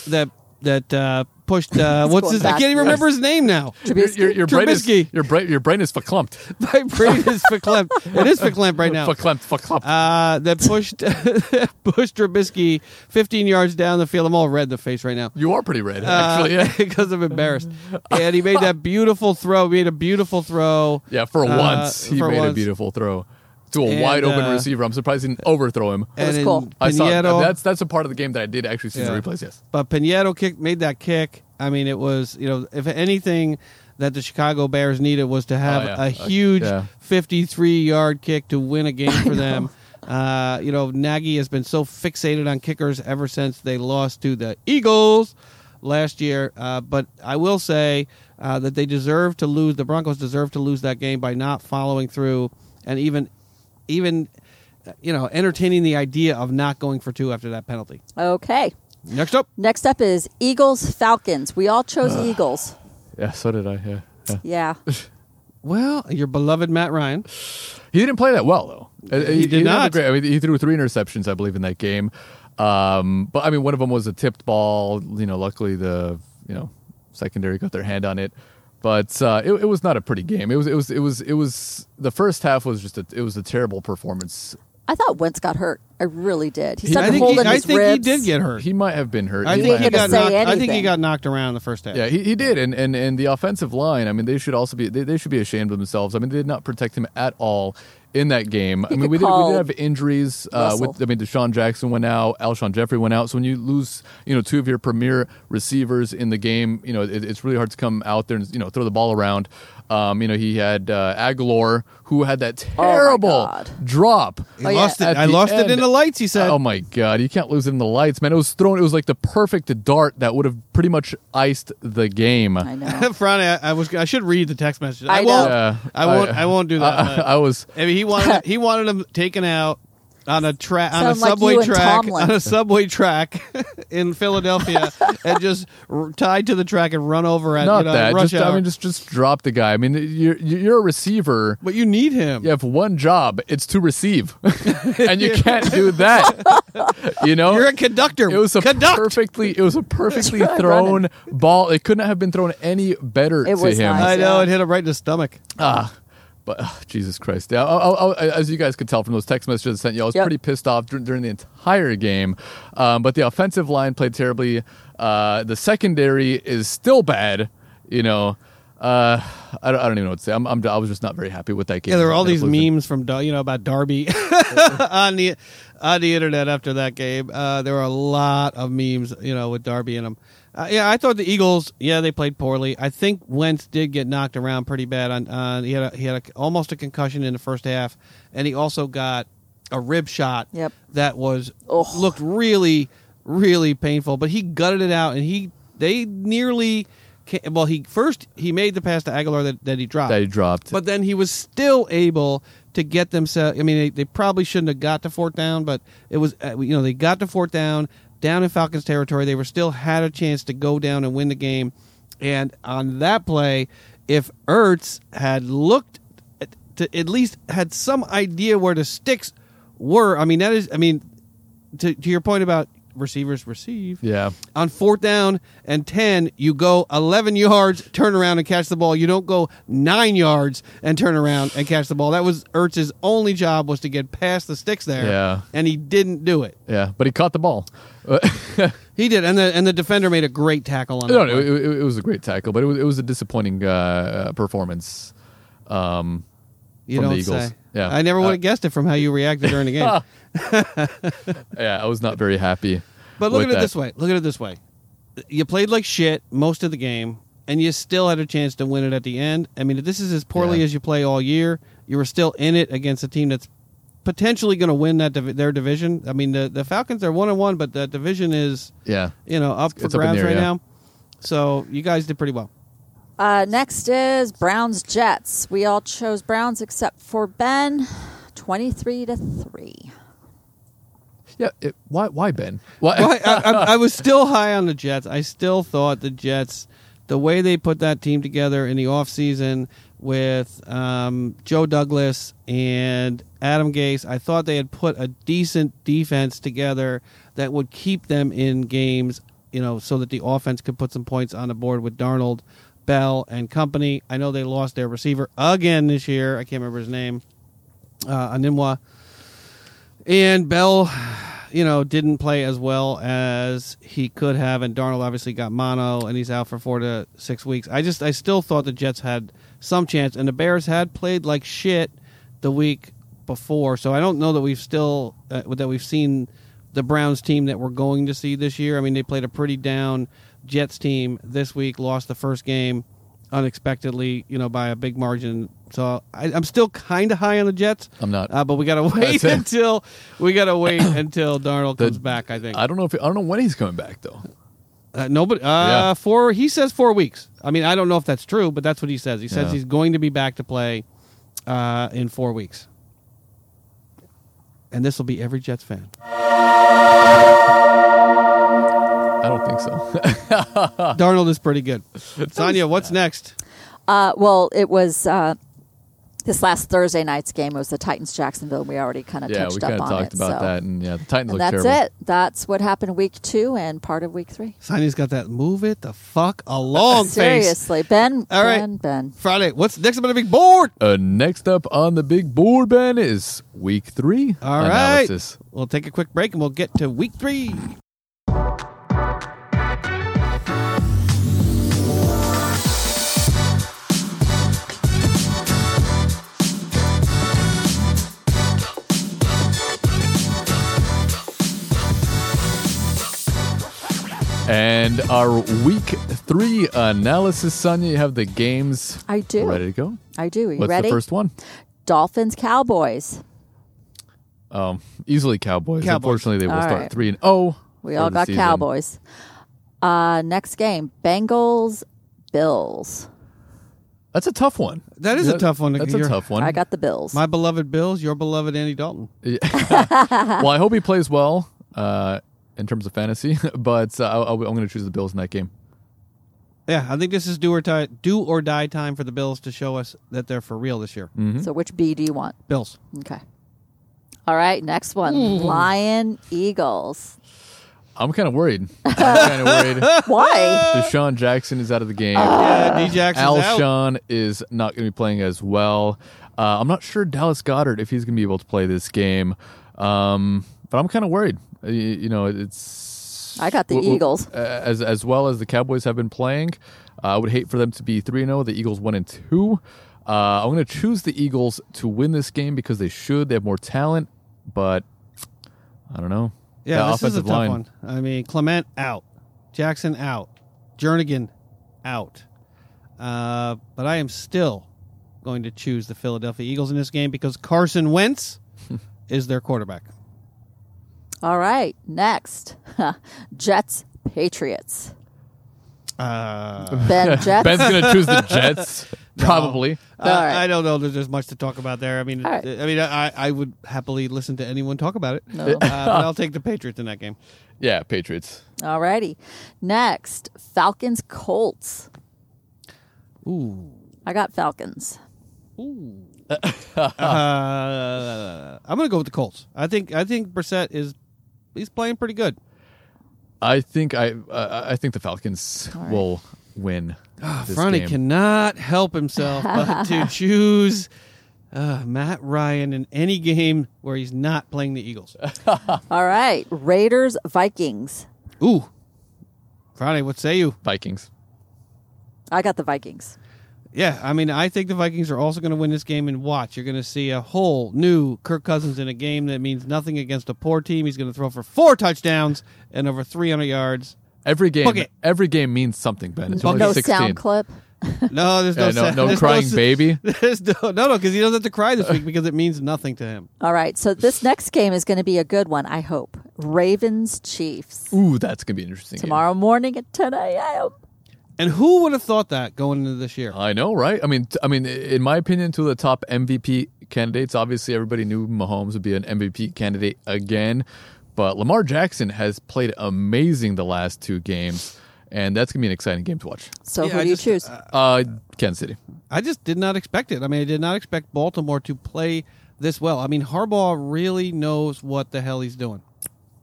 Speaker 1: that that uh, pushed. Uh, what's
Speaker 3: going
Speaker 1: his? I
Speaker 3: back
Speaker 1: can't even
Speaker 3: there.
Speaker 1: remember his name now.
Speaker 2: Your, your, your brain is
Speaker 1: Trubisky.
Speaker 2: your brain your brain is verklempt.
Speaker 1: My brain is verklempt. It is verklempt right now.
Speaker 2: Verklempt, verklempt.
Speaker 1: Uh, that pushed pushed Trubisky 15 yards down the field. I'm all red in the face right now.
Speaker 2: you are pretty red,
Speaker 1: Uh,
Speaker 2: actually. Yeah,
Speaker 1: because I'm embarrassed. And he made that beautiful throw. He made a beautiful throw.
Speaker 2: yeah. For
Speaker 1: uh,
Speaker 2: once, he
Speaker 1: for
Speaker 2: made a
Speaker 1: once.
Speaker 2: beautiful throw to a
Speaker 1: And,
Speaker 2: wide open
Speaker 1: uh,
Speaker 2: receiver. I'm surprised he didn't overthrow him.
Speaker 1: And
Speaker 3: was
Speaker 1: then
Speaker 3: cool.
Speaker 2: I saw uh,
Speaker 1: Pinedo-
Speaker 2: that's that's a part of the game that I did actually see
Speaker 1: Yeah.
Speaker 2: the replays. Yes,
Speaker 1: But Pinedo kick made that kick. I mean, it was you know, if anything that the Chicago Bears needed was to have
Speaker 2: Oh, yeah.
Speaker 1: a
Speaker 2: Uh,
Speaker 1: huge
Speaker 2: yeah.
Speaker 1: 53 yard kick to win a game for them. Uh, you know, Nagy has been so fixated on kickers ever since they lost to the Eagles last year. Uh, but I will say uh, that they deserve to lose. The Broncos deserve to lose that game by not following through and even, even, uh, you know, entertaining the idea of not going for two after that penalty.
Speaker 3: Okay.
Speaker 1: Next up.
Speaker 3: Next up is Eagles Falcons. We all chose Eagles.
Speaker 2: yeah. So did I. Yeah. yeah.
Speaker 3: Yeah.
Speaker 1: Well, your beloved Matt Ryan.
Speaker 2: He didn't play that well though. Uh, He,
Speaker 1: did
Speaker 2: didn't have a
Speaker 1: not.
Speaker 2: Great, I mean, he threw three interceptions, I believe, in that game. Um, but I mean, one of them was a tipped ball. You know, luckily the you know secondary got their hand on it. But uh, it, it was not a pretty game. It was it was it was it was the first half was just a, it was a terrible performance.
Speaker 3: I thought Wentz got hurt. I really did. He
Speaker 1: I
Speaker 2: He-
Speaker 3: started
Speaker 1: think, he,
Speaker 3: holding
Speaker 1: I
Speaker 3: his
Speaker 1: think he
Speaker 3: ribs.
Speaker 1: did get hurt.
Speaker 2: He might have been hurt.
Speaker 1: I
Speaker 2: He
Speaker 1: think
Speaker 2: might
Speaker 1: he
Speaker 2: have
Speaker 1: got
Speaker 2: been
Speaker 1: knocked,
Speaker 3: say
Speaker 1: I think he
Speaker 3: anything.
Speaker 1: got knocked around the first half.
Speaker 2: Yeah, he, he did, and, and and the offensive line. I mean, they should also be they, they should be ashamed of themselves. I mean, they did not protect him at all in that game. I mean,
Speaker 3: could
Speaker 2: we did, we
Speaker 3: call
Speaker 2: did have injuries. Uh, with
Speaker 3: Russell.
Speaker 2: I mean, Deshaun Jackson went out, Alshon Jeffrey went out. So when you lose, you know, two of your premier receivers in the game, you know, it, it's really hard to come out there and you know throw the ball around. Um, you know, he had uh, Aguilar who had that
Speaker 1: Oh
Speaker 3: my
Speaker 2: terrible
Speaker 3: God.
Speaker 2: drop.
Speaker 1: I
Speaker 3: Oh, yeah.
Speaker 1: lost it.
Speaker 2: At
Speaker 1: I
Speaker 2: the
Speaker 1: lost it in
Speaker 2: end-
Speaker 1: Uh, the lights. He said.
Speaker 2: Oh my god, you can't lose it in the lights, man. It was thrown. It was like the perfect dart that would have pretty much iced the game.
Speaker 3: I know.
Speaker 1: Friday, I, I was. I should read the text message. I,
Speaker 3: I know.
Speaker 1: won't.
Speaker 2: Yeah.
Speaker 1: I won't. I, won't do that.
Speaker 2: I,
Speaker 1: but-
Speaker 2: I was.
Speaker 1: I mean, he wanted. he wanted him taken out on a track on a
Speaker 3: Sound like
Speaker 1: subway
Speaker 3: you and
Speaker 1: track
Speaker 3: Tomlin.
Speaker 1: on a subway track in Philadelphia and just r- tied to the track and run over at
Speaker 2: Not
Speaker 1: you know,
Speaker 2: that.
Speaker 1: rush
Speaker 2: Just,
Speaker 1: hour.
Speaker 2: I mean, just just drop the guy. I mean, you're you're a receiver.
Speaker 1: but you need him.
Speaker 2: You have one job. It's to receive, and you can't do that. You know,
Speaker 1: You're a conductor.
Speaker 2: It was a
Speaker 1: Conduct.
Speaker 2: perfectly. It was a perfectly
Speaker 3: Running.
Speaker 2: thrown ball. It could not have been thrown any better
Speaker 3: It
Speaker 2: to
Speaker 3: was
Speaker 2: him.
Speaker 3: nice.
Speaker 1: I know
Speaker 3: Yeah.
Speaker 1: it hit him right in the stomach.
Speaker 2: Ah, but ah, Jesus Christ! Yeah, I- I- I- as you guys could tell from those text messages I sent you, I was
Speaker 3: Yep.
Speaker 2: pretty pissed off dur- during the entire game. Um, but the offensive line played terribly. Uh, the secondary is still bad. You know, uh, I, don't, I don't even know what to say. I'm, I'm, I was just not very happy with that game.
Speaker 1: Yeah, there were all
Speaker 2: Ended up
Speaker 1: these
Speaker 2: losing.
Speaker 1: memes from Dar- you know about Darby on the on the internet after that game. Uh, there were a lot of memes, you know, with Darby in them. Uh, yeah, I thought the Eagles. Yeah, they played poorly. I think Wentz did get knocked around pretty bad. On on he had a, he had a, almost a concussion in the first half, and he also got a rib shot.
Speaker 3: Yep.
Speaker 1: that was
Speaker 3: Ugh.
Speaker 1: looked really really painful. But he gutted it out, and he they nearly. ca- Well, he first he made the pass to Aguilar that, that he dropped.
Speaker 2: That he dropped.
Speaker 1: But then he was still able to get themselves. I mean, they, they probably shouldn't have got to fourth down, but it was uh, you know they got to fourth down down in Falcons territory. They were still had a chance to go down and win the game. And on that play, if Ertz had looked at, to at least had some idea where the sticks were, I mean that is, I mean to, to your point about receivers receive.
Speaker 2: Yeah.
Speaker 1: On fourth down and 10, you go 11 yards, turn around and catch the ball. You don't go nine yards and turn around and catch the ball. That was Ertz's only job was to get past the sticks there.
Speaker 2: Yeah.
Speaker 1: And he didn't do it.
Speaker 2: Yeah. But he caught the ball. Uh,
Speaker 1: He did. And the, and the defender made a great tackle on that
Speaker 2: no, no,
Speaker 1: one.
Speaker 2: it, it- it was a great tackle, but it was, it was a disappointing uh, uh, performance. Um,
Speaker 1: You
Speaker 2: from
Speaker 1: don't
Speaker 2: the Eagles.
Speaker 1: say.
Speaker 2: Yeah.
Speaker 1: I never
Speaker 2: Uh,
Speaker 1: would have guessed it from how you reacted during the game.
Speaker 2: yeah, I was not very happy.
Speaker 1: But look
Speaker 2: with
Speaker 1: at it
Speaker 2: that.
Speaker 1: this way. Look at it this way. You played like shit most of the game, and you still had a chance to win it at the end. I mean, if this is as poorly
Speaker 2: Yeah.
Speaker 1: as you play all year, you were still in it against a team that's potentially going to win that div- their division. I mean, the, the Falcons are one and one, but the division is
Speaker 2: Yeah.
Speaker 1: you know up for
Speaker 2: it's up in
Speaker 1: grabs
Speaker 2: the air,
Speaker 1: right
Speaker 2: yeah.
Speaker 1: now. So you guys did pretty well.
Speaker 3: Uh, next is Browns Jets. We all chose Browns except for Ben, twenty-three to three.
Speaker 2: Yeah. It, why, why, Ben? Why?
Speaker 1: Well, I, I, I was still high on the Jets. I still thought the Jets, the way they put that team together in the offseason with um, Joe Douglas and Adam Gase, I thought they had put a decent defense together that would keep them in games, you know, so that the offense could put some points on the board with Darnold, Bell, and company. I know they lost their receiver again this year. I can't remember his name, uh, Animwa. And Bell, you know, didn't play as well as he could have, and Darnold obviously got mono, and he's out for four to six weeks. I just, I still thought the Jets had some chance, and the Bears had played like shit the week before, so I don't know that we've still uh, that we've seen the Browns team that we're going to see this year. I mean, they played a pretty down Jets team this week, lost the first game unexpectedly, you know, by a big margin. So I, I'm still kind of high on the Jets.
Speaker 2: I'm not.
Speaker 1: uh, but we gotta wait
Speaker 2: That's it.
Speaker 1: until we gotta wait until Darnold comes back. I think
Speaker 2: I don't know if I don't know when he's coming back though.
Speaker 1: uh, nobody. Uh,
Speaker 2: Yeah.
Speaker 1: Four. He says four weeks. I mean, I don't know if that's true, but that's what he says. He says
Speaker 2: Yeah.
Speaker 1: he's going to be back to play uh, in four weeks, and this will be every Jets fan.
Speaker 2: I don't think so.
Speaker 1: Darnold is pretty good. Sonia, what's next?
Speaker 3: Uh, well, it was uh, this last Thursday night's game was the Titans Jacksonville. We already kind of
Speaker 2: yeah,
Speaker 3: touched
Speaker 2: we
Speaker 3: up
Speaker 2: kind of
Speaker 3: on
Speaker 2: talked
Speaker 3: it.
Speaker 2: about
Speaker 3: so.
Speaker 2: that, and yeah, the Titans
Speaker 3: And
Speaker 2: look
Speaker 3: that's
Speaker 2: terrible.
Speaker 3: it. That's what happened week two and part of week three.
Speaker 1: Sonia's got that. Move it the fuck along, face.
Speaker 3: Seriously, Ben.
Speaker 1: All right.
Speaker 3: ben, Ben.
Speaker 1: Friday. What's next up on the big board?
Speaker 2: Uh, next up on the big board, Ben, is week three
Speaker 1: All right.
Speaker 2: analysis.
Speaker 1: We'll take a quick break and we'll get to week three.
Speaker 2: And our week three analysis, Sonia, you have the games
Speaker 3: I do.
Speaker 2: ready to go.
Speaker 3: I do. You
Speaker 2: What's
Speaker 3: ready?
Speaker 2: the first one?
Speaker 3: Dolphins Cowboys.
Speaker 2: Um, easily Cowboys.
Speaker 1: Cowboys.
Speaker 2: Unfortunately, they will
Speaker 3: All
Speaker 2: start
Speaker 3: right.
Speaker 2: three and oh.
Speaker 3: We
Speaker 2: for
Speaker 3: all
Speaker 2: the
Speaker 3: got
Speaker 2: season.
Speaker 3: Cowboys. Uh, next game, Bengals Bills.
Speaker 2: That's a tough one.
Speaker 1: That is a tough one to-
Speaker 2: That's a
Speaker 1: you're-
Speaker 2: tough one.
Speaker 3: I got the Bills.
Speaker 1: My beloved Bills, your beloved Andy Dalton.
Speaker 2: well, I hope he plays well uh, in terms of fantasy, but uh, I, I'm going to choose the Bills in that game.
Speaker 1: Yeah, I think this is do or die, do or die time for the Bills to show us that they're for real this year.
Speaker 2: Mm. Mm-hmm.
Speaker 3: so which B do you want?
Speaker 1: Bills.
Speaker 3: Okay. All right, next one. Lion Eagles.
Speaker 2: I'm kind of worried. I'm kind of worried.
Speaker 3: Why?
Speaker 2: Deshaun Jackson is out of the game.
Speaker 1: Yeah, D Jackson's out.
Speaker 2: Alshon is not going to be playing as well. Uh, I'm not sure Dallas Goddard if he's going to be able to play this game, um, but I'm kind of worried. Uh, y- You, know, it's
Speaker 3: I got the
Speaker 2: w- w-
Speaker 3: Eagles.
Speaker 2: uh, as as well as the Cowboys have been playing. Uh, I would hate for them to be three and zero. The Eagles one and two. Uh, I'm going to choose the Eagles to win this game because they should. They have more talent, but I don't know.
Speaker 1: Yeah,
Speaker 2: The
Speaker 1: this is a
Speaker 2: offensive
Speaker 1: tough
Speaker 2: line.
Speaker 1: one. I mean, Clement out, Jackson out, Jernigan out. Uh, but I am still going to choose the Philadelphia Eagles in this game because Carson Wentz is their quarterback.
Speaker 3: All right, next. Jets Patriots.
Speaker 1: Uh,
Speaker 3: Ben Jets. Uh,
Speaker 2: Ben's going to choose the Jets, probably.
Speaker 1: I-
Speaker 3: All right.
Speaker 1: I don't know. There's there's much to talk about there. I mean,
Speaker 3: All right.
Speaker 1: I mean, I, I would happily listen to anyone talk about it.
Speaker 3: No.
Speaker 1: Uh, but I'll take the Patriots in that game.
Speaker 2: Yeah, Patriots.
Speaker 3: All righty. Next, Falcons Colts.
Speaker 1: Ooh.
Speaker 3: I got Falcons.
Speaker 1: Uh, I'm going to go with the Colts. I think I think Brissett is he's playing pretty good.
Speaker 2: I think I uh, I think the Falcons will win.
Speaker 3: Ah,
Speaker 2: this
Speaker 1: Ronnie
Speaker 2: game.
Speaker 1: cannot help himself but to choose uh, Matt Ryan in any game where he's not playing the Eagles.
Speaker 3: All right, Raiders Vikings.
Speaker 1: Ooh, Ronnie, what say you?
Speaker 2: Vikings.
Speaker 3: I got the Vikings.
Speaker 1: Yeah, I mean, I think the Vikings are also going to win this game. And watch, you're going to see a whole new Kirk Cousins in a game that means nothing against a poor team. He's going to throw for four touchdowns and over 300 yards.
Speaker 2: Every game,
Speaker 1: Book it.
Speaker 2: every game means something, Ben. It's only
Speaker 3: No
Speaker 2: 16.
Speaker 3: sound clip.
Speaker 1: No, there's no
Speaker 2: Yeah, no,
Speaker 1: sound-
Speaker 2: no
Speaker 1: there's
Speaker 2: crying
Speaker 1: s-
Speaker 2: baby.
Speaker 1: There's no, no, no, because he doesn't have to cry this week because it means nothing to him.
Speaker 3: All right, so this next game is going to be a good one. I hope Ravens Chiefs
Speaker 2: Ooh, that's gonna be an interesting. game.
Speaker 3: tomorrow morning at 10 a.m.
Speaker 1: And who would have thought that going into this year?
Speaker 2: I know, right? I mean, t- I mean, i- in my opinion, two of the top MVP candidates. Obviously, everybody knew Mahomes would be an MVP candidate again, but Lamar Jackson has played amazing the last two games, and that's gonna be an exciting game to watch.
Speaker 3: So
Speaker 1: Yeah,
Speaker 3: who
Speaker 1: I
Speaker 3: do you
Speaker 1: just-
Speaker 3: choose?
Speaker 2: Uh, Kansas City.
Speaker 1: I just did not expect it. I mean, I did not expect Baltimore to play this well. I mean, Harbaugh really knows what the hell he's doing.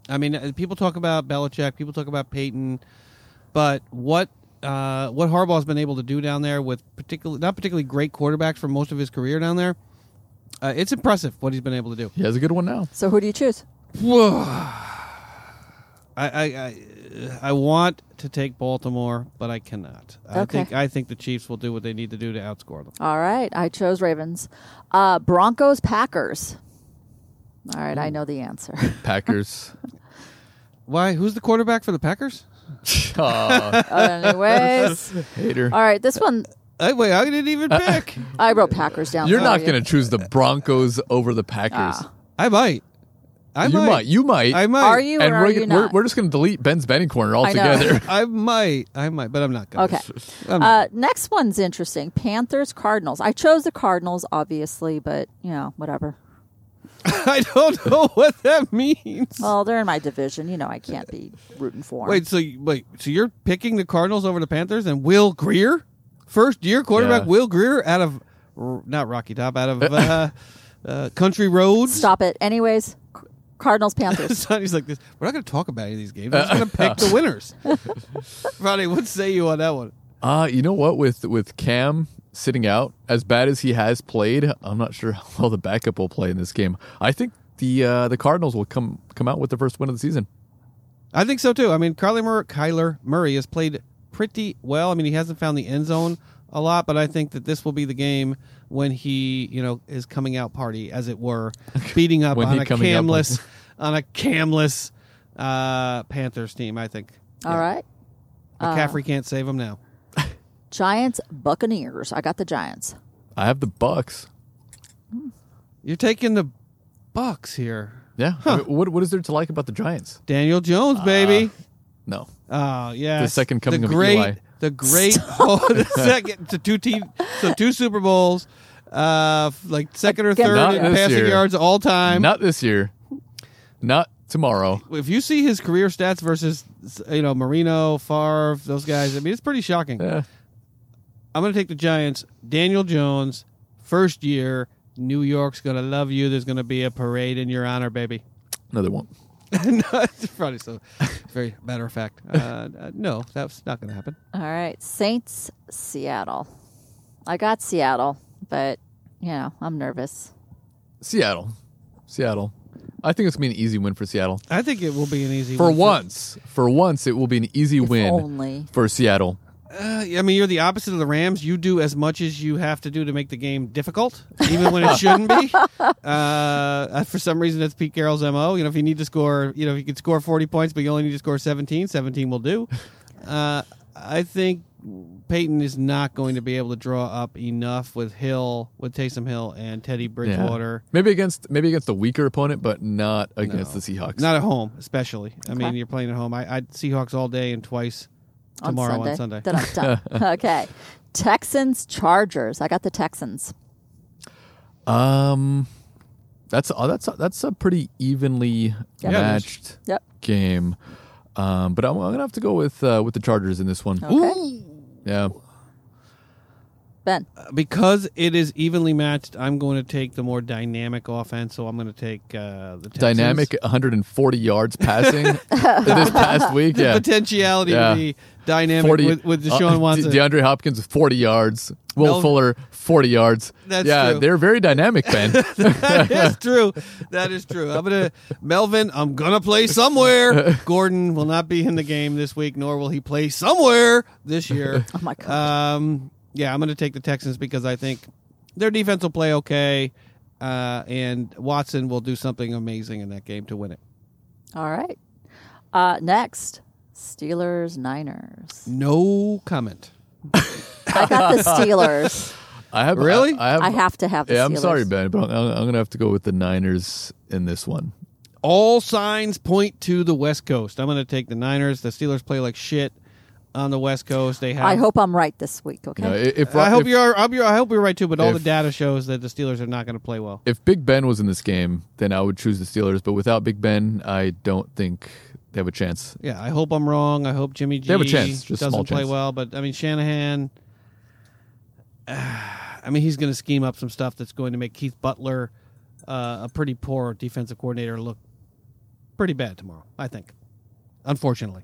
Speaker 1: I mean, uh, people talk about Belichick, people talk about Peyton, but what uh, what Harbaugh's been able to do down there with particular not particularly great quarterbacks for most of his career down there, uh, it's impressive what he's been able to do.
Speaker 2: He has a good one now.
Speaker 3: so who do you choose?
Speaker 1: I I, I, uh, I want to take Baltimore, but I cannot. I
Speaker 3: Okay.
Speaker 1: think I think the Chiefs will do what they need to do to outscore them.
Speaker 3: All right, I chose Ravens. Uh, Broncos Packers. All right, I know the answer.
Speaker 2: Packers.
Speaker 1: Why? Who's the quarterback for the Packers?
Speaker 2: Aw,
Speaker 3: Anyways,
Speaker 2: hater.
Speaker 3: all right, this one
Speaker 1: I, wait, I didn't
Speaker 2: Uh,
Speaker 1: even pick.
Speaker 3: I wrote Packers down.
Speaker 2: You're
Speaker 3: for
Speaker 2: not
Speaker 3: you.
Speaker 2: gonna choose the Broncos over the Packers.
Speaker 3: Ah.
Speaker 1: I might. I
Speaker 2: you might. You might.
Speaker 1: I might.
Speaker 3: Are you
Speaker 2: And
Speaker 3: or
Speaker 2: we're,
Speaker 3: are you
Speaker 2: we're,
Speaker 3: not?
Speaker 2: we're just gonna delete Ben's betting corner
Speaker 3: I know.
Speaker 2: altogether.
Speaker 1: I might. I might. But I'm not going.
Speaker 3: Okay. Uh, next one's interesting. Panthers, Cardinals. I chose the Cardinals, obviously, but you know, whatever.
Speaker 1: I don't know what that means.
Speaker 3: Well, they're in my division. You know, I can't be rooting for 'em.
Speaker 1: wait. So you- wait. So you're picking the Cardinals over the Panthers and Will Greer, first year quarterback
Speaker 2: Yeah.
Speaker 1: Will Greer out of r- not Rocky Top, out of uh, uh, Country Roads.
Speaker 3: Stop it. Anyways, C- Cardinals, Panthers.
Speaker 1: Sonny's like this. We're not going to talk about any of these games. We're just going to pick the winners. Ronnie, what say you on that one?
Speaker 2: Uh, you know what? With with Cam sitting out, as bad as he has played, I'm not sure how well the backup will play in this game. I think the uh, the Cardinals will come come out with the first win of the season.
Speaker 1: I think so too. I mean, Carly Mur- Kyler Murray has played pretty well. I mean, he hasn't found the end zone a lot, but I think that this will be the game when he, you know, is coming out party, as it were, beating up
Speaker 2: When
Speaker 1: on
Speaker 2: he
Speaker 1: a
Speaker 2: coming out
Speaker 1: camless, on a camless uh, Panthers team. I think
Speaker 3: All right.
Speaker 1: McCaffrey can't save him now.
Speaker 3: Giants, Buccaneers. I got the Giants.
Speaker 2: I have the Bucks.
Speaker 1: You're taking the Bucks here,
Speaker 2: Yeah. I mean, what what is there to like about the Giants?
Speaker 1: Daniel Jones, baby.
Speaker 2: Uh, No.
Speaker 1: Oh yeah,
Speaker 2: The second coming
Speaker 1: the
Speaker 2: of
Speaker 1: great,
Speaker 2: Eli.
Speaker 1: The great, oh, the second, so two team, so two Super Bowls, uh, f- like second or
Speaker 3: Again,
Speaker 1: third
Speaker 3: Not
Speaker 1: in
Speaker 2: this
Speaker 1: passing
Speaker 2: year.
Speaker 1: yards all time.
Speaker 2: not this year. Not tomorrow.
Speaker 1: if you see his career stats versus, you know, Marino, Favre, those guys, I mean, it's pretty shocking.
Speaker 2: Yeah.
Speaker 1: I'm going to take the Giants. Daniel Jones, first year. New York's going to love you. There's going to be a parade in your honor, baby.
Speaker 2: No, they won't.
Speaker 1: no, it's probably so very matter of fact. Uh, Uh, no, that's not going to happen.
Speaker 3: All right. Saints, Seattle. I got Seattle, but you know, I'm nervous.
Speaker 2: Seattle. Seattle. I think it's gonna be an easy win for Seattle.
Speaker 1: I think it will be an easy
Speaker 2: For
Speaker 1: win
Speaker 2: once. For once it will be an easy
Speaker 3: If
Speaker 2: win
Speaker 3: only.
Speaker 2: for Seattle.
Speaker 1: Uh, I mean, you're the opposite of the Rams. You do as much as you have to do to make the game difficult, even when it shouldn't be. Uh, for some reason, that's Pete Carroll's mo. You know, if you need to score, you know, if you could score 40 points, but you only need to score 17, 17 will do. Uh, I think Peyton is not going to be able to draw up enough with Hill, with Taysom Hill and Teddy
Speaker 2: Yeah.
Speaker 1: Bridgewater.
Speaker 2: Maybe against maybe against the weaker opponent, but not against the Seahawks.
Speaker 1: Not at home, especially. I mean,
Speaker 3: Okay.
Speaker 1: you're playing at home. I, I Seahawks all day and twice
Speaker 3: on
Speaker 1: tomorrow on Sunday.
Speaker 3: Sunday. Then I'm done. okay. Texans, Chargers. I got the Texans.
Speaker 2: Um, that's oh, that's that's a pretty evenly
Speaker 3: Yeah.
Speaker 2: matched
Speaker 3: Yep.
Speaker 2: game, um, but I'm, I'm gonna have to go with uh, with the Chargers in this one.
Speaker 3: Okay.
Speaker 2: Yeah,
Speaker 3: Ben. Oh
Speaker 1: because it is evenly matched, I'm going to take the more dynamic offense. So I'm going to take uh, the Texans.
Speaker 2: Dynamic 140 yards passing this past week.
Speaker 1: The
Speaker 2: Yeah.
Speaker 1: potentiality
Speaker 2: Yeah.
Speaker 1: to be dynamic with, with
Speaker 2: uh,
Speaker 1: Deshaun
Speaker 2: De-
Speaker 1: Watson.
Speaker 2: DeAndre Hopkins with 40 yards. Will
Speaker 1: Mel-
Speaker 2: Fuller 40 yards.
Speaker 1: That's
Speaker 2: yeah,
Speaker 1: true.
Speaker 2: they're very dynamic, Ben.
Speaker 1: that is true. That is true. I'm gonna Melvin. I'm gonna play somewhere. Gordon will not be in the game this week, nor will he play somewhere this year.
Speaker 3: Oh my God.
Speaker 1: Um, yeah, I'm gonna take the Texans because I think their defense will play okay, uh, and Watson will do something amazing in that game to win it.
Speaker 3: All right. Uh, next, Steelers Niners.
Speaker 1: No comment.
Speaker 3: I got the Steelers.
Speaker 2: I have
Speaker 1: Really?
Speaker 2: I, have,
Speaker 3: I have to have the
Speaker 2: Yeah, I'm
Speaker 3: Steelers.
Speaker 2: sorry, Ben, but I'm, I'm gonna have to go with the Niners in this one.
Speaker 1: All signs point to the West Coast. I'm gonna take the Niners. The Steelers play like shit on the West Coast. They have.
Speaker 3: I hope I'm right this week, okay?
Speaker 2: You know, i- if
Speaker 1: I hope
Speaker 2: if,
Speaker 1: you're. I hope you're, I hope you're right too. But all the
Speaker 2: If-
Speaker 1: data shows that the Steelers are not going to play well.
Speaker 2: if Big Ben was in this game, then I would choose the Steelers. But without Big Ben, I don't think they have a chance.
Speaker 1: Yeah, I hope I'm wrong. I hope Jimmy G
Speaker 2: have a chance, just
Speaker 1: doesn't
Speaker 2: small
Speaker 1: play
Speaker 2: chance.
Speaker 1: well. But I mean, Shanahan. I mean, he's going to scheme up some stuff that's going to make Keith Butler, uh, a pretty poor defensive coordinator, look pretty bad tomorrow. I think, unfortunately.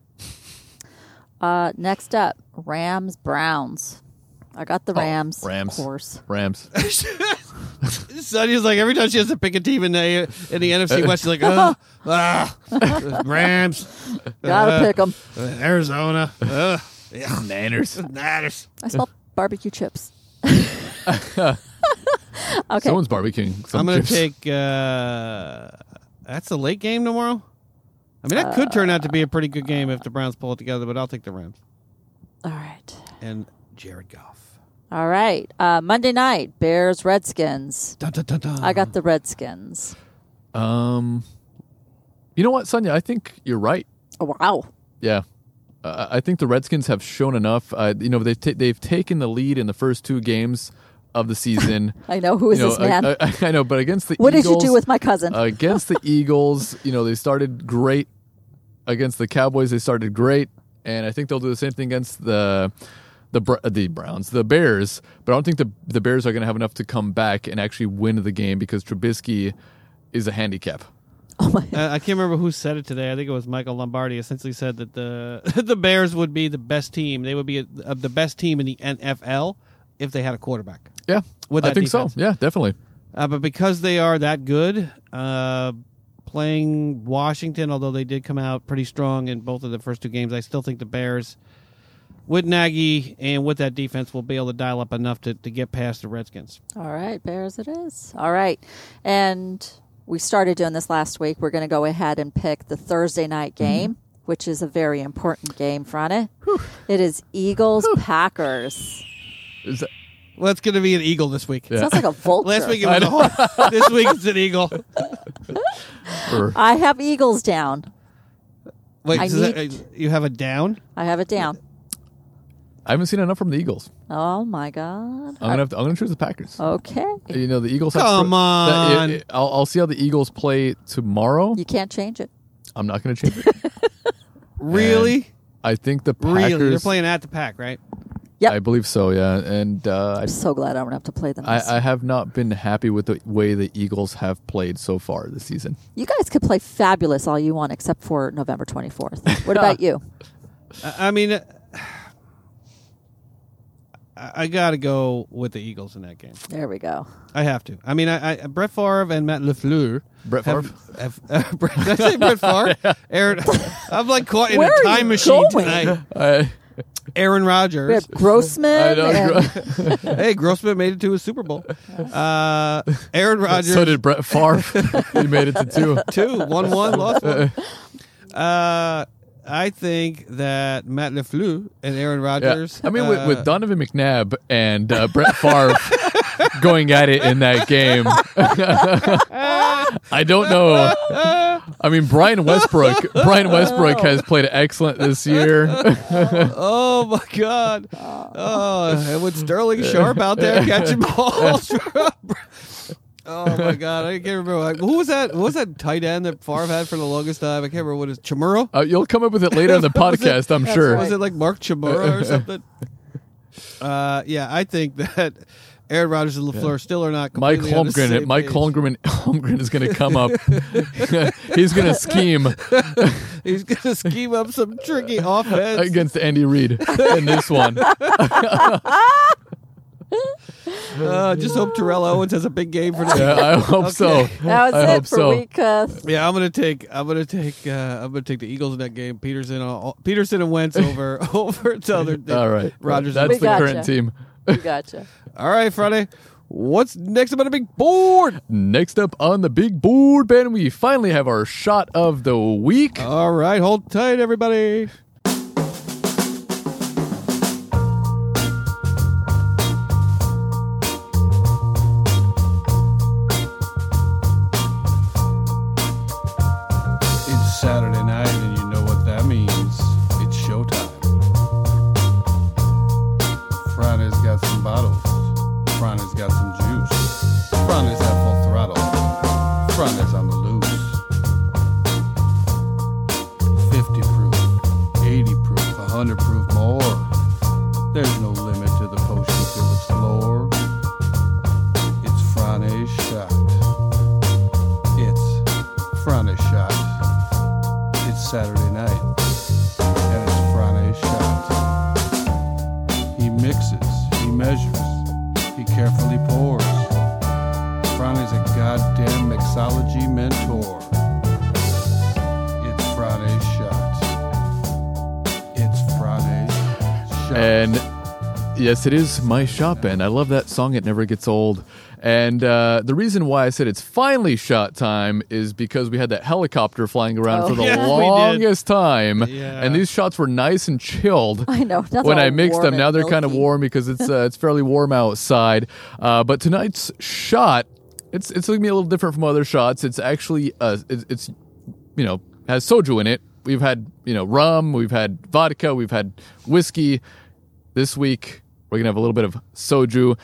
Speaker 3: Uh, next up, Rams Browns. I got the Rams.
Speaker 2: Oh, Rams.
Speaker 3: Of course.
Speaker 2: Rams.
Speaker 1: Sonya's like every time she has to pick a team in the in the NFC West, she's like, oh, ah, Rams,
Speaker 3: Gotta
Speaker 1: uh,
Speaker 3: pick 'em. pick them.
Speaker 1: uh, Arizona, uh, yeah,
Speaker 2: Niners.
Speaker 1: Niners.
Speaker 3: I smell barbecue chips. okay.
Speaker 2: Someone's barbecuing. Some
Speaker 1: I'm going to
Speaker 2: chips.
Speaker 1: take. Uh, that's a late game tomorrow. I mean, that could turn out to be a pretty good game if the Browns pull it together, but I'll take the Rams
Speaker 3: All right.
Speaker 1: and Jared Goff.
Speaker 3: All right. Uh, Monday night, Bears Redskins.
Speaker 1: Dun, dun, dun, dun.
Speaker 3: I
Speaker 2: Uh-huh.
Speaker 3: got the Redskins.
Speaker 2: Um, you know what, Sonia? I think you're right.
Speaker 3: Oh, wow.
Speaker 2: Yeah. Uh, I think the Redskins have shown enough. Uh, you know, they've, ta- they've taken the lead in the first two games of the season.
Speaker 3: I know. Who is
Speaker 2: You know,
Speaker 3: this man?
Speaker 2: I, I, I know, but against the
Speaker 3: what did
Speaker 2: Eagles, uh,
Speaker 3: you do with my cousin?
Speaker 2: against the Eagles, you know, they started great. Against the Cowboys, they started great, and I think they'll do the same thing against the the Br- the Browns, the Bears. But I don't think the the Bears are going to have enough to come back and actually win the game because Trubisky is a handicap.
Speaker 1: Uh, I can't remember who said it today. I think it was Michael Lombardi. Essentially said that the the Bears would be the best team. They would be uh the best team in the NFL if they had a quarterback.
Speaker 2: Yeah,
Speaker 1: With
Speaker 2: I
Speaker 1: that
Speaker 2: think
Speaker 1: defense.
Speaker 2: so. Yeah, definitely.
Speaker 1: Uh, but because they are that good, uh, playing Washington, although they did come out pretty strong in both of the first two games, I still think the Bears, with Nagy and with that defense, will be able to dial up enough to, to get past the Redskins.
Speaker 3: All right, Bears it is. All right. And we started doing this last week. We're going to go ahead and pick the Thursday night
Speaker 2: Mm-hmm.
Speaker 3: game, which is a very important game, Frana. It is Eagles Packers.
Speaker 2: Is that-
Speaker 1: Well, that's going to be an Eagle this week.
Speaker 3: Sounds like a vulture.
Speaker 1: Last week it was a horse. this week it's an Eagle.
Speaker 2: or-
Speaker 3: I have Eagles down.
Speaker 1: Wait,
Speaker 3: I
Speaker 1: so that- uh, you have a down?
Speaker 3: I have it down.
Speaker 2: I haven't seen enough from the Eagles.
Speaker 3: Oh my god.
Speaker 2: I'm gonna have to, I'm gonna choose the Packers.
Speaker 3: Uh, Okay.
Speaker 2: You know the Eagles. have
Speaker 1: Come
Speaker 2: pro- that-
Speaker 1: on.
Speaker 2: it- it- I'll, I'll see how the Eagles play tomorrow.
Speaker 3: You can't change it.
Speaker 2: I'm not gonna change it.
Speaker 1: Really?
Speaker 2: I think the
Speaker 1: Really?
Speaker 2: Packers.
Speaker 1: They're playing at the pack, right?
Speaker 3: Yep.
Speaker 2: I believe so, yeah. And uh,
Speaker 3: I'm so glad I don't have to play them.
Speaker 2: I,
Speaker 3: this-
Speaker 2: I, I have not been happy with the way the Eagles have played so far this season.
Speaker 3: you guys could play fabulous all you want except for November 24th. What about you?
Speaker 1: I, I mean, I, I got to go with the Eagles in that game.
Speaker 3: There we go.
Speaker 1: I have to. I mean, I, I Brett Favre and Matt Lafleur.
Speaker 2: Brett
Speaker 1: have- have- uh, Brett, did I say Brett Favre? Aaron, I'm like caught in
Speaker 3: Where
Speaker 1: a
Speaker 3: are
Speaker 1: time
Speaker 3: you
Speaker 1: machine
Speaker 3: going?
Speaker 1: tonight.
Speaker 2: I,
Speaker 1: Aaron
Speaker 3: We have
Speaker 1: Rodgers.
Speaker 2: I
Speaker 3: Grossman.
Speaker 2: know.
Speaker 3: and-
Speaker 1: hey, Grossman made it to a Super Bowl. Uh, Aaron Rodgers.
Speaker 2: so did Brett Favre. he made it to two.
Speaker 1: two, one, one, lost one. Uh, I think that Matt Lafleur and Aaron
Speaker 2: Yeah.
Speaker 1: Rodgers.
Speaker 2: I mean, with,
Speaker 1: uh,
Speaker 2: with Donovan McNabb and uh, Brett Favre going at it in that game, I don't know. I mean, Brian Westbrook. Brian Westbrook has played excellent this year.
Speaker 1: Oh my God! Oh, and with Sterling Sharp out there catching balls. oh my God! I can't remember like, who was that. What was that tight end that Favre had for the longest time? I can't remember what is Chimura.
Speaker 2: Uh, you'll come up with it later in the podcast, I'm sure.
Speaker 3: right.
Speaker 1: Was it like Mark Chimura or something? Uh, yeah, I think that Aaron Rodgers and Lafleur still are not.
Speaker 2: Mike
Speaker 1: completely on the
Speaker 2: Holmgren,
Speaker 1: same
Speaker 2: Mike
Speaker 1: page.
Speaker 2: Holmgren, Holmgren is going to come up. He's going to scheme
Speaker 1: He's going to scheme up some tricky offense.
Speaker 2: against Andy Reid in this one.
Speaker 1: Uh, just hope Terrell Owens has a big game for today.
Speaker 2: Yeah, I hope so.
Speaker 3: That was
Speaker 2: I
Speaker 3: it
Speaker 2: hope
Speaker 3: for
Speaker 2: so.
Speaker 3: week. Uh, th-
Speaker 1: Yeah, I'm gonna take I'm gonna take uh, I'm gonna take the Eagles in that game. Peterson, uh, Peterson and Wentz over over to other.
Speaker 2: All right,
Speaker 1: Rodgers.
Speaker 2: That's the
Speaker 3: We gotcha.
Speaker 2: current team.
Speaker 3: we gotcha.
Speaker 1: All right, Friday. What's next up on the big board?
Speaker 2: Next up on the big board, Ben, we finally have our shot of the week.
Speaker 1: All right, hold tight, everybody. It's Saturday night, and you know what that means. It's showtime. Friday's got some bottles. Friday's got some juice. Friday's at full throttle. Friday's on the loose. 50 proof, 80 proof, 100 proof more. There's no limit to the potion to explore. It's Friday's shot. It's Friday's shot. It's Saturday night. And it's Friday's shot. He mixes, he measures, he carefully pours. Friday's a goddamn mixology mentor. It's Friday's shot. It's Friday's shot.
Speaker 2: And yes, it is my shot, Ben. I love that song. It never gets old. And uh, the reason why I said it's finally shot time is because we had that helicopter flying around
Speaker 3: Oh.
Speaker 2: for the
Speaker 1: Yes, we did.
Speaker 2: longest time.
Speaker 1: Yeah.
Speaker 2: And these shots were nice and chilled.
Speaker 3: I know. Nothing
Speaker 2: when I
Speaker 3: all
Speaker 2: mix
Speaker 3: warm
Speaker 2: them,
Speaker 3: and
Speaker 2: now they're kind of
Speaker 3: milky.
Speaker 2: warm because it's uh, it's fairly warm outside. Uh, but tonight's shot, it's it's going to be a little different from other shots. It's actually uh, it's, it's you know has soju in it. We've had you know rum, we've had vodka, we've had whiskey. This week we're gonna have a little bit of soju.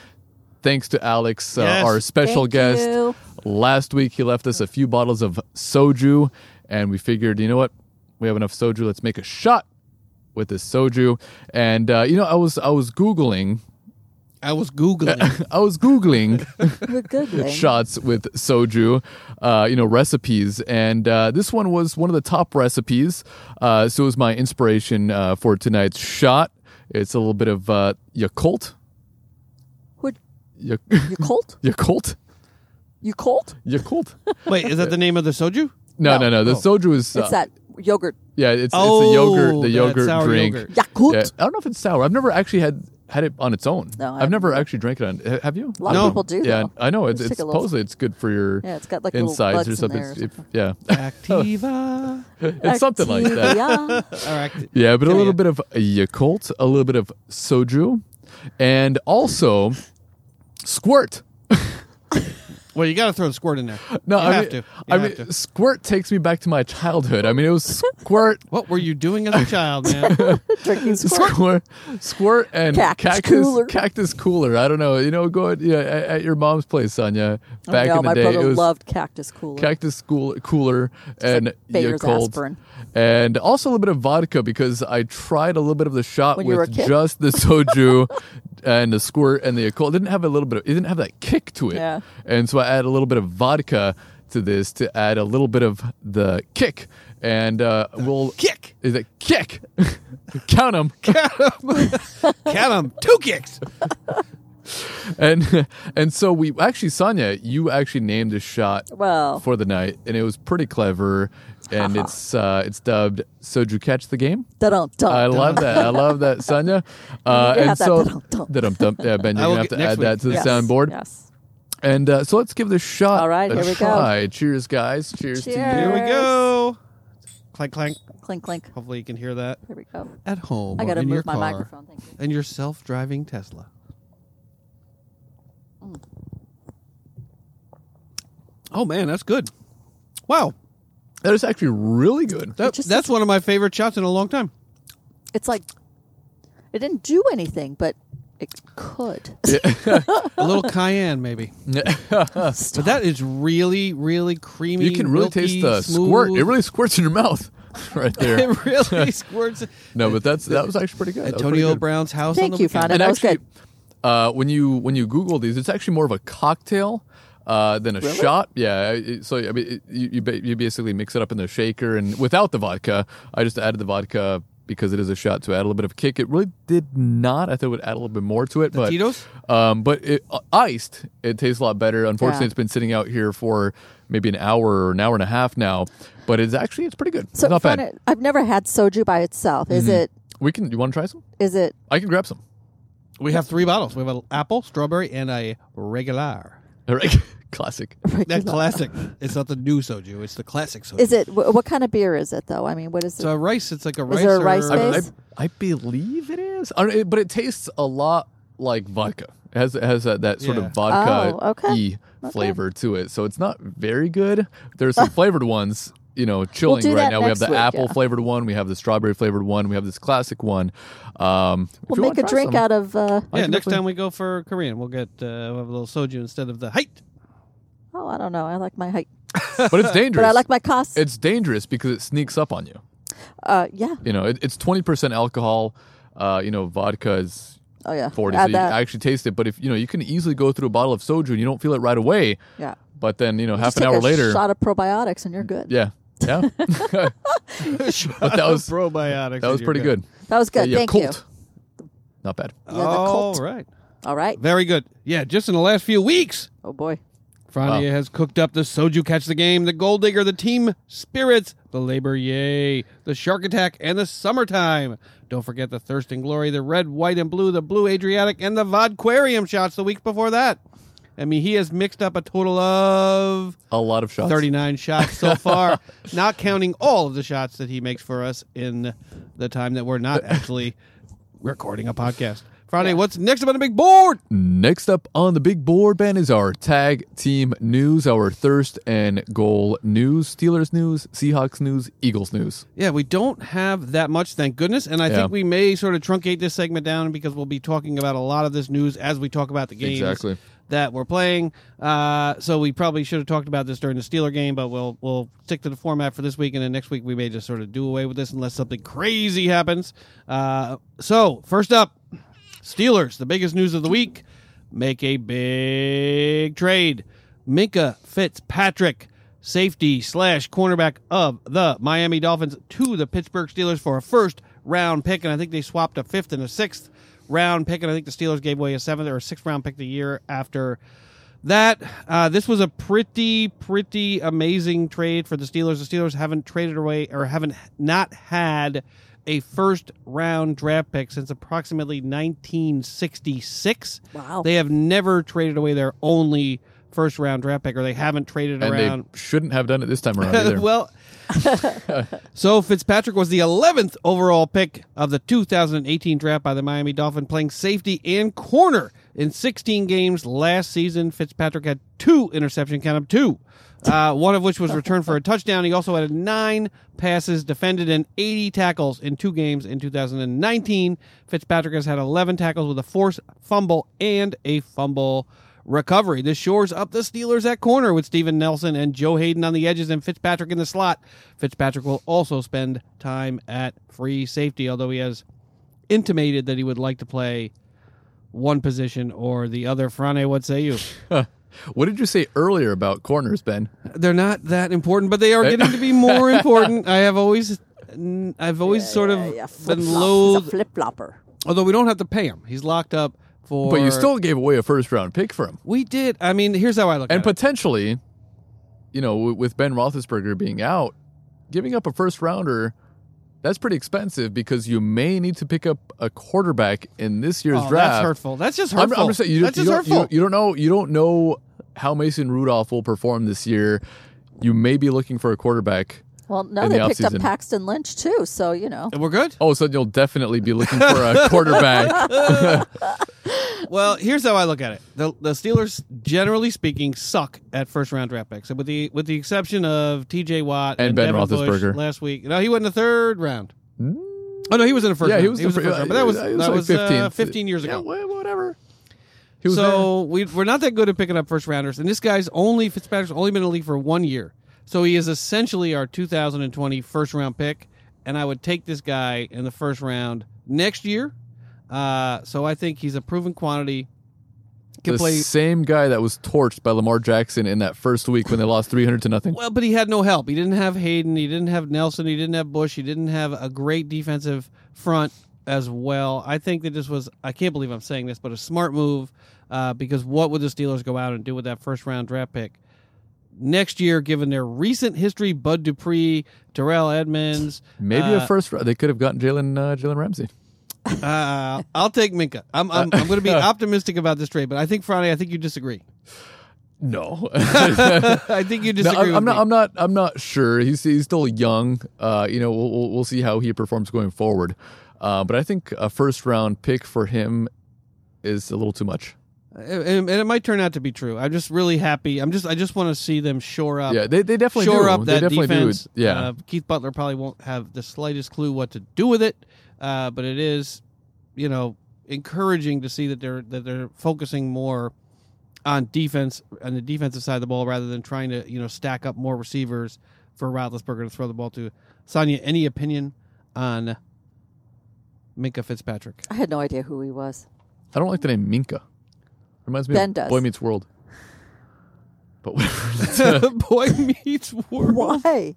Speaker 2: Thanks to Alex, uh,
Speaker 1: Yes.
Speaker 2: our special
Speaker 3: Thank
Speaker 2: guest.
Speaker 3: you.
Speaker 2: Last week he left us a few bottles of soju, and we figured, you know what, we have enough soju. Let's make a shot with this soju. And uh, you know, I was I was googling,
Speaker 1: I was Googling.
Speaker 2: I was googling
Speaker 3: We're good. Lynn.
Speaker 2: shots with soju, uh, you know, recipes. And uh, this one was one of the top recipes. Uh, so it was my inspiration uh, for tonight's shot. It's a little bit of uh, Yakult.
Speaker 3: Would-
Speaker 2: Ya-
Speaker 3: You cold?
Speaker 2: Yakult?
Speaker 3: You cold?
Speaker 2: Yakult?
Speaker 1: Wait, is that the name of the soju?
Speaker 2: No, no, no. The soju is.
Speaker 3: It's
Speaker 2: uh,
Speaker 3: that yogurt.
Speaker 2: Yeah, it's, it's
Speaker 1: Oh,
Speaker 2: the yogurt, the
Speaker 1: that
Speaker 2: yogurt
Speaker 1: sour
Speaker 2: drink.
Speaker 1: yogurt.
Speaker 3: Yakult.
Speaker 2: Yeah, I don't know if it's sour. I've never actually had had it on its own.
Speaker 3: No, I
Speaker 2: I've, never
Speaker 3: haven't.
Speaker 2: actually drank it on. ha- Have you?
Speaker 3: A lot
Speaker 1: No.
Speaker 3: of people do.
Speaker 2: Yeah,
Speaker 3: though.
Speaker 2: I know. It's,
Speaker 3: Just
Speaker 2: it's
Speaker 3: take a little-
Speaker 2: supposedly it's good for your
Speaker 3: Yeah, it's got like little
Speaker 2: insides
Speaker 3: bugs
Speaker 2: or
Speaker 3: in
Speaker 2: something.
Speaker 3: there or
Speaker 2: It's- if- yeah,
Speaker 3: something.
Speaker 1: Activa.
Speaker 2: it's something like that.
Speaker 3: Activia.
Speaker 1: All right.
Speaker 2: Yeah, but a
Speaker 1: Yeah,
Speaker 2: little
Speaker 1: yeah.
Speaker 2: bit of Yakult, a little bit of soju, and also squirt.
Speaker 1: Well, you got to throw the squirt in there.
Speaker 2: No,
Speaker 1: you
Speaker 2: I
Speaker 1: have
Speaker 2: mean,
Speaker 1: to. You
Speaker 2: I
Speaker 1: have
Speaker 2: mean,
Speaker 1: to.
Speaker 2: squirt takes me back to my childhood. I mean, it was squirt,
Speaker 1: What were you doing as a child, man?
Speaker 3: Drinking squirt.
Speaker 2: squirt, squirt, and
Speaker 3: Cactus cooler.
Speaker 2: Cactus cooler. I don't know. You know, go at, yeah, at, at your mom's place, Sonia.
Speaker 3: Oh,
Speaker 2: Back
Speaker 3: no,
Speaker 2: in the
Speaker 3: my
Speaker 2: day,
Speaker 3: brother
Speaker 2: it was
Speaker 3: loved cactus cooler.
Speaker 2: cactus cool, cooler and
Speaker 3: Bayer's
Speaker 2: Yakult.
Speaker 3: aspirin.
Speaker 2: And also a little bit of vodka because I tried a little bit of the shot
Speaker 3: When you were
Speaker 2: with
Speaker 3: a kid?
Speaker 2: just the soju and the squirt and the Yakult. It didn't have a little bit of, it didn't have that kick to it.
Speaker 3: Yeah.
Speaker 2: And so I add a little bit of vodka to this to add a little bit of the kick. And uh, we'll
Speaker 1: kick.
Speaker 2: is it kick? Count them.
Speaker 1: Count 'em. Two kicks.
Speaker 2: and and so we actually Sonia, you actually named a shot
Speaker 3: Well.
Speaker 2: for the night, and it was pretty clever. And
Speaker 3: Uh-huh.
Speaker 2: it's uh, it's dubbed Soju Catch the Game.
Speaker 3: Dun-dun, dun,
Speaker 2: I
Speaker 3: dun.
Speaker 2: love that. I love that, Sonia.
Speaker 3: Oh, You
Speaker 2: Uh,
Speaker 3: can
Speaker 2: and
Speaker 3: have that
Speaker 2: so
Speaker 3: dun-dun.
Speaker 2: dun-dun. yeah, Ben,
Speaker 1: I
Speaker 2: you're
Speaker 1: will
Speaker 2: gonna have
Speaker 1: get-
Speaker 2: to
Speaker 1: next
Speaker 2: add that
Speaker 1: week.
Speaker 2: to the
Speaker 3: Yes,
Speaker 2: soundboard.
Speaker 3: Yes.
Speaker 2: And uh, so let's give this shot.
Speaker 3: All right,
Speaker 2: a
Speaker 3: here we go.
Speaker 2: try. Cheers, guys. Cheers, to you.
Speaker 1: Here we
Speaker 3: Cheers.
Speaker 1: go. Clank, clank.
Speaker 3: Clink, clink.
Speaker 1: Hopefully you can hear that
Speaker 3: Here we go.
Speaker 1: at home.
Speaker 3: I
Speaker 1: or
Speaker 3: got to
Speaker 1: in your
Speaker 3: move my
Speaker 1: car.
Speaker 3: microphone. Thank you.
Speaker 1: and your self-driving Tesla.
Speaker 3: Mm.
Speaker 1: Oh man, that's good. Wow,
Speaker 2: That is actually really good.
Speaker 1: that,
Speaker 3: just
Speaker 1: Oh, that's one of my favorite shots in a long time.
Speaker 3: It's like it didn't do anything, but it could.
Speaker 1: A little cayenne, maybe, but that is really, really creamy.
Speaker 2: you can really
Speaker 1: milky,
Speaker 2: taste the
Speaker 1: smooth.
Speaker 2: squirt. It really squirts in your mouth. right there.
Speaker 1: It really squirts.
Speaker 2: No, but that's that was actually pretty good. That was pretty
Speaker 1: Antonio
Speaker 2: good.
Speaker 1: Brown's house.
Speaker 3: Thank
Speaker 1: on the
Speaker 3: you,
Speaker 1: weekend.
Speaker 3: Fonda. That was
Speaker 2: actually,
Speaker 3: good.
Speaker 2: uh, when you when you Google these, it's actually more of a cocktail uh, than a shot. Yeah. it- So I mean, it, you you ba- you basically mix it up in the shaker and without the vodka. I just added the vodka because it is a shot to add a little bit of kick. It really did not. I thought it would add a little bit more to it. but
Speaker 1: Tito's?
Speaker 2: um, but it, uh, iced, it tastes a lot better. Unfortunately,
Speaker 3: Yeah.
Speaker 2: it's been sitting out here for maybe an hour or an hour and a half now. But it's actually it's pretty good.
Speaker 3: So
Speaker 2: it's not bad. Mm-hmm.
Speaker 3: Fonda, I've never had soju by itself. Is it?
Speaker 2: We can. You want to try some?
Speaker 3: Is it?
Speaker 2: I can grab some.
Speaker 1: We have three bottles. We have an apple, strawberry, and a regular.
Speaker 2: All right. Classic.
Speaker 1: That classic. It's not the new soju. It's the classic soju.
Speaker 3: Is it? wh- What kind of beer is it though? I mean, what is
Speaker 1: It's
Speaker 3: it?
Speaker 1: a rice. It's like a rice.
Speaker 3: Is there a rice
Speaker 1: or,
Speaker 2: I,
Speaker 3: base?
Speaker 2: I believe it is, I don't- it- but it tastes a lot like vodka. It has it has that, that sort
Speaker 1: Yeah.
Speaker 2: of vodka
Speaker 3: Oh, okay.
Speaker 2: e flavor to it. So it's not very good. There's some flavored ones, you know, chilling
Speaker 3: do
Speaker 2: right
Speaker 3: that
Speaker 2: now. We have
Speaker 3: next
Speaker 2: the
Speaker 3: week,
Speaker 2: apple
Speaker 3: yeah.
Speaker 2: flavored one, we have the strawberry flavored one, we have this classic one. Um, if you
Speaker 3: We'll
Speaker 2: wanna
Speaker 3: make a
Speaker 2: try
Speaker 3: drink
Speaker 2: some-
Speaker 3: out of. Uh,
Speaker 1: Yeah,
Speaker 2: I can
Speaker 1: next
Speaker 2: definitely-
Speaker 1: time we go for Korean, we'll get uh, we'll have a little soju instead of the height.
Speaker 3: oh, I don't know. I like my height,
Speaker 2: but it's dangerous.
Speaker 3: but I like my cost.
Speaker 2: it's dangerous because it sneaks up on you.
Speaker 3: Uh, yeah.
Speaker 2: You know, it, it's twenty percent alcohol. Uh, you know, vodka is
Speaker 3: Oh yeah.
Speaker 2: 40 so
Speaker 3: Add
Speaker 2: you
Speaker 3: that.
Speaker 2: can actually taste it but if you know you can easily go through a bottle of soju and you don't feel it right away
Speaker 3: yeah.
Speaker 2: but then you know half
Speaker 3: Just
Speaker 2: an
Speaker 3: take
Speaker 2: hour
Speaker 3: a
Speaker 2: later
Speaker 3: Shot of probiotics and you're good.
Speaker 2: yeah yeah but that was that
Speaker 1: probiotics.
Speaker 2: was pretty good,
Speaker 3: That was good.
Speaker 2: yeah,
Speaker 3: Thank you.
Speaker 2: Colt. not bad
Speaker 3: Yeah, the
Speaker 1: All
Speaker 3: Colt.
Speaker 1: right.
Speaker 3: All right.
Speaker 1: Very good. Yeah, just in the last few weeks,
Speaker 3: Oh boy.
Speaker 1: Frania has cooked up the Soju Catch the Game, the Gold Digger, the Team Spirits, the Labor Yay, the Shark Attack, and the Summertime. Don't forget the Thirst and Glory, the Red, White, and Blue, the Blue Adriatic, and the Vodquarium shots the week before that. I mean, he has mixed up a total of
Speaker 2: a lot of shots
Speaker 1: 39 shots so far, not counting all of the shots that he makes for us in the time that we're not actually recording a podcast. Friday, what's next up on the big board?
Speaker 2: next up on the big board ben is our tag team news our thirst and goal news steelers news seahawks news eagles news
Speaker 1: Yeah, we don't have that much, thank goodness. And I
Speaker 2: Yeah.
Speaker 1: think we may sort of truncate this segment down because we'll be talking about a lot of this news as we talk about the games
Speaker 2: Exactly.
Speaker 1: that we're playing. Uh, so we probably should have talked about this during the Steeler game, but we'll we'll stick to the format for this week, and then next week we may just sort of do away with this unless something crazy happens. Uh, so first up, Steelers, the biggest news of the week, make a big trade. Minka Fitzpatrick, safety slash cornerback of the Miami Dolphins, to the Pittsburgh Steelers for a first round pick, and I think they swapped a fifth and a sixth round pick, and I think the Steelers gave away a seventh or a sixth round pick the year after that. Uh, this was a pretty, pretty amazing trade for the Steelers. The Steelers haven't traded away or haven't not had a first round draft pick since approximately 1966.
Speaker 3: Wow.
Speaker 1: They have never traded away their only first round draft pick, or they haven't traded
Speaker 2: and
Speaker 1: around.
Speaker 2: they shouldn't have done it this time around either
Speaker 1: well, so Fitzpatrick was the 11th overall pick of the 2018 draft by the Miami Dolphin, playing safety and corner in 16 games last season. Fitzpatrick had two interception count up two, uh, one of which was returned for a touchdown. He also had nine passes defended and 80 tackles in two games in 2019. Fitzpatrick has had 11 tackles with a forced fumble and a fumble recovery. This shores up the Steelers at corner with Steven Nelson and Joe Hayden on the edges and Fitzpatrick in the slot. Fitzpatrick will also spend time at free safety, although he has intimated that he would like to play one position or the other. Frane, what say you?
Speaker 2: what did you say earlier about corners ben
Speaker 1: They're not that important, but they are getting to be more important. I have always. I've always sort of
Speaker 3: Yeah, flip
Speaker 1: been loath,
Speaker 3: flip flopper.
Speaker 1: although we don't have to pay him. He's locked up for.
Speaker 2: but you still gave away a first round pick for him
Speaker 1: We did. I mean, here's how I look
Speaker 2: and
Speaker 1: at it.
Speaker 2: potentially, you know, w- with Ben Roethlisberger being out, giving up a first rounder, that's pretty expensive because you may need to pick up a quarterback in this year's
Speaker 1: Oh,
Speaker 2: draft.
Speaker 1: that's hurtful. That's just
Speaker 2: I'm,
Speaker 1: hurtful.
Speaker 2: I'm just saying, you,
Speaker 1: that's
Speaker 2: you
Speaker 1: just
Speaker 2: don't, you-
Speaker 1: hurtful.
Speaker 2: you don't know. You don't know how Mason Rudolph will perform this year. You may be looking for a quarterback.
Speaker 3: Well, no,
Speaker 2: In
Speaker 3: they
Speaker 2: the
Speaker 3: picked up
Speaker 2: offseason.
Speaker 3: Paxton Lynch too, so you know.
Speaker 1: We're good.
Speaker 2: Oh, so you'll definitely be looking for a quarterback.
Speaker 1: Well, here's how I look at it: the the Steelers, generally speaking, suck at first round draft picks, with the with the exception of T.J. Watt
Speaker 2: And Ben
Speaker 1: Devin Bush
Speaker 2: Roethlisberger. Mm.
Speaker 1: last week. No, he went in the third round. Oh no, he was in the first.
Speaker 2: yeah,
Speaker 1: round.
Speaker 2: he was, the
Speaker 1: in the
Speaker 2: fir-
Speaker 1: first round, but that was
Speaker 2: he
Speaker 1: that was,
Speaker 2: like
Speaker 1: uh, 15 years
Speaker 2: Yeah,
Speaker 1: ago.
Speaker 2: wha- whatever. He was there.
Speaker 1: so we, we're not that good at picking up first rounders, and this guy's only Fitzpatrick's only been in the league for one year. So he is essentially our 2020 first round pick, and I would take this guy in the first round next year. Uh, so I think he's a proven quantity. Can
Speaker 2: the
Speaker 1: play
Speaker 2: same guy that was torched by Lamar Jackson in that first week when they lost 300 to nothing.
Speaker 1: Well, but he had no help. He didn't have Hayden. He didn't have Nelson. He didn't have Bush. He didn't have a great defensive front as well. I think that this was, I can't believe I'm saying this, but a smart move uh, because what would the Steelers go out and do with that first round draft pick? Next year, given their recent history, Bud Dupree, Terrell Edmonds,
Speaker 2: Maybe
Speaker 1: uh,
Speaker 2: a first round. They could have gotten Jalen uh, Jalen Ramsey.
Speaker 1: uh, I'll take Minka. I'm I'm, I'm going to be optimistic about this trade, but I think Friday, I think you disagree.
Speaker 2: No.
Speaker 1: I think you
Speaker 2: No,
Speaker 1: disagree.
Speaker 2: I'm,
Speaker 1: with
Speaker 2: I'm not.
Speaker 1: me.
Speaker 2: I'm not. I'm not sure. He's he's still young. Uh, you know, we'll, we'll we'll see how he performs going forward. Uh, but I think a first round pick for him is a little too much.
Speaker 1: and, and it might turn out to be true. I'm just really happy. I'm just I just want to see them shore up.
Speaker 2: Yeah, they they definitely
Speaker 1: shore
Speaker 2: do.
Speaker 1: up
Speaker 2: They
Speaker 1: that
Speaker 2: definitely do.
Speaker 1: defense.
Speaker 2: Yeah,
Speaker 1: Uh, Keith Butler probably won't have the slightest clue what to do with it, uh, but it is, you know, encouraging to see that they're that they're focusing more on defense on the defensive side of the ball rather than trying to you know stack up more receivers for Roethlisberger to throw the ball to. Sonia, any opinion on Minka Fitzpatrick?
Speaker 3: I had no idea who he was.
Speaker 2: I don't like the name Minka. Reminds me
Speaker 3: Ben
Speaker 2: of
Speaker 3: does.
Speaker 2: Boy Meets World. But whatever.
Speaker 1: Boy meets world.
Speaker 3: Why?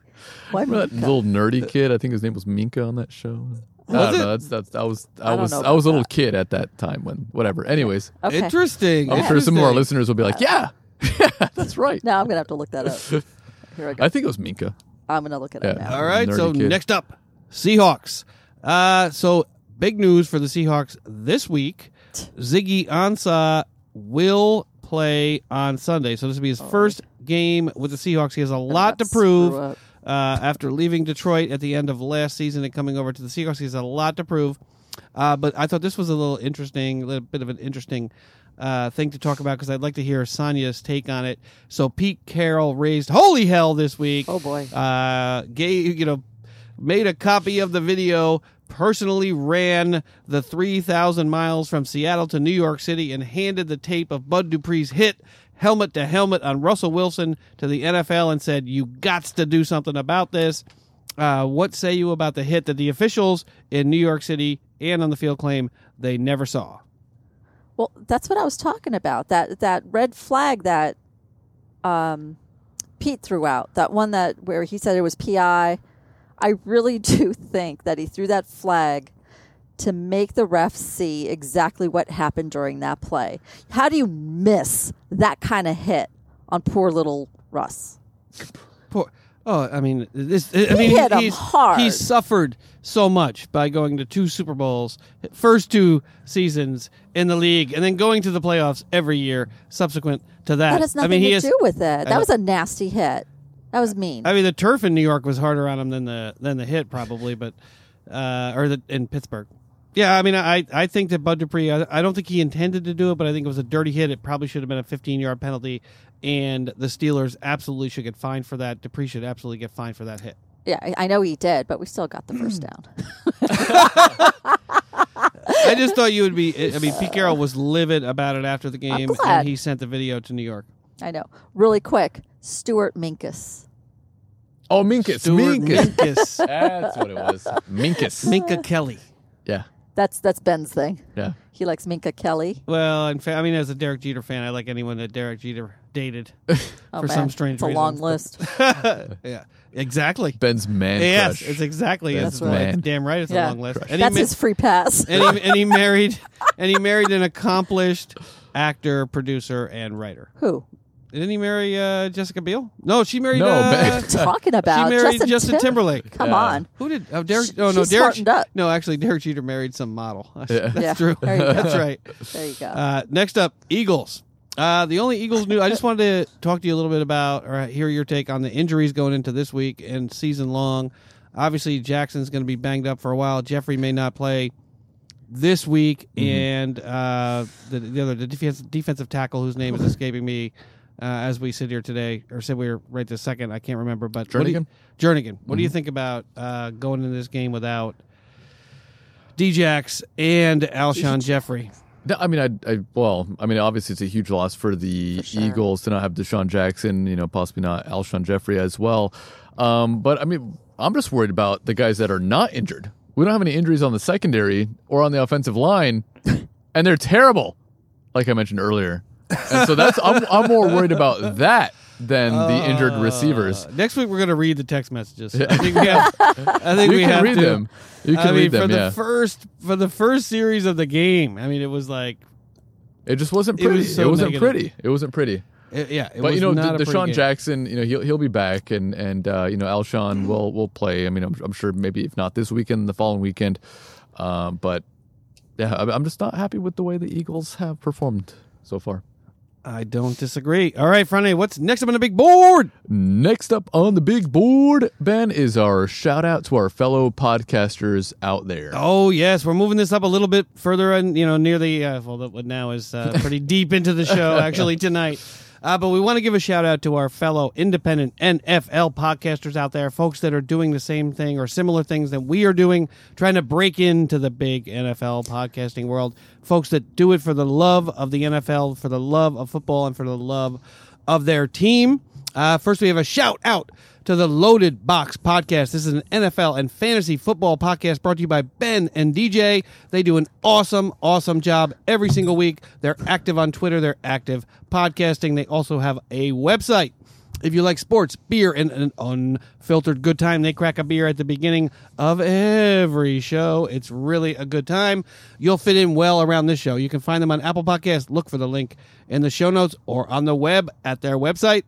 Speaker 3: Why
Speaker 2: Remember that
Speaker 3: Minka?
Speaker 2: little nerdy kid? I think his name was Minka on that show. I
Speaker 1: Was
Speaker 2: don't
Speaker 1: it?
Speaker 2: know. That's, that's, I was I,
Speaker 3: I don't
Speaker 2: was
Speaker 3: know
Speaker 2: I was a
Speaker 3: about
Speaker 2: little
Speaker 3: that. Oh,
Speaker 2: kid at that time when whatever. Anyways,
Speaker 3: Okay.
Speaker 1: Interesting.
Speaker 2: I'm sure some of our
Speaker 1: interesting.
Speaker 2: listeners will be like, yeah, that's right.
Speaker 3: Now I'm gonna have to look that up. Here I go.
Speaker 2: I think it was Minka.
Speaker 3: I'm gonna look it up
Speaker 2: Yeah.
Speaker 3: now.
Speaker 1: All right.
Speaker 2: Nerdy
Speaker 1: So
Speaker 2: kid.
Speaker 1: next up, Seahawks. Uh, so big news for the Seahawks this week: Ziggy Ansah will play on Sunday. So this will be
Speaker 3: Oh.
Speaker 1: his first game with the Seahawks. He has a lot to
Speaker 3: not screw
Speaker 1: prove. Uh,
Speaker 3: up.
Speaker 1: after leaving Detroit at the end of last season and coming over to the Seahawks, he has a lot to prove. Uh, but I thought this was a little interesting, a little bit of an interesting uh, thing to talk about because I'd like to hear Sonia's take on it. So Pete Carroll raised holy hell this week
Speaker 3: Oh, boy.
Speaker 1: uh, gave you know made a copy of the video personally ran the 3000 miles from seattle to new york city and handed the tape of bud dupree's hit helmet to helmet on russell wilson to the nfl and said you gots to do something about this uh, what say you about the hit that the officials in new york city and on the field claim they never saw
Speaker 3: Well, that's what I was talking about. That that red flag that um, Pete threw out. That one that where he said it was PI. I really do think that he threw that flag to make the ref see exactly what happened during that play. How do you miss that kind of hit on poor little Russ?
Speaker 1: Poor. Oh, I mean, this. I mean,
Speaker 3: hit 'em
Speaker 1: he's,
Speaker 3: hard.
Speaker 1: He suffered so much by going to two Super Bowls, first two seasons in the league, and then going to the playoffs every year subsequent to that.
Speaker 3: That has nothing
Speaker 1: I mean, he
Speaker 3: to
Speaker 1: is,
Speaker 3: do with it. That
Speaker 1: know.
Speaker 3: was a nasty hit. That was mean.
Speaker 1: I mean, the turf in New York was harder on him than the than the hit probably, but uh, or the in Pittsburgh. Yeah, I mean, I I think that Bud Dupree. I, I don't think he intended to do it, but I think it was a dirty hit. It probably should have been a 15 yard penalty, and the Steelers absolutely should get fined for that. Dupree should absolutely get fined for that hit.
Speaker 3: yeah, I- I know he did, but we still got the first
Speaker 1: Hmm.
Speaker 3: down.
Speaker 1: I just thought you would be. I mean, Pete Carroll was livid about it after the game,
Speaker 3: glad.
Speaker 1: and he sent the video to New York.
Speaker 3: I know. Really quick, Stuart Minkus.
Speaker 2: Oh, Minkus.
Speaker 1: Stuart
Speaker 2: Minkus.
Speaker 1: Minkus,
Speaker 2: that's what it was. Minkus.
Speaker 1: Minka Kelly.
Speaker 2: yeah.
Speaker 3: That's that's Ben's thing.
Speaker 2: Yeah.
Speaker 3: He likes Minka Kelly.
Speaker 1: Well, in fa- I mean, as a Derek Jeter fan, I like anyone that Derek Jeter dated
Speaker 3: Oh,
Speaker 1: for
Speaker 3: man.
Speaker 1: some strange
Speaker 3: It's a
Speaker 1: reason.
Speaker 3: long list.
Speaker 1: yeah, exactly.
Speaker 2: Ben's man
Speaker 1: yes,
Speaker 2: crush.
Speaker 1: it's exactly.
Speaker 2: That's
Speaker 1: That's
Speaker 2: right.
Speaker 1: Damn right, it's a
Speaker 3: Yeah.
Speaker 1: long list. And he
Speaker 3: That's
Speaker 1: ma-
Speaker 3: his free pass.
Speaker 1: and he, and he married and he married an accomplished actor, producer, and writer.
Speaker 3: Who?
Speaker 1: Didn't he marry uh, Jessica Biel? No, she married.
Speaker 2: No,
Speaker 1: uh,
Speaker 2: Ben-
Speaker 1: she
Speaker 3: Talking about
Speaker 1: married
Speaker 3: Justin,
Speaker 1: Justin
Speaker 3: Tim-
Speaker 1: Timberlake.
Speaker 3: Come
Speaker 2: Yeah.
Speaker 3: on.
Speaker 1: Who did? Oh, Derek.
Speaker 3: She-
Speaker 1: oh no,
Speaker 3: she
Speaker 1: Derek.
Speaker 3: smartened up.
Speaker 1: No, actually, Derek Jeter married some model. That's
Speaker 3: Yeah,
Speaker 1: true.
Speaker 3: there you go.
Speaker 1: That's right.
Speaker 3: There you go.
Speaker 1: Uh, next up, Eagles. Uh, the only Eagles new. I just wanted to talk to you a little bit about or hear your take on the injuries going into this week and season long. Obviously, Jackson's going to be banged up for a while. Jeffrey may not play this week, and uh, the, the other the defense, defensive tackle whose name is escaping me uh, as we sit here today or sit here right this second. I can't remember, but what do you-
Speaker 2: Jernigan?
Speaker 1: Jernigan. What do you think about uh, going into this game without Djax and Alshon Jeffrey?
Speaker 2: No, I mean, I, I, well, I mean, obviously it's a huge loss for the
Speaker 3: For sure.
Speaker 2: Eagles to not have Deshaun Jackson, you know, possibly not Alshon Jeffrey as well. Um, but I mean, I'm just worried about the guys that are not injured. We don't have any injuries on the secondary or on the offensive line, and they're terrible, like I mentioned earlier. And so that's I'm, I'm more worried about that than the injured receivers.
Speaker 1: Uh, next week we're going to read the text messages. I think we have. I think
Speaker 2: You
Speaker 1: we
Speaker 2: can
Speaker 1: have
Speaker 2: read
Speaker 1: to.
Speaker 2: them. You can
Speaker 1: Uh, I mean,
Speaker 2: read
Speaker 1: for
Speaker 2: them.
Speaker 1: the
Speaker 2: Yeah,
Speaker 1: first for the first series of the game. I mean, it was like,
Speaker 2: it just wasn't
Speaker 1: it was
Speaker 2: pretty. It,
Speaker 1: so
Speaker 2: was not
Speaker 1: negative.
Speaker 2: pretty. It wasn't pretty.
Speaker 1: it- yeah. It
Speaker 2: but
Speaker 1: was
Speaker 2: you know,
Speaker 1: not
Speaker 2: De-
Speaker 1: a pretty
Speaker 2: Deshaun
Speaker 1: game.
Speaker 2: Jackson, you know, he'll he'll be back, and and uh, you know, Alshon
Speaker 1: Mm-hmm.
Speaker 2: will will play. I mean, I'm, I'm sure maybe if not this weekend, the following weekend. Um, but yeah, I'm I'm just not happy with the way the Eagles have performed so far.
Speaker 1: I don't disagree. All right, Friday. What's next up on the big board?
Speaker 2: Next up on the big board, Ben is our shout out to our fellow podcasters out there.
Speaker 1: Oh yes, we're moving this up a little bit further, and you know, near the uh, well, that- what now is uh, pretty deep into the show actually tonight. Uh, but we want to give a shout out to our fellow independent NFL podcasters out there, folks that are doing the same thing or similar things that we are doing, trying to break into the big NFL podcasting world. Folks that do it for the love of the NFL, for the love of football, and for the love of their team. Uh, first, we have a shout out to the Loaded Box Podcast. This is an NFL and fantasy football podcast brought to you by Ben and DJ. They do an awesome, awesome job every single week. They're active on Twitter, they're active podcasting. They also have a website. If you like sports, beer, and an unfiltered good time, they crack a beer at the beginning of every show. It's really a good time. You'll fit in well around this show. You can find them on Apple Podcasts. Look for the link in the show notes or on the web at their website.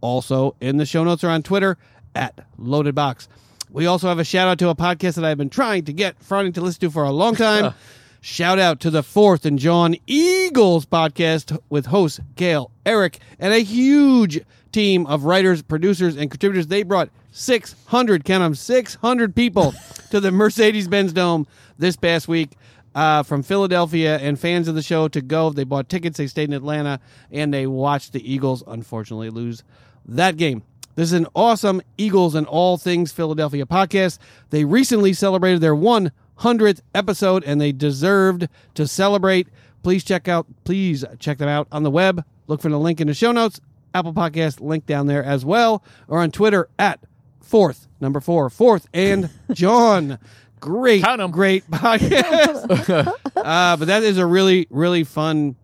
Speaker 1: Also in the show notes or on Twitter at Loaded Box. We also have a shout out to a podcast that I've been trying to get Friday to listen to for a long time. Shout out to the Fourth and John Eagles podcast with hosts Gail, Eric, and a huge team of writers, producers, and contributors. They brought 600, count them, 600 people to the Mercedes Benz Dome this past week uh, from Philadelphia and fans of the show to go. They bought tickets, they stayed in Atlanta, and they watched the Eagles unfortunately lose that game. This is an awesome Eagles and all things Philadelphia podcast. They recently celebrated their 100th episode and they deserved to celebrate. Please check out please check them out on the web. Look for the link in the show notes, Apple Podcast link down there as well or on Twitter at fourth number 4 fourth and John. Great
Speaker 2: Count 'em.
Speaker 1: great podcast. uh, but that is a really really fun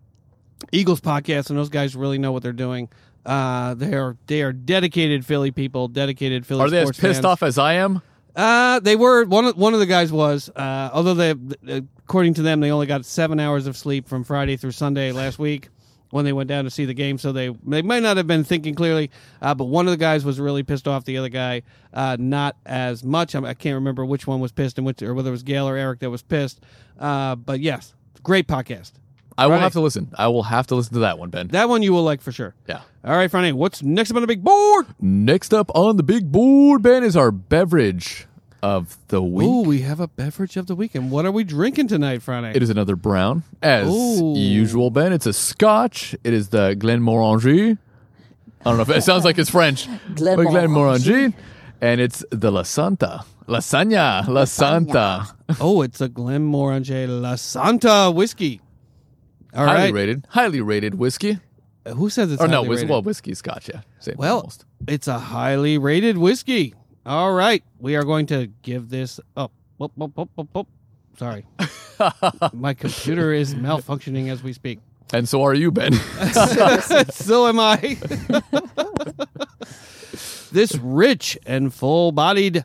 Speaker 1: Eagles podcast, and those guys really know what they're doing. Uh, they are they are dedicated Philly people, dedicated Philly.
Speaker 2: Are they as
Speaker 1: sports
Speaker 2: pissed
Speaker 1: fans.
Speaker 2: off as I am?
Speaker 1: Uh, they were one of, one of the guys was. Uh, although they, according to them, they only got seven hours of sleep from Friday through Sunday last week when they went down to see the game. So they they might not have been thinking clearly. Uh, but one of the guys was really pissed off. The other guy, uh, not as much. I, I can't remember which one was pissed and which, or whether it was Gail or Eric that was pissed. Uh, but yes, great podcast.
Speaker 2: I will
Speaker 1: Right.
Speaker 2: have to listen. I will have to listen to that one, Ben.
Speaker 1: That one you will like for sure.
Speaker 2: yeah.
Speaker 1: All right, Friday. What's next up on the big board?
Speaker 2: Next up on the big board, Ben, is our beverage of the week.
Speaker 1: Ooh, we have a beverage of the week, and what are we drinking tonight, Friday?
Speaker 2: It is another brown, as
Speaker 1: Ooh.
Speaker 2: usual, Ben. It's a Scotch. It is the Glenmorangie. I don't know if it sounds like it's French, but Glenmorangie, and it's the La Santa, lasagna, La Santa.
Speaker 1: oh, it's a Glenmorangie La Santa whiskey. All
Speaker 2: highly
Speaker 1: right,
Speaker 2: rated, highly rated whiskey.
Speaker 1: who says it's
Speaker 2: or no,
Speaker 1: highly
Speaker 2: whis-
Speaker 1: rated?
Speaker 2: well, whiskey Scotch, yeah. Same
Speaker 1: Well,
Speaker 2: almost.
Speaker 1: it's a highly rated whiskey. All right, we are going to give this up. Whoop, whoop, whoop, whoop, whoop. Sorry, my computer is malfunctioning as we speak.
Speaker 2: and so are you, Ben.
Speaker 1: so am I. this rich and full bodied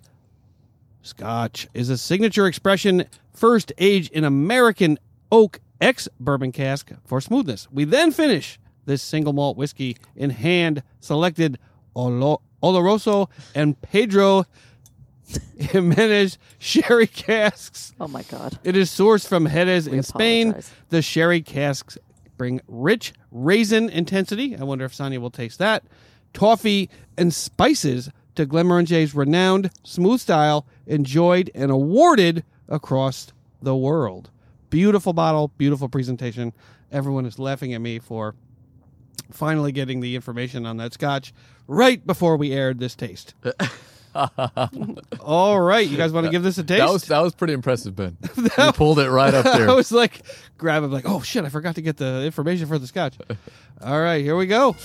Speaker 1: scotch is a signature expression first aged in American oak ex bourbon cask for smoothness. We then finish this single malt whiskey in hand selected Olo- Oloroso and Pedro Jimenez sherry casks.
Speaker 3: Oh my God.
Speaker 1: It is sourced from Jerez in Spain.
Speaker 3: apologize.
Speaker 1: The sherry casks bring rich raisin intensity. I wonder if Sonia will taste that. Toffee and spices to Glenmorangier's renowned smooth style, enjoyed and awarded across the world. Beautiful bottle, beautiful presentation. Everyone is laughing at me for finally getting the information on that scotch right before we aired this taste. All right, you guys want to give this a taste?
Speaker 2: That was that was pretty impressive, Ben. you pulled it right up
Speaker 1: I
Speaker 2: there.
Speaker 1: was like, grab him, like, oh shit, I forgot to get the information for the scotch. All right, here we go.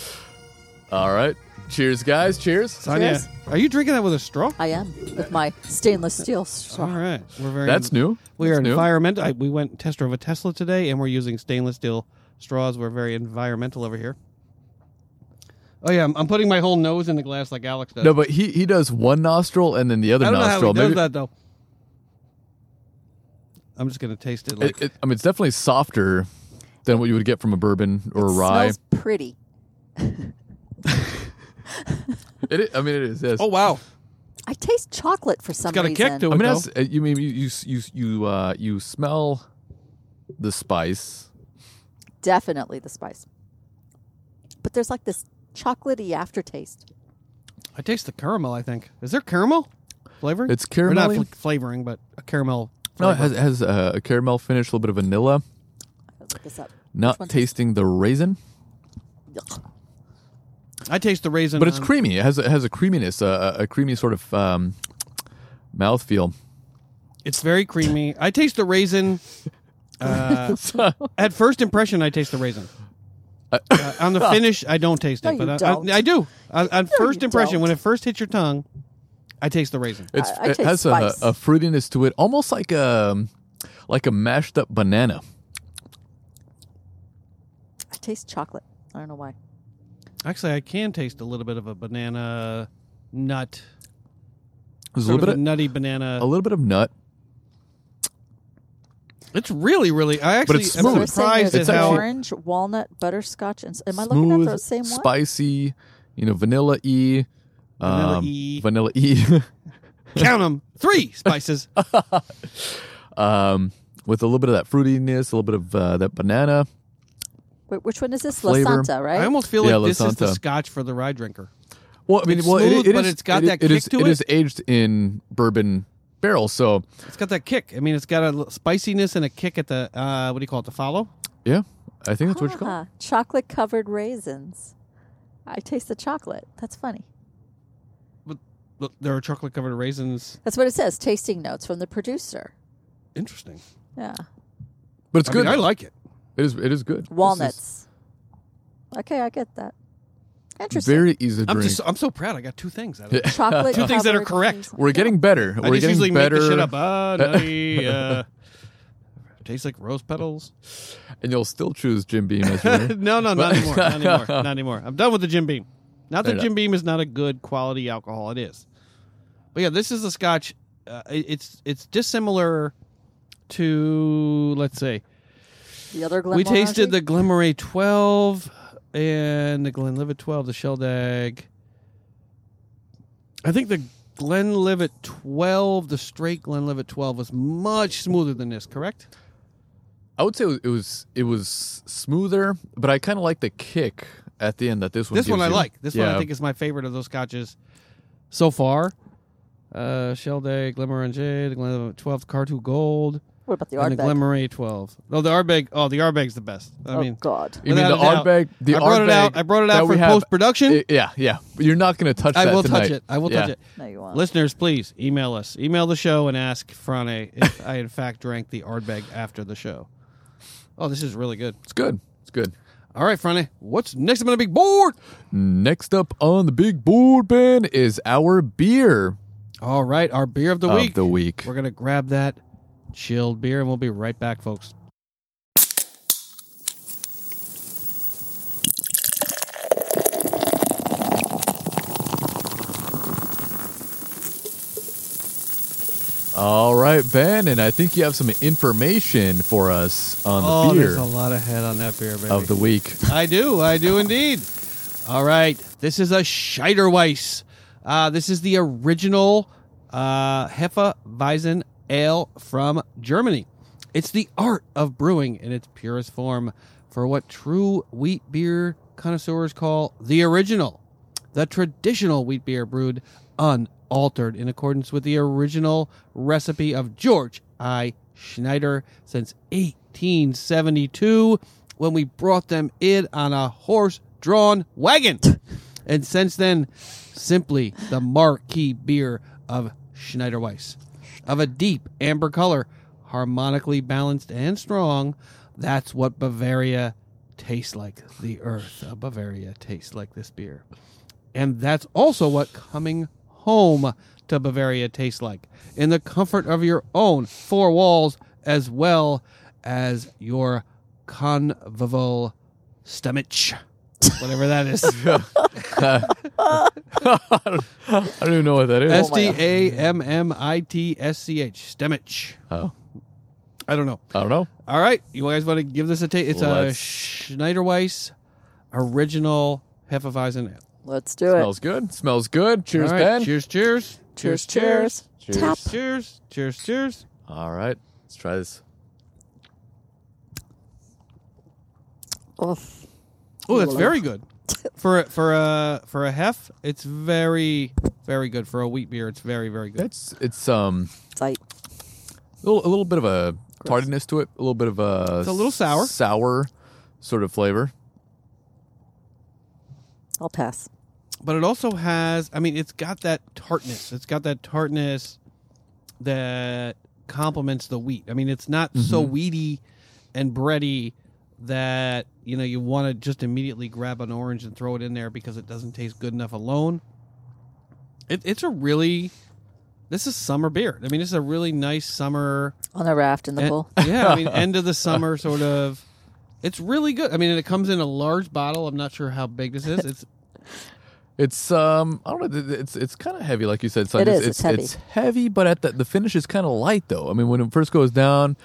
Speaker 2: All right. Cheers, guys. Cheers.
Speaker 1: Tanya,
Speaker 3: Cheers. Oh.
Speaker 1: are you drinking that with a straw?
Speaker 3: I am with my stainless steel.
Speaker 1: All
Speaker 3: straw.
Speaker 1: right, we're very.
Speaker 2: That's new.
Speaker 1: We
Speaker 2: That's
Speaker 1: are
Speaker 2: new.
Speaker 1: environmental. I, we went test drove a Tesla today, and we're using stainless steel straws. We're very environmental over here. Oh yeah, I'm, I'm putting my whole nose in the glass like Alex does.
Speaker 2: No, but he he does one nostril and then the other
Speaker 1: I don't know how he
Speaker 2: nostril.
Speaker 1: does
Speaker 2: Maybe-
Speaker 1: that though. I'm just gonna taste it. Like
Speaker 2: it- it- I mean, it's definitely softer than what you would get from a bourbon or a rye.
Speaker 3: Smells pretty.
Speaker 2: It is, I mean, it is. Yes.
Speaker 1: oh wow,
Speaker 3: I taste chocolate for some
Speaker 1: it's got a
Speaker 3: reason.
Speaker 1: kick to it.
Speaker 2: I mean,
Speaker 1: though.
Speaker 2: that's, uh, you mean you you you you, uh, you smell the spice.
Speaker 3: Definitely the spice. But there's like this chocolatey aftertaste.
Speaker 1: I taste the caramel. I think is there caramel flavoring?
Speaker 2: It's
Speaker 1: Or not
Speaker 2: caramelly.
Speaker 1: fl- flavoring, but a caramel.
Speaker 2: No, it
Speaker 1: flavor.
Speaker 2: has, it has uh, a caramel finish, a little bit of vanilla.
Speaker 3: Let's look this up. Which
Speaker 2: Not
Speaker 3: one's-
Speaker 2: tasting the raisin,
Speaker 3: Yuck.
Speaker 1: I taste the raisin, um,
Speaker 2: but it's
Speaker 1: on-
Speaker 2: creamy. It has it has a creaminess, a, a a creamy sort of um, mouthfeel.
Speaker 1: It's very creamy. I taste the raisin. Uh, at first impression, I taste the raisin. Uh, on
Speaker 2: Oh.
Speaker 1: the finish, I don't taste
Speaker 3: No,
Speaker 1: it,
Speaker 3: you
Speaker 1: but I,
Speaker 3: don't.
Speaker 1: I, I do. On, on first
Speaker 3: you
Speaker 1: impression,
Speaker 3: don't.
Speaker 1: when it first hits your tongue, I taste the raisin.
Speaker 2: It's
Speaker 3: I- I
Speaker 2: it
Speaker 3: taste
Speaker 2: has a,
Speaker 3: spice.
Speaker 2: a fruitiness to it, almost like a like a mashed up banana.
Speaker 3: I taste chocolate. I don't know why.
Speaker 1: Actually, I can taste a little bit of a banana nut,
Speaker 2: There's a
Speaker 1: sort
Speaker 2: little
Speaker 1: of
Speaker 2: bit
Speaker 1: a
Speaker 2: of,
Speaker 1: nutty banana.
Speaker 2: a little bit of nut.
Speaker 1: It's really, really. I actually
Speaker 2: it's
Speaker 1: am
Speaker 2: smooth.
Speaker 3: They're saying
Speaker 1: surprised
Speaker 3: there's
Speaker 1: at
Speaker 2: It's actually-
Speaker 1: how
Speaker 3: orange, walnut, butterscotch, and s- am I looking at
Speaker 2: smooth,
Speaker 3: the same one?
Speaker 2: spicy, you know, vanilla e,
Speaker 1: Vanilla E.
Speaker 2: vanilla e,
Speaker 1: count them three spices.
Speaker 2: um, with a little bit of that fruitiness, a little bit of uh, that banana.
Speaker 3: Wait, which one is this?
Speaker 2: Flavor.
Speaker 3: La Santa, right?
Speaker 1: I almost feel
Speaker 2: Yeah,
Speaker 1: like this is the
Speaker 2: Lasanta.
Speaker 1: scotch for the rye drinker.
Speaker 2: Well, I mean,
Speaker 1: It's
Speaker 2: well, it-
Speaker 1: smooth,
Speaker 2: it
Speaker 1: but
Speaker 2: is-
Speaker 1: it's got
Speaker 2: it-
Speaker 1: that
Speaker 2: it is-
Speaker 1: kick to
Speaker 2: It
Speaker 1: it.
Speaker 2: is aged in bourbon barrels, so
Speaker 1: It's got that kick. I mean, it's got a l- spiciness and a kick at the uh, what do you call it? The follow.
Speaker 2: yeah, I think that's what you
Speaker 3: Ah.
Speaker 2: call. it.
Speaker 3: Chocolate covered raisins. I taste the chocolate. That's funny.
Speaker 1: But, but there are chocolate covered raisins.
Speaker 3: That's what it says. Tasting notes from the producer.
Speaker 1: Interesting.
Speaker 3: Yeah.
Speaker 2: But it's
Speaker 1: I
Speaker 2: good.
Speaker 1: mean, I like it.
Speaker 2: it. Is it is good. This is
Speaker 3: Walnuts. Okay, I get that. Interesting.
Speaker 2: Very easy to
Speaker 1: I'm
Speaker 2: drink.
Speaker 1: just I'm so proud. I got two things. Out of it.
Speaker 3: Chocolate.
Speaker 1: Two things that are
Speaker 3: covered
Speaker 1: correct.
Speaker 3: raisins.
Speaker 2: We're getting better.
Speaker 1: I
Speaker 2: We're
Speaker 1: just
Speaker 2: getting
Speaker 1: usually
Speaker 2: better.
Speaker 1: make the shit up. Ah, nutty. Uh, tastes like rose petals.
Speaker 2: And you'll still choose Jim Beam as your winner.
Speaker 1: No, no, not anymore. Not anymore. Not anymore. I'm done with the Jim Beam. Not that
Speaker 2: Fair
Speaker 1: Jim Beam is not a good quality alcohol. It is. But yeah, this is a Scotch. Uh, it- it's it's dissimilar to let's say
Speaker 3: The other
Speaker 1: we
Speaker 3: Glenmorangie?
Speaker 1: tasted the Glenmorangie 12 and the Glenlivet 12, the Sheldag. I think the Glenlivet 12, the straight Glenlivet 12 was much smoother than this, correct?
Speaker 2: I would say it was it was smoother, but I kind of like the kick at the end that this one.
Speaker 1: This one I
Speaker 2: gives you.
Speaker 1: like. This one I
Speaker 2: Yeah.
Speaker 1: think is my favorite of those scotches so far. Uh Sheldag, Glenmorangie, the Glenlivet 12, Cartu Gold,
Speaker 3: What about the
Speaker 1: and the
Speaker 3: Ardbeg?
Speaker 1: Glenmorangie 12 Oh, the Ardbeg, oh, the Ardbeg's the best. I
Speaker 3: oh
Speaker 1: mean,
Speaker 3: God.
Speaker 2: You
Speaker 1: Without
Speaker 2: mean
Speaker 1: a
Speaker 2: the
Speaker 1: doubt.
Speaker 2: Ardbeg? The
Speaker 1: I brought it
Speaker 2: Ardbeg
Speaker 1: out. I brought it
Speaker 2: that
Speaker 1: out for
Speaker 2: we have-
Speaker 1: post production.
Speaker 2: I- yeah, yeah. But You're not going to touch
Speaker 1: I
Speaker 2: that
Speaker 1: will touch
Speaker 2: tonight.
Speaker 1: it. I will touch
Speaker 2: Yeah.
Speaker 1: it.
Speaker 3: No, you won't.
Speaker 1: Listeners, please email us. Email the show and ask Frane if I in fact drank the Ardbeg after the show. Oh, this is really good.
Speaker 2: It's good. It's good.
Speaker 1: All right, Frane, what's next on the big board?
Speaker 2: Next up on the big board, Ben, is our beer
Speaker 1: All right, our beer of the
Speaker 2: of
Speaker 1: week.
Speaker 2: the week.
Speaker 1: We're gonna grab that chilled beer and we'll be right back, folks.
Speaker 2: All right, Ben, and I think you have some information for us on the
Speaker 1: oh,
Speaker 2: beer
Speaker 1: there's a lot of head on that beer, baby.
Speaker 2: of the week.
Speaker 1: I do. I do indeed. All right. This is a Scheiderweiss. Uh, this is the original uh, Hefeweizen ale from Germany. It's the art of brewing in its purest form for what true wheat beer connoisseurs call the original. The traditional wheat beer brewed unaltered in accordance with the original recipe of George I. Schneider since 1872 when we brought them in on a horse drawn wagon. And since then, simply the marquee beer of Schneider Weiss. Of a deep amber color, harmonically balanced and strong, that's what Bavaria tastes like. The earth of Bavaria tastes like this beer. And that's also what coming home to Bavaria tastes like in the comfort of your own four walls as well as your convivial stomach. Whatever that
Speaker 2: Oh
Speaker 1: is.
Speaker 2: I don't even know what that is.
Speaker 1: S T A M M I T S C H. Stomach.
Speaker 2: Oh.
Speaker 1: I don't know.
Speaker 2: I don't know.
Speaker 1: All right. You guys want to give this a taste? It's a
Speaker 2: Let's-
Speaker 1: Schneiderweiss original Hefeweizen. Ale.
Speaker 3: Let's do it.
Speaker 2: Smells good. Smells good. Cheers,
Speaker 1: All right,
Speaker 2: Ben.
Speaker 1: Cheers, cheers.
Speaker 3: Cheers, cheers. Tap.
Speaker 1: Cheers, cheers, cheers.
Speaker 2: All right. Let's try this.
Speaker 3: Oh,
Speaker 1: Oh, that's very good. For a, for a for a hef, it's very very good. For a wheat beer, it's very very good.
Speaker 2: It's it's um
Speaker 3: it's like
Speaker 2: a little, a little bit of a tardiness to it. A little bit of a
Speaker 1: It's a little sour.
Speaker 2: sour sort of flavor.
Speaker 3: I'll pass.
Speaker 1: but it also has i mean it's got that tartness it's got that tartness that complements the wheat i mean it's not so weedy and bready that you know you want to just immediately grab an orange and throw it in there because it doesn't taste good enough alone it, it's a really this is summer beer i mean it's a really nice summer
Speaker 3: On the raft in the pool.
Speaker 1: and- yeah, I mean, end of the summer sort of. It's really good. I mean, and it comes in a large bottle. I'm not sure how big this is. It's
Speaker 2: It's um I don't know th- th- it's it's kind of heavy like you said son.
Speaker 3: It is,
Speaker 2: it's
Speaker 3: it's heavy.
Speaker 2: heavy, but at the the finish is kind of light though. I mean when it first goes down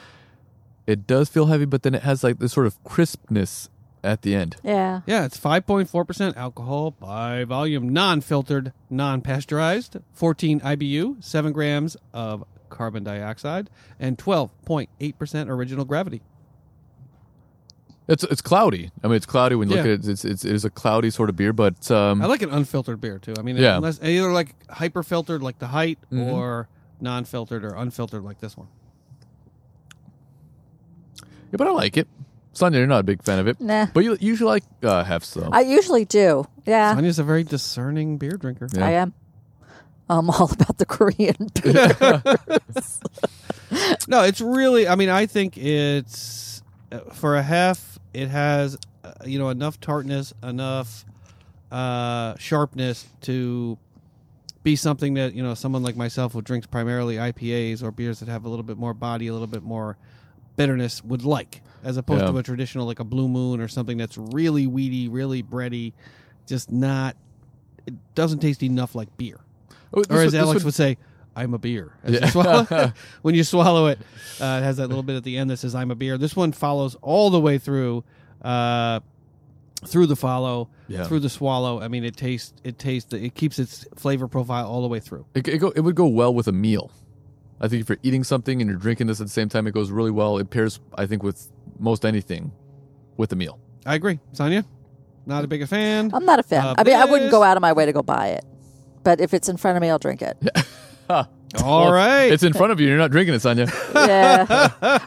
Speaker 2: it does feel heavy but then it has like this sort of crispness at the end.
Speaker 3: Yeah.
Speaker 1: Yeah, it's 5.4% alcohol by volume, non filtered, non pasteurized, 14 IBU, 7 grams of carbon dioxide, and 12.8% original gravity.
Speaker 2: It's it's cloudy. I mean it's cloudy when you look
Speaker 1: Yeah.
Speaker 2: at it. It's, it's it is a cloudy sort of beer but um
Speaker 1: I like an unfiltered beer too. I mean,
Speaker 2: Yeah. Mm-hmm.
Speaker 1: unless either like hyper filtered, like the height, or non filtered or unfiltered, like this one.
Speaker 2: yeah, but I like it. Sonia, you're not a big fan of it.
Speaker 3: Nah.
Speaker 2: But you you usually like uh hefts
Speaker 1: Oh.
Speaker 2: though.
Speaker 3: I usually do. Yeah.
Speaker 1: Tanya's a very discerning beer drinker.
Speaker 2: Yeah.
Speaker 3: I am. I'm all about the Korean beer.
Speaker 1: No, it's really. I mean, I think it's uh, for a half. It has, uh, you know, enough tartness, enough uh, sharpness to be something that you know someone like myself who drinks primarily IPAs or beers that have a little bit more body, a little bit more bitterness would like, as opposed
Speaker 2: Yeah.
Speaker 1: to a traditional like a Blue Moon or something that's really weedy, really bready, just not. It doesn't taste enough like beer,
Speaker 2: Oh, this
Speaker 1: or as
Speaker 2: would- this
Speaker 1: Alex
Speaker 2: would-
Speaker 1: would say. I'm a beer. As
Speaker 2: Yeah.
Speaker 1: you swallow- when you swallow it, uh, it has that little bit at the end that says "I'm a beer." This one follows all the way through, uh, through the follow,
Speaker 2: Yeah.
Speaker 1: through the swallow. I mean, it tastes, it tastes, it keeps its flavor profile all the way through.
Speaker 2: It, it, go, it would go well with a meal. I think if you're eating something and you're drinking this at the same time, it goes really well. It pairs, I think, with most anything with a meal.
Speaker 1: I agree, Sonia. Not a big fan.
Speaker 3: I'm not a fan.
Speaker 1: Uh,
Speaker 3: I mean, I wouldn't go
Speaker 1: this-
Speaker 3: out of my way to go buy it. But if it's in front of me, I'll drink it.
Speaker 1: all right.
Speaker 2: It's in front of you. You're not drinking it, Sonia.
Speaker 3: Yeah.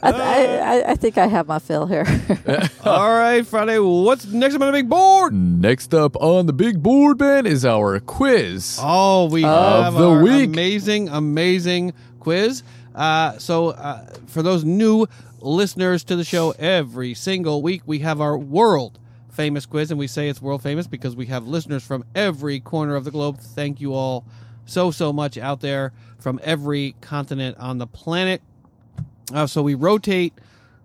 Speaker 3: I, th- I, I, I think I have my fill here.
Speaker 2: uh,
Speaker 1: all right, Friday. What's next up on the big board?
Speaker 2: Next up on the big board, Ben, is our quiz.
Speaker 1: Oh, we have
Speaker 2: the
Speaker 1: our
Speaker 2: week.
Speaker 1: amazing, amazing quiz. Uh, so, uh, for those new listeners to the show, every single week we have our world famous quiz, and we say it's world famous because we have listeners from every corner of the globe. Thank you all so, so much out there from every continent on the planet. Uh, so we rotate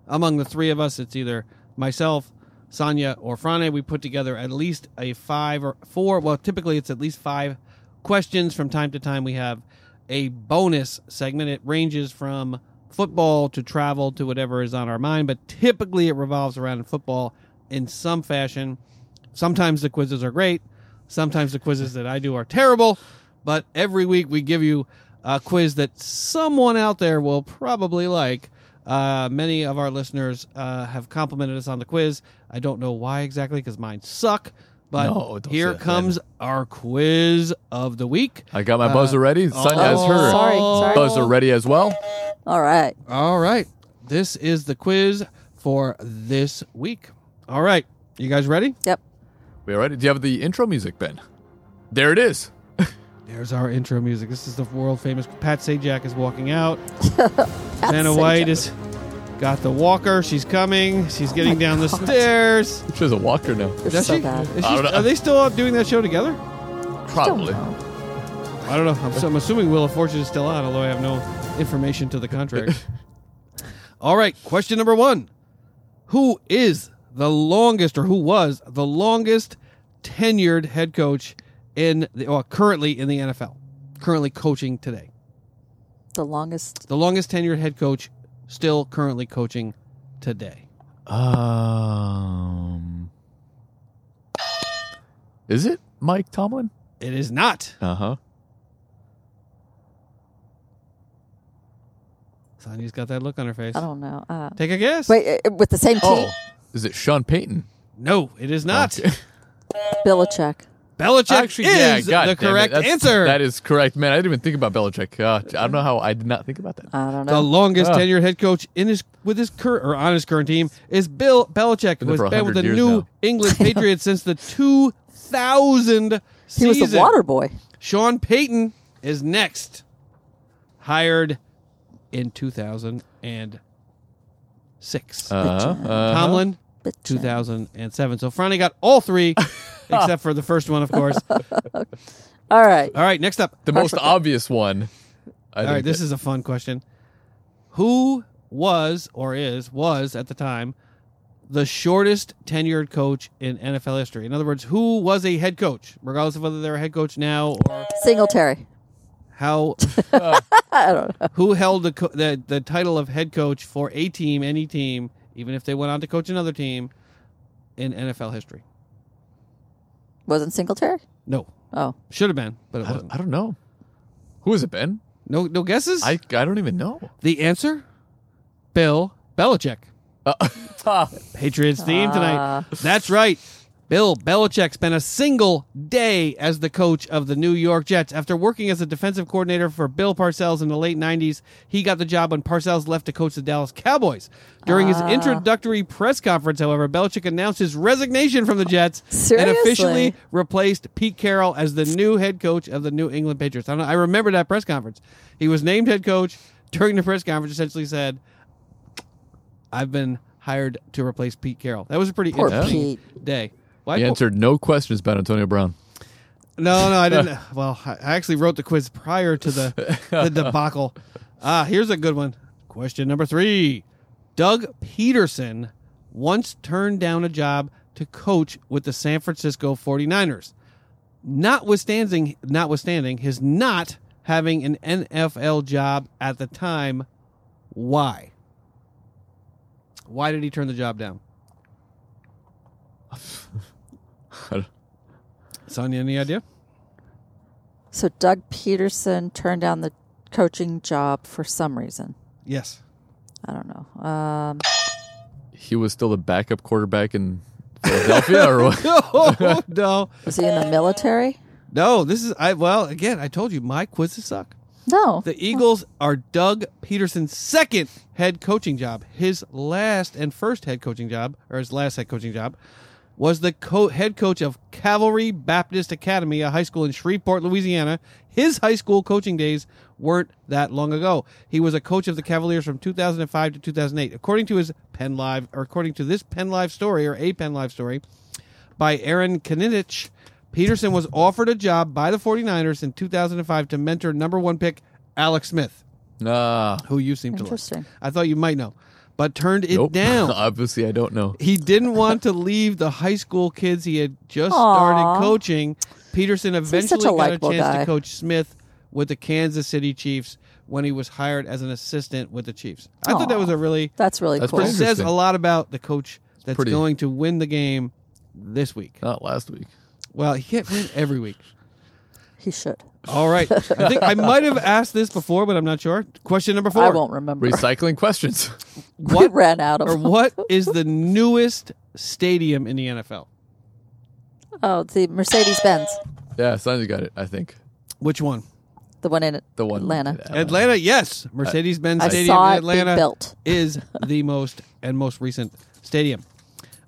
Speaker 1: among the three of us. It's either myself, Sonia, or Frane. We put together at least a five or four. Well, typically it's at least five questions. From time to time, we have a bonus segment. It ranges from football to travel to whatever is on our mind, but typically it revolves around football in some fashion. Sometimes the quizzes are great. Sometimes the quizzes that I do are terrible, but every week we give you a quiz that someone out there will probably like. Uh, many of our listeners uh, have complimented us on the quiz. I don't know why exactly because mine suck, but
Speaker 2: No, don't say
Speaker 1: here
Speaker 2: that,
Speaker 1: comes our quiz of the week.
Speaker 2: I got my buzzer ready.
Speaker 1: oh,
Speaker 2: Sonia has her
Speaker 3: Sorry, sorry.
Speaker 2: buzzer ready as well.
Speaker 3: All right.
Speaker 1: All right. This is the quiz for this week. All right. You guys ready?
Speaker 3: Yep.
Speaker 2: We all right? Do you have the intro music, Ben? There it is.
Speaker 1: There's our intro music. This is the world famous Pat Sajak is walking out.
Speaker 3: Pat
Speaker 1: Vanna
Speaker 3: Sajak.
Speaker 1: White is got the walker. She's coming. She's
Speaker 3: Oh
Speaker 1: getting down the stairs.
Speaker 2: She has a walker now.
Speaker 3: They're
Speaker 1: Does
Speaker 3: so
Speaker 1: she-
Speaker 3: bad.
Speaker 1: is
Speaker 2: I
Speaker 1: she-
Speaker 2: don't know.
Speaker 1: are they still up doing that show together?
Speaker 2: Probably.
Speaker 3: Don't know.
Speaker 1: I don't know. I'm, so- I'm assuming Wheel of Fortune is still on, although I have no information to the contrary. All right, question number one: Who is the longest, or who was the longest tenured head coach in the, or currently in the NFL? Currently coaching today,
Speaker 3: The longest.
Speaker 1: the longest tenured head coach still currently coaching today.
Speaker 2: Um, is it Mike Tomlin?
Speaker 1: It is not.
Speaker 2: Uh huh.
Speaker 1: Sonia's got that look on her face.
Speaker 3: I don't know. Uh,
Speaker 1: Take a guess.
Speaker 3: wait, uh, with the same team,
Speaker 2: Oh, is it Sean Payton?
Speaker 1: No, it is not.
Speaker 2: Okay.
Speaker 3: Belichick.
Speaker 1: Belichick is
Speaker 2: God
Speaker 1: the
Speaker 2: damn it.
Speaker 1: correct
Speaker 2: That's-
Speaker 1: answer.
Speaker 2: That is correct, man. I didn't even think about Belichick. Uh, I don't know how I did not think about that.
Speaker 3: I don't
Speaker 1: The
Speaker 3: know.
Speaker 1: longest
Speaker 2: Ah.
Speaker 1: tenured head coach in his with his current or on his current team is Bill Belichick,
Speaker 2: Been
Speaker 1: who
Speaker 2: there
Speaker 1: has
Speaker 2: for
Speaker 1: been with the
Speaker 2: 100 years
Speaker 1: New
Speaker 2: now.
Speaker 1: England Patriots since the 2000
Speaker 3: He
Speaker 1: season.
Speaker 3: was the water boy.
Speaker 1: Sean Payton is next, hired in 2006.
Speaker 2: Uh-huh, uh-huh.
Speaker 1: Tomlin,
Speaker 3: But
Speaker 1: 2007. So Franny got all three, except for the first one, of course. All
Speaker 3: All right.
Speaker 1: right, next up.
Speaker 2: The most obvious one. I
Speaker 1: All right,
Speaker 2: think
Speaker 1: this
Speaker 2: that-
Speaker 1: is a fun question. Who was or is was at the time the shortest tenured coach in NFL history? In other words, who was a head coach, regardless of whether they're a head coach now or
Speaker 3: Singletary.
Speaker 1: how? Who held the, co- the the title of head coach for a team, any team, even if they went on to coach another team in NFL history?
Speaker 3: Wasn't Singletary?
Speaker 1: No,
Speaker 3: Oh,
Speaker 1: should have been, but it
Speaker 2: I don't,
Speaker 1: wasn't.
Speaker 2: I don't know. Who is it, Ben?
Speaker 1: No, no guesses.
Speaker 2: I, I don't even know.
Speaker 1: the answer, Bill Belichick.
Speaker 2: Ah,
Speaker 1: Patriots theme tonight. That's right. Bill Belichick spent a single day as the coach of the New York Jets. After working as a defensive coordinator for Bill Parcells in the late 90s, he got the job when Parcells left to coach the Dallas Cowboys. During his introductory press conference, however, Belichick announced his resignation from the Jets and officially
Speaker 3: Seriously?
Speaker 1: replaced Pete Carroll as the new head coach of the New England Patriots. I, don't, I remember that press conference. He was named head coach during the press conference. Essentially said, "I've been hired to replace Pete Carroll." That was a pretty
Speaker 3: Poor
Speaker 1: interesting
Speaker 3: Pete.
Speaker 1: day. Why?
Speaker 2: he answered no questions about Antonio Brown.
Speaker 1: No, no, I didn't. well, I I actually wrote the quiz prior to the, the debacle. Ah, here's a good one. Question number three: Doug Peterson once turned down a job to coach with the San Francisco 49ers notwithstanding notwithstanding his not having an NFL job at the time, why? Why did he turn the job down?
Speaker 2: I don't-
Speaker 1: Sonia, any idea?
Speaker 3: so Doug Peterson turned down the coaching job for some reason.
Speaker 1: Yes.
Speaker 3: I don't know. Um,
Speaker 2: He was still the backup quarterback in Philadelphia, or what?
Speaker 1: No, no,
Speaker 3: was he in the military?
Speaker 1: no. This is I. Well, again, I told you my quizzes suck.
Speaker 3: No.
Speaker 1: The Eagles are Doug Peterson's second head coaching job. His last and first head coaching job, or his last head coaching job, was the co- head coach of Cavalry Baptist Academy, a high school in Shreveport, Louisiana. His high school coaching days weren't that long ago. He was a coach of the Cavaliers from 2005 to 2008. According to his Penn Live, or according to this Penn Live story, or a Penn Live story, by Aaron Kaninich. Peterson was offered a job by the 49ers in 2005 to mentor number one pick Alex Smith,
Speaker 2: Ah,
Speaker 1: who you seem to like.
Speaker 3: Interesting.
Speaker 1: I thought you might know, but turned it
Speaker 2: nope.
Speaker 1: down.
Speaker 2: Obviously, I don't know.
Speaker 1: he didn't want to leave the high school kids he had just started
Speaker 3: Aw.
Speaker 1: coaching. Peterson
Speaker 3: such
Speaker 1: eventually got
Speaker 3: a
Speaker 1: a
Speaker 3: likable
Speaker 1: chance to
Speaker 3: guy.
Speaker 1: coach Smith with the Kansas City Chiefs when he was hired as an assistant with the Chiefs. I thought that
Speaker 3: Aw.
Speaker 1: was a really
Speaker 3: That's really
Speaker 2: That's
Speaker 3: cool.
Speaker 1: it
Speaker 2: pretty-
Speaker 1: says
Speaker 2: Interesting.
Speaker 1: a lot about the coach that's
Speaker 2: pretty-
Speaker 1: going to win the game this week.
Speaker 2: Not last week.
Speaker 1: Well, he can't win every week.
Speaker 3: He should.
Speaker 1: All right. I think I might have asked this before, but I'm not sure. Question number four.
Speaker 3: I won't remember.
Speaker 2: Recycling questions.
Speaker 3: we
Speaker 1: What
Speaker 3: ran out of
Speaker 1: or what is the newest stadium in the NFL?
Speaker 3: Oh, the Mercedes Benz,
Speaker 2: Yeah, Sonny got it. I think
Speaker 1: Which one?
Speaker 3: the one in
Speaker 2: the one
Speaker 3: Atlanta.
Speaker 1: Atlanta, yes. Mercedes Benz
Speaker 3: I
Speaker 1: Stadium
Speaker 3: saw
Speaker 1: in
Speaker 3: it being
Speaker 1: Atlanta
Speaker 3: built.
Speaker 1: is the most and most recent stadium.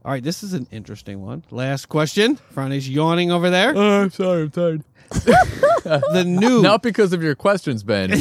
Speaker 1: All right, this is an interesting one. Last question. Franny's yawning over there.
Speaker 2: Oh, I'm sorry. I'm tired.
Speaker 1: The new
Speaker 2: Not because of your questions, Ben. Um,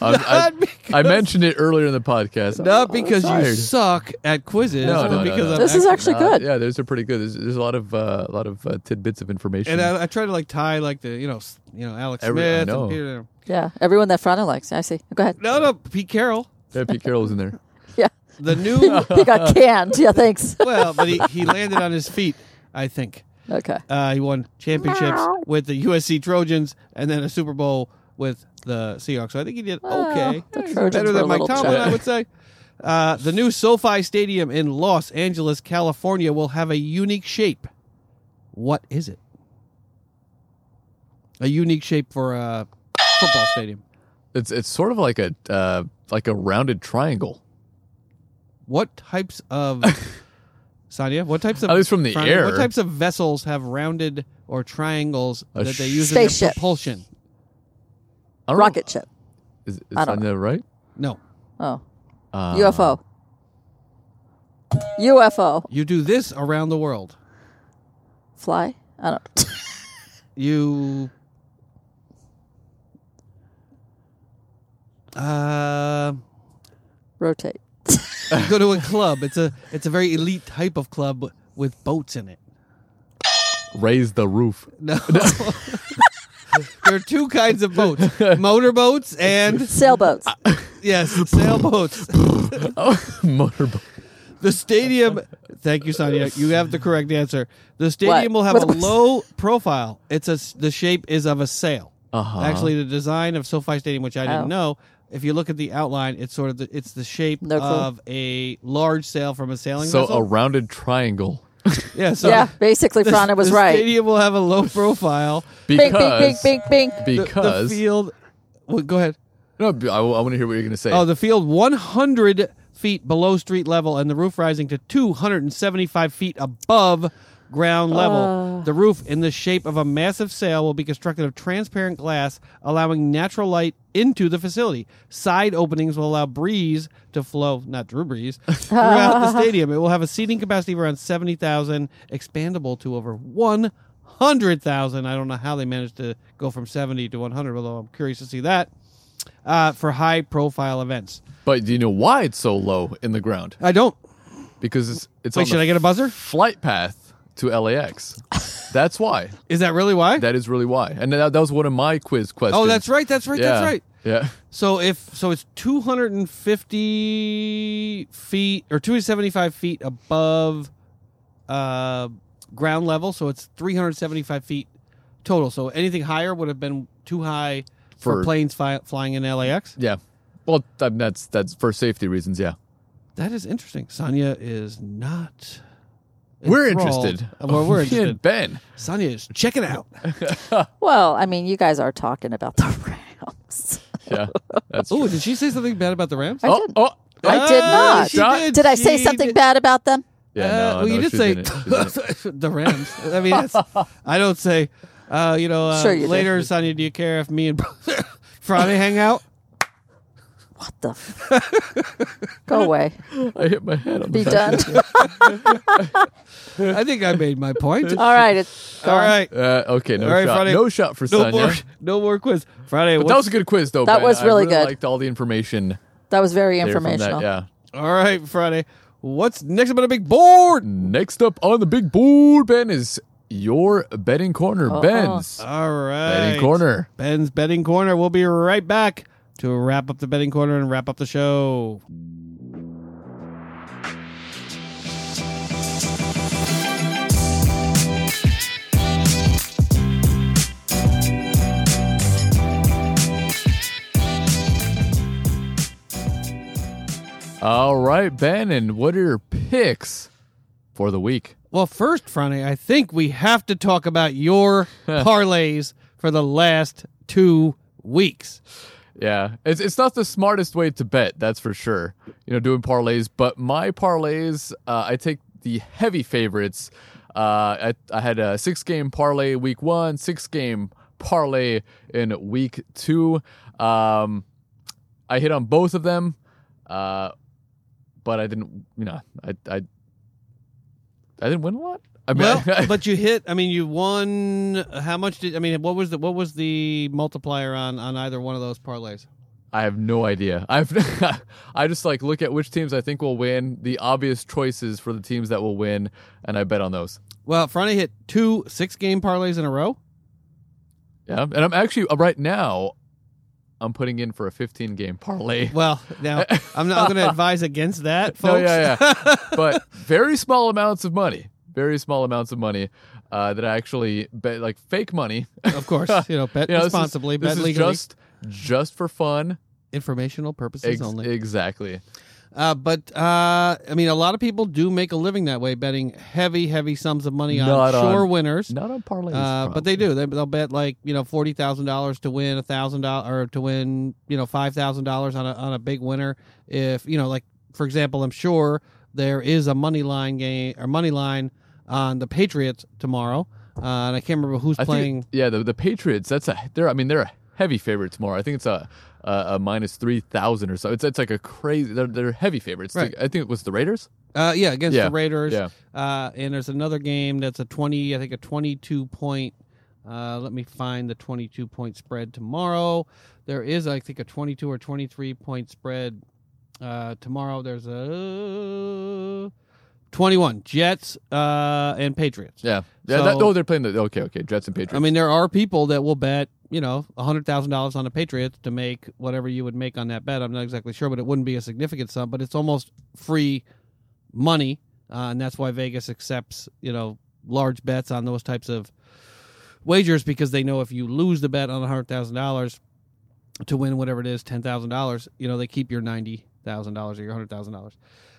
Speaker 2: I, I mentioned it earlier in the podcast.
Speaker 1: not because you
Speaker 2: tired.
Speaker 1: suck at quizzes,
Speaker 2: No,
Speaker 1: but
Speaker 2: no, no,
Speaker 1: because
Speaker 2: no.
Speaker 1: I'm
Speaker 3: This is
Speaker 1: actually-
Speaker 3: actually
Speaker 2: Uh,
Speaker 3: good.
Speaker 2: yeah, those are pretty good. There's, there's a lot of uh, a lot of uh, tidbits of information.
Speaker 1: and I, I try to like tie like the you know s- you know Alex
Speaker 2: Every- I
Speaker 1: Smith
Speaker 2: know.
Speaker 1: and Peter.
Speaker 3: Yeah, everyone that Frano likes. I see. Go ahead.
Speaker 1: No, no, Pete Carroll.
Speaker 2: yeah, Pete Carroll's in there.
Speaker 3: Yeah,
Speaker 1: The new
Speaker 3: he got canned. Yeah, thanks.
Speaker 1: well, but he, he landed on his feet. I think
Speaker 3: Okay.
Speaker 1: uh, he won championships with the USC Trojans and then a Super Bowl with the Seahawks. So I think he did okay.
Speaker 3: the
Speaker 1: Yeah, he's
Speaker 3: Trojans
Speaker 1: better
Speaker 3: were a
Speaker 1: than Mike
Speaker 3: little
Speaker 1: Tomlin,
Speaker 3: chubby.
Speaker 1: I would say. Uh, the new SoFi Stadium in Los Angeles, California, will have a unique shape. What is it? A unique shape for a football stadium.
Speaker 2: It's it's sort of like a uh, like a rounded triangle.
Speaker 1: What types of Sonia? What types of
Speaker 2: At least from the
Speaker 1: Sonia, What
Speaker 2: air.
Speaker 1: types of vessels have rounded or triangles
Speaker 2: A
Speaker 1: that they use in their
Speaker 3: spaceship.
Speaker 1: propulsion?
Speaker 2: I don't
Speaker 3: Rocket ship.
Speaker 2: Know, is is
Speaker 3: I don't
Speaker 2: Sonia right?
Speaker 1: No,
Speaker 3: Oh,
Speaker 2: Uh,
Speaker 3: UFO. UFO.
Speaker 1: you do this around the world.
Speaker 3: Fly. I don't.
Speaker 1: You. Uh,
Speaker 3: Rotate.
Speaker 1: you go to a club. It's a it's a very elite type of club with boats in it.
Speaker 2: Raise the roof.
Speaker 1: No. there are two kinds of boats: motorboats and
Speaker 3: Sailboats.
Speaker 1: yes, sailboats.
Speaker 2: Oh, motorboat.
Speaker 1: The stadium. Thank you, Sonia. You have the correct answer. The stadium will have a
Speaker 3: What?
Speaker 1: low profile. It's a s- the shape is of a sail.
Speaker 2: Uh-huh.
Speaker 1: Actually, the design of SoFi Stadium, which I didn't
Speaker 3: Oh.
Speaker 1: know, if you look at the outline, it's sort of the, it's the shape
Speaker 3: No clue.
Speaker 1: of a large sail from a sailing
Speaker 2: So a
Speaker 1: vessel.
Speaker 2: rounded triangle.
Speaker 1: yeah. So
Speaker 3: yeah, basically,
Speaker 1: the,
Speaker 3: Frana was
Speaker 1: the
Speaker 3: right.
Speaker 1: Stadium will have a low profile.
Speaker 3: Bing,
Speaker 2: Because
Speaker 3: bing, bing, bing, bing.
Speaker 1: The-
Speaker 2: because
Speaker 1: the field. Well, go ahead.
Speaker 2: no, b- I, want to hear what you're going to say.
Speaker 1: Oh, the field 100 feet below street level and the roof rising to 275 feet above ground level. The roof, in the shape of a massive sail, will be constructed of transparent glass, allowing natural light into the facility. Side openings will allow breeze to flow, not Drew Breeze, throughout the stadium. It will have a seating capacity of around 70,000, expandable to over 100,000. I don't know how they managed to go from 70 to 100, although I'm curious to see that uh, for high profile events.
Speaker 2: but do you know why it's so low in the ground?
Speaker 1: I don't.
Speaker 2: Because it's it's
Speaker 1: Wait,
Speaker 2: on
Speaker 1: should
Speaker 2: the
Speaker 1: I get a buzzer?
Speaker 2: flight path to LAX. That's why.
Speaker 1: Is that really why?
Speaker 2: That is really why. And that, that was one of my quiz questions.
Speaker 1: oh, that's right. That's right.
Speaker 2: Yeah.
Speaker 1: That's right.
Speaker 2: Yeah.
Speaker 1: So if so, it's 250 feet or 275 feet above uh, ground level. So it's 375 feet total. So anything higher would have been too high for,
Speaker 2: For-
Speaker 1: planes fly, flying in LAX.
Speaker 2: Yeah. Well, I mean, that's that's for safety reasons. Yeah.
Speaker 1: That is interesting. Sonia is not.
Speaker 2: We're
Speaker 1: enthralled.
Speaker 2: interested.
Speaker 1: Uh, Well, we're
Speaker 2: Me and
Speaker 1: interested.
Speaker 2: Ben.
Speaker 1: Sonia is checking out.
Speaker 3: Well, I mean, you guys are talking about the rounds.
Speaker 2: Yeah. That's
Speaker 1: Oh,
Speaker 2: true.
Speaker 1: did she say something bad about the Rams?
Speaker 3: I
Speaker 2: oh,
Speaker 3: didn't.
Speaker 2: oh.
Speaker 3: I did
Speaker 1: Ah,
Speaker 3: not.
Speaker 1: she did.
Speaker 3: I say
Speaker 1: She
Speaker 3: something
Speaker 1: did.
Speaker 3: bad about them?
Speaker 2: Yeah,
Speaker 1: Uh,
Speaker 2: no,
Speaker 1: well,
Speaker 2: no,
Speaker 1: you did
Speaker 2: she's
Speaker 1: say
Speaker 2: in it. She's in it.
Speaker 1: the Rams. I mean, that's, I don't say. Uh, you know, uh,
Speaker 3: Sure you did.
Speaker 1: later, Sonia, do you care if me and Friday hang out?
Speaker 3: What the? F- Go away.
Speaker 2: I hit my head on
Speaker 3: Be
Speaker 2: the back.
Speaker 3: done.
Speaker 1: I think I made my point.
Speaker 3: All right. It's
Speaker 1: All
Speaker 3: gone.
Speaker 1: right,
Speaker 2: Uh, okay, no
Speaker 1: All right,
Speaker 2: shot.
Speaker 1: Friday.
Speaker 2: No shot for
Speaker 1: no
Speaker 2: Sonia.
Speaker 1: more, no more quiz. Friday.
Speaker 2: But that
Speaker 1: what's-
Speaker 2: was a good quiz, though.
Speaker 3: That
Speaker 2: Ben.
Speaker 3: was
Speaker 2: I
Speaker 3: really good.
Speaker 2: Liked all the information.
Speaker 3: That was very
Speaker 2: there from that,
Speaker 3: informational.
Speaker 2: Yeah.
Speaker 1: all right, Friday. What's next up on the big board?
Speaker 2: Next up on the big board, Ben is your betting corner. Ben's
Speaker 1: All right,
Speaker 2: betting corner.
Speaker 1: Ben's betting corner. We'll be right back to wrap up the betting corner and wrap up the show.
Speaker 2: All right, Ben, and what are your picks for the week?
Speaker 1: Well, first, Franny, I think we have to talk about your parlays for the last two weeks.
Speaker 2: Yeah, it's it's not the smartest way to bet, that's for sure. You know, doing parlays, but my parlays, uh, I take the heavy favorites. Uh, I I had a six game parlay week one, six game parlay in week two. Um, I hit on both of them, uh, but I didn't. You know, I I I didn't win a lot. I mean,
Speaker 1: Well,
Speaker 2: I-
Speaker 1: but you hit. I mean, you won. How much did? I mean, what was the what was the multiplier on on either one of those parlays?
Speaker 2: I have no idea. I've I just like look at which teams I think will win, the obvious choices for the teams that will win, and I bet on those.
Speaker 1: Well, Friday hit two six game parlays in a row.
Speaker 2: Yeah, and I'm actually uh, right now, I'm putting in for a 15 game parlay.
Speaker 1: Well, now I'm not going to advise against that, folks.
Speaker 2: No, yeah, yeah. but very small amounts of money. Very small amounts of money uh, that I actually bet, like fake money.
Speaker 1: of course, you know, bet
Speaker 2: You know, this is-
Speaker 1: responsibly,
Speaker 2: this
Speaker 1: bet
Speaker 2: is
Speaker 1: legally,
Speaker 2: just just for fun.
Speaker 1: informational purposes
Speaker 2: Ex-
Speaker 1: only.
Speaker 2: exactly.
Speaker 1: Uh, but uh, I mean, a lot of people do make a living that way, betting heavy, heavy sums of money on
Speaker 2: Not on-
Speaker 1: sure winners.
Speaker 2: Not on parlays,
Speaker 1: Uh, but they do. They, they'll bet like you know forty thousand dollars to win a thousand dollar or to win you know five thousand dollars on a on a big winner. If you know, like for example, I'm sure there is a money line game or money line on the Patriots tomorrow, uh, and I can't remember who's
Speaker 2: I
Speaker 1: playing.
Speaker 2: Think, yeah, the the Patriots. That's a they're. I mean, they're a heavy favorite tomorrow. I think it's a a, a minus three thousand or so. It's it's like a crazy. They're, they're heavy favorites.
Speaker 1: Right.
Speaker 2: I think it was the Raiders.
Speaker 1: Uh, yeah, against
Speaker 2: Yeah,
Speaker 1: the Raiders.
Speaker 2: yeah.
Speaker 1: Uh, and there's another game that's a 20, I think a 22 point. Uh, let me find the 22 point spread tomorrow. There is, I think, a 22 or 23 point spread uh, tomorrow. There's a 21 Jets uh, and Patriots.
Speaker 2: Yeah. Yeah.
Speaker 1: So-
Speaker 2: that, oh, they're playing the okay, okay, Jets and Patriots.
Speaker 1: I mean, there are people that will bet, you know, hundred thousand dollars on the Patriots to make whatever you would make on that bet. I'm not exactly sure, but it wouldn't be a significant sum. But it's almost free money, uh, and that's why Vegas accepts, you know, large bets on those types of wagers because they know if you lose the bet on hundred thousand dollars to win whatever it is, ten thousand dollars, you know, they keep your ninety thousand dollars or your hundred thousand dollars.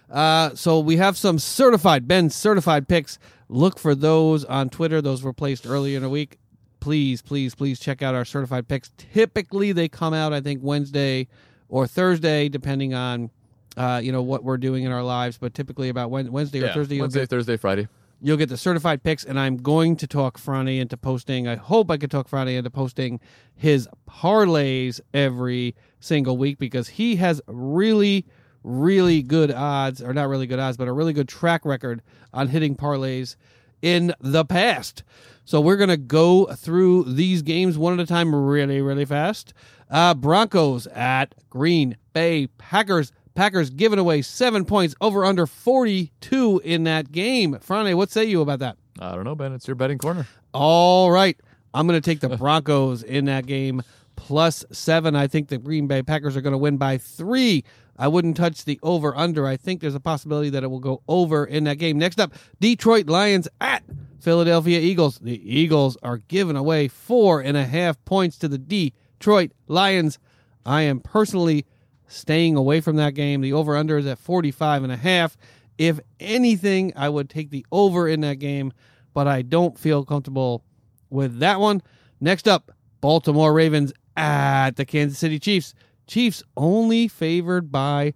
Speaker 1: Uh, so we have some certified Ben certified picks. Look for those on Twitter. Those were placed earlier in the week. Please, please, please check out our certified picks. Typically, they come out I think Wednesday or Thursday, depending on uh, you know what we're doing in our lives. But typically about Wed- Wednesday or
Speaker 2: Yeah,
Speaker 1: Thursday, you'll
Speaker 2: Wednesday,
Speaker 1: get-
Speaker 2: Thursday, Friday.
Speaker 1: you'll get the certified picks and i'm going to talk friday into posting i hope i could talk friday into posting his parlays every single week because he has really really good odds or not really good odds but a really good track record on hitting parlays in the past so we're going to go through these games one at a time really really fast uh, broncos at green bay packers Packers giving away seven points over under 42 in that game. Friday, what say you about that?
Speaker 2: I don't know, Ben. It's your betting corner.
Speaker 1: All right. I'm going to take the Broncos in that game plus seven. I think the Green Bay Packers are going to win by three. I wouldn't touch the over under. I think there's a possibility that it will go over in that game. Next up, Detroit Lions at Philadelphia Eagles. The Eagles are giving away four and a half points to the Detroit Lions. I am personally staying away from that game. The over under is at 45 and a half. If anything, I would take the over in that game, but I don't feel comfortable with that one. Next up, Baltimore Ravens at the Kansas City Chiefs. Chiefs only favored by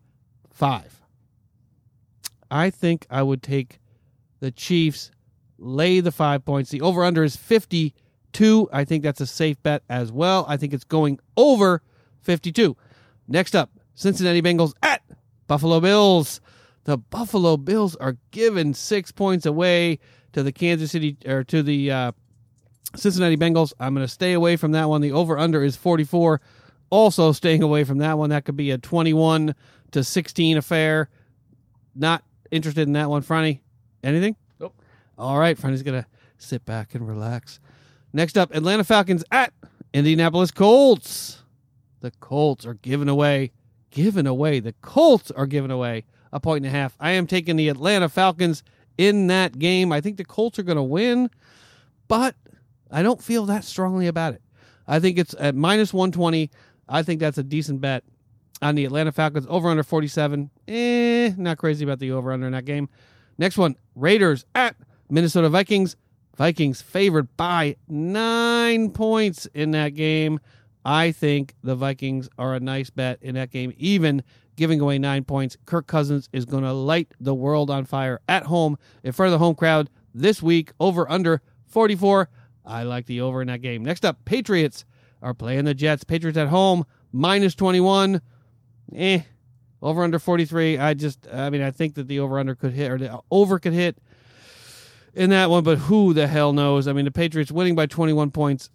Speaker 1: 5. I think I would take the Chiefs lay the 5 points. The over under is 52. I think that's a safe bet as well. I think it's going over 52. Next up, Cincinnati Bengals at Buffalo Bills. The Buffalo Bills are given six points away to the Kansas City or to the uh, Cincinnati Bengals. I'm going to stay away from that one. The over under is 44. Also staying away from that one. That could be a 21 to 16 affair. Not interested in that one, Franny. Anything?
Speaker 2: Nope.
Speaker 1: All right, Franny's going to sit back and relax. Next up, Atlanta Falcons at Indianapolis Colts. The Colts are giving away, giving away. The Colts are giving away a point and a half. I am taking the Atlanta Falcons in that game. I think the Colts are going to win, but I don't feel that strongly about it. I think it's at minus 120. I think that's a decent bet on the Atlanta Falcons over under 47. Eh, not crazy about the over under in that game. Next one Raiders at Minnesota Vikings. Vikings favored by nine points in that game. I think the Vikings are a nice bet in that game, even giving away nine points. Kirk Cousins is going to light the world on fire at home in front of the home crowd this week, over under 44. I like the over in that game. Next up, Patriots are playing the Jets. Patriots at home, minus 21. Eh, over under 43. I just, I mean, I think that the over under could hit, or the over could hit. in that one, but who the hell knows? I mean, the Patriots winning by 21 points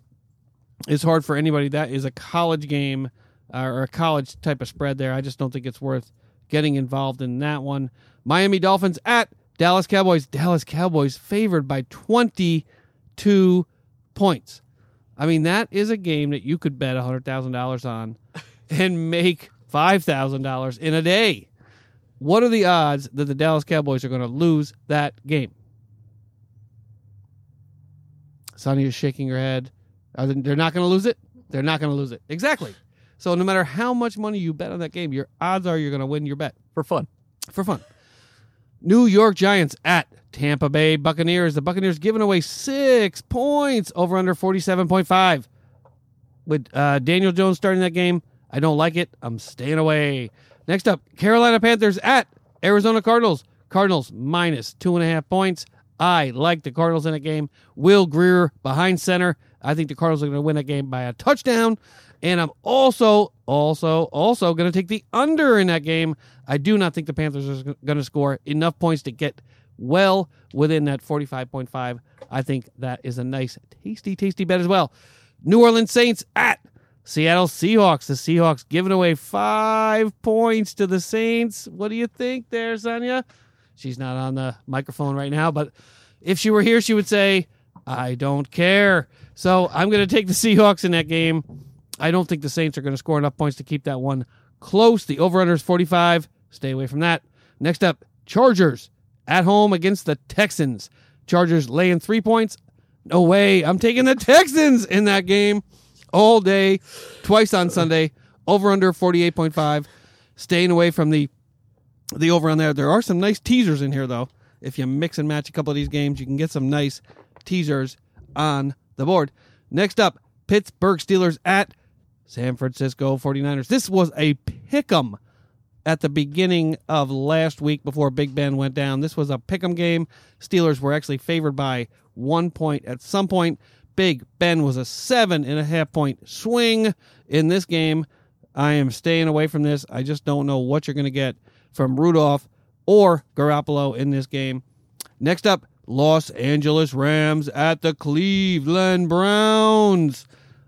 Speaker 1: is hard for anybody. That is a college game uh, or a college type of spread there. I just don't think it's worth getting involved in that one. Miami Dolphins at Dallas Cowboys. Dallas Cowboys favored by 22 points. I mean, that is a game that you could bet $100,000 on and make $5,000 in a day. What are the odds that the Dallas Cowboys are going to lose that game? Sonia is shaking her head. Are they- They're not going to lose it. They're not going to lose it. Exactly. So no matter how much money you bet on that game, your odds are you're going to win your bet
Speaker 2: for fun.
Speaker 1: for fun. New York Giants at Tampa Bay Buccaneers. The Buccaneers giving away six points over under 47.5. With uh, Daniel Jones starting that game, I don't like it. I'm staying away. Next up, Carolina Panthers at Arizona Cardinals. Cardinals minus two and a half points. I like the Cardinals in a game. Will Greer behind center. I think the Cardinals are going to win a game by a touchdown. And I'm also, also, also going to take the under in that game. I do not think the Panthers are going to score enough points to get well within that 45.5. I think that is a nice, tasty, tasty bet as well. New Orleans Saints at Seattle Seahawks. The Seahawks giving away five points to the Saints. What do you think there, Sonia? She's not on the microphone right now, but if she were here, she would say, I don't care. So I'm going to take the Seahawks in that game. I don't think the Saints are going to score enough points to keep that one close. The over under is 45. Stay away from that. Next up, Chargers at home against the Texans. Chargers laying three points. No way. I'm taking the Texans in that game all day, twice on Sunday. Over under 48.5. Staying away from the the over on there. There are some nice teasers in here though. If you mix and match a couple of these games, you can get some nice teasers on the board. Next up, Pittsburgh Steelers at San Francisco 49ers. This was a pick 'em at the beginning of last week before Big Ben went down. This was a pick 'em game. Steelers were actually favored by one point at some point. Big Ben was a seven and a half point swing in this game. I am staying away from this. I just don't know what you're going to get from Rudolph or Garoppolo in this game. Next up, Los Angeles Rams at the Cleveland Browns.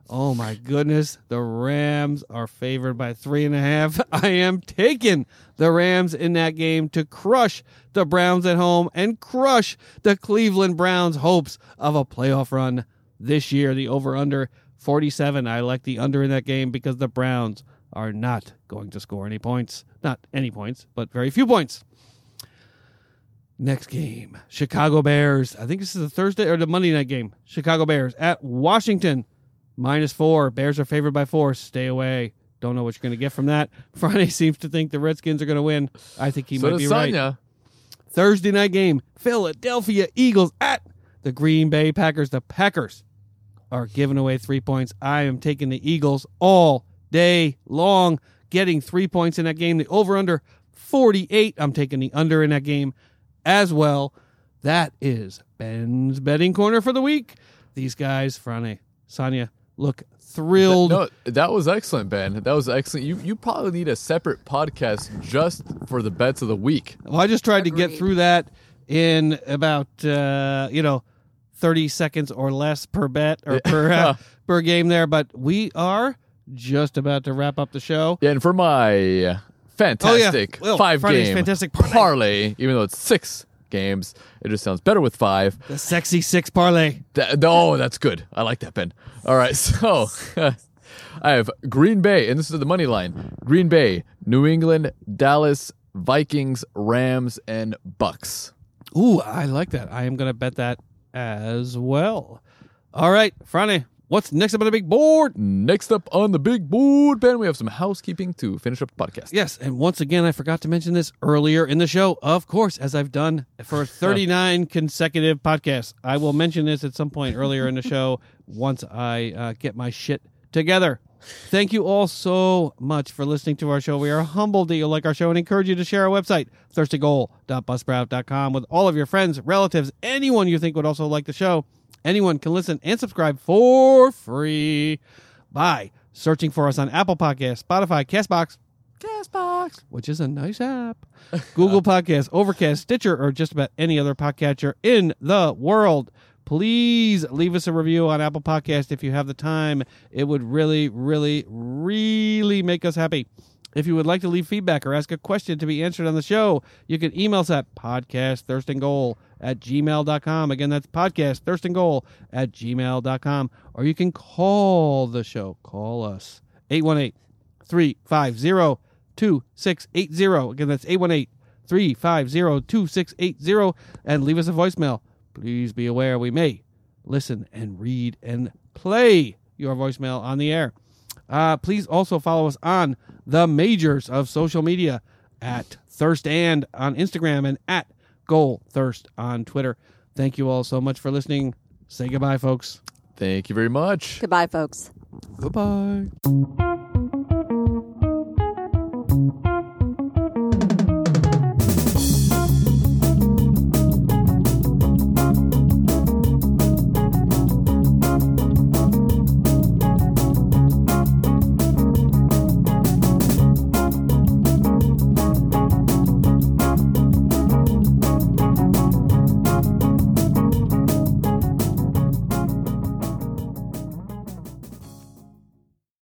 Speaker 1: Oh my goodness. The Rams are favored by three and a half. I am taking the Rams in that game to crush the Browns at home and crush the Cleveland Browns' hopes of a playoff run this year. The over under 47. I like the under in that game because the Browns are not going to score any points. Not any points, but very few points. Next game, Chicago Bears. I think this is the Thursday or the Monday night game. Chicago Bears at Washington, minus four. Bears are favored by four. Stay away. Don't know what you're going to get from that. Friday seems to think the Redskins are going to win. I think he
Speaker 2: so
Speaker 1: might
Speaker 2: does
Speaker 1: be right.
Speaker 2: Sonya.
Speaker 1: Thursday night game, Philadelphia Eagles at the Green Bay Packers. The Packers are giving away three points. I am taking the Eagles all day long, getting three points in that game. The over under 48. I'm taking the under in that game as well. That is Ben's betting corner for the week. These guys, Frane, Sonia, look thrilled.
Speaker 2: No, that was excellent, Ben. That was excellent. You you probably need a separate podcast just for the bets of the week.
Speaker 1: Well, I just tried to get
Speaker 3: Agreed.
Speaker 1: through that in about uh, you know thirty seconds or less per bet or per uh, per game there. But we are just about to wrap up the show.
Speaker 2: Yeah, and for my fantastic
Speaker 1: Oh, Well,
Speaker 2: five
Speaker 1: Friday's
Speaker 2: game
Speaker 1: fantastic parlay.
Speaker 2: even though it's six games, it just sounds better with five.
Speaker 1: The sexy six parlay.
Speaker 2: That, oh, that's good. I like that, Ben. All right, so I have Green Bay, and this is the money line: Green Bay, New England, Dallas, Vikings, Rams, and Bucks.
Speaker 1: Ooh, I like that. I am going to bet that as well. All right, Friday. What's next up on the big board?
Speaker 2: Next up on the big board, Ben, we have some housekeeping to finish up the podcast.
Speaker 1: Yes, and once again, I forgot to mention this earlier in the show. Of course, as I've done for 39 consecutive podcasts, I will mention this at some point earlier in the show once I uh, get my shit together. Thank you all so much for listening to our show. We are humbled that you like our show and encourage you to share our website, thirstygoal.buzzsprout.com, with all of your friends, relatives, anyone you think would also like the show. Anyone can listen and subscribe for free by searching for us on Apple Podcasts, Spotify, Castbox,
Speaker 2: Castbox.
Speaker 1: which is a nice app. Google Podcasts, Overcast, Stitcher, or just about any other podcatcher in the world. Please leave us a review on Apple Podcast if you have the time. It would really, really, really make us happy. If you would like to leave feedback or ask a question to be answered on the show, you can email us at podcastthirstinggoal at gmail.com. Again, that's podcastthirstinggoal at gmail.com. Or you can call the show. Call us. 818- 350-2680. Again, that's 818-350-2680 and leave us a voicemail. Please be aware we may listen and read and play your voicemail on the air. Uh, please also follow us on the majors of social media at Thirst and on Instagram and at Goal Thirst on Twitter. Thank you all so much for listening. Say goodbye, folks.
Speaker 2: Thank you very much.
Speaker 3: Goodbye, folks.
Speaker 1: Goodbye.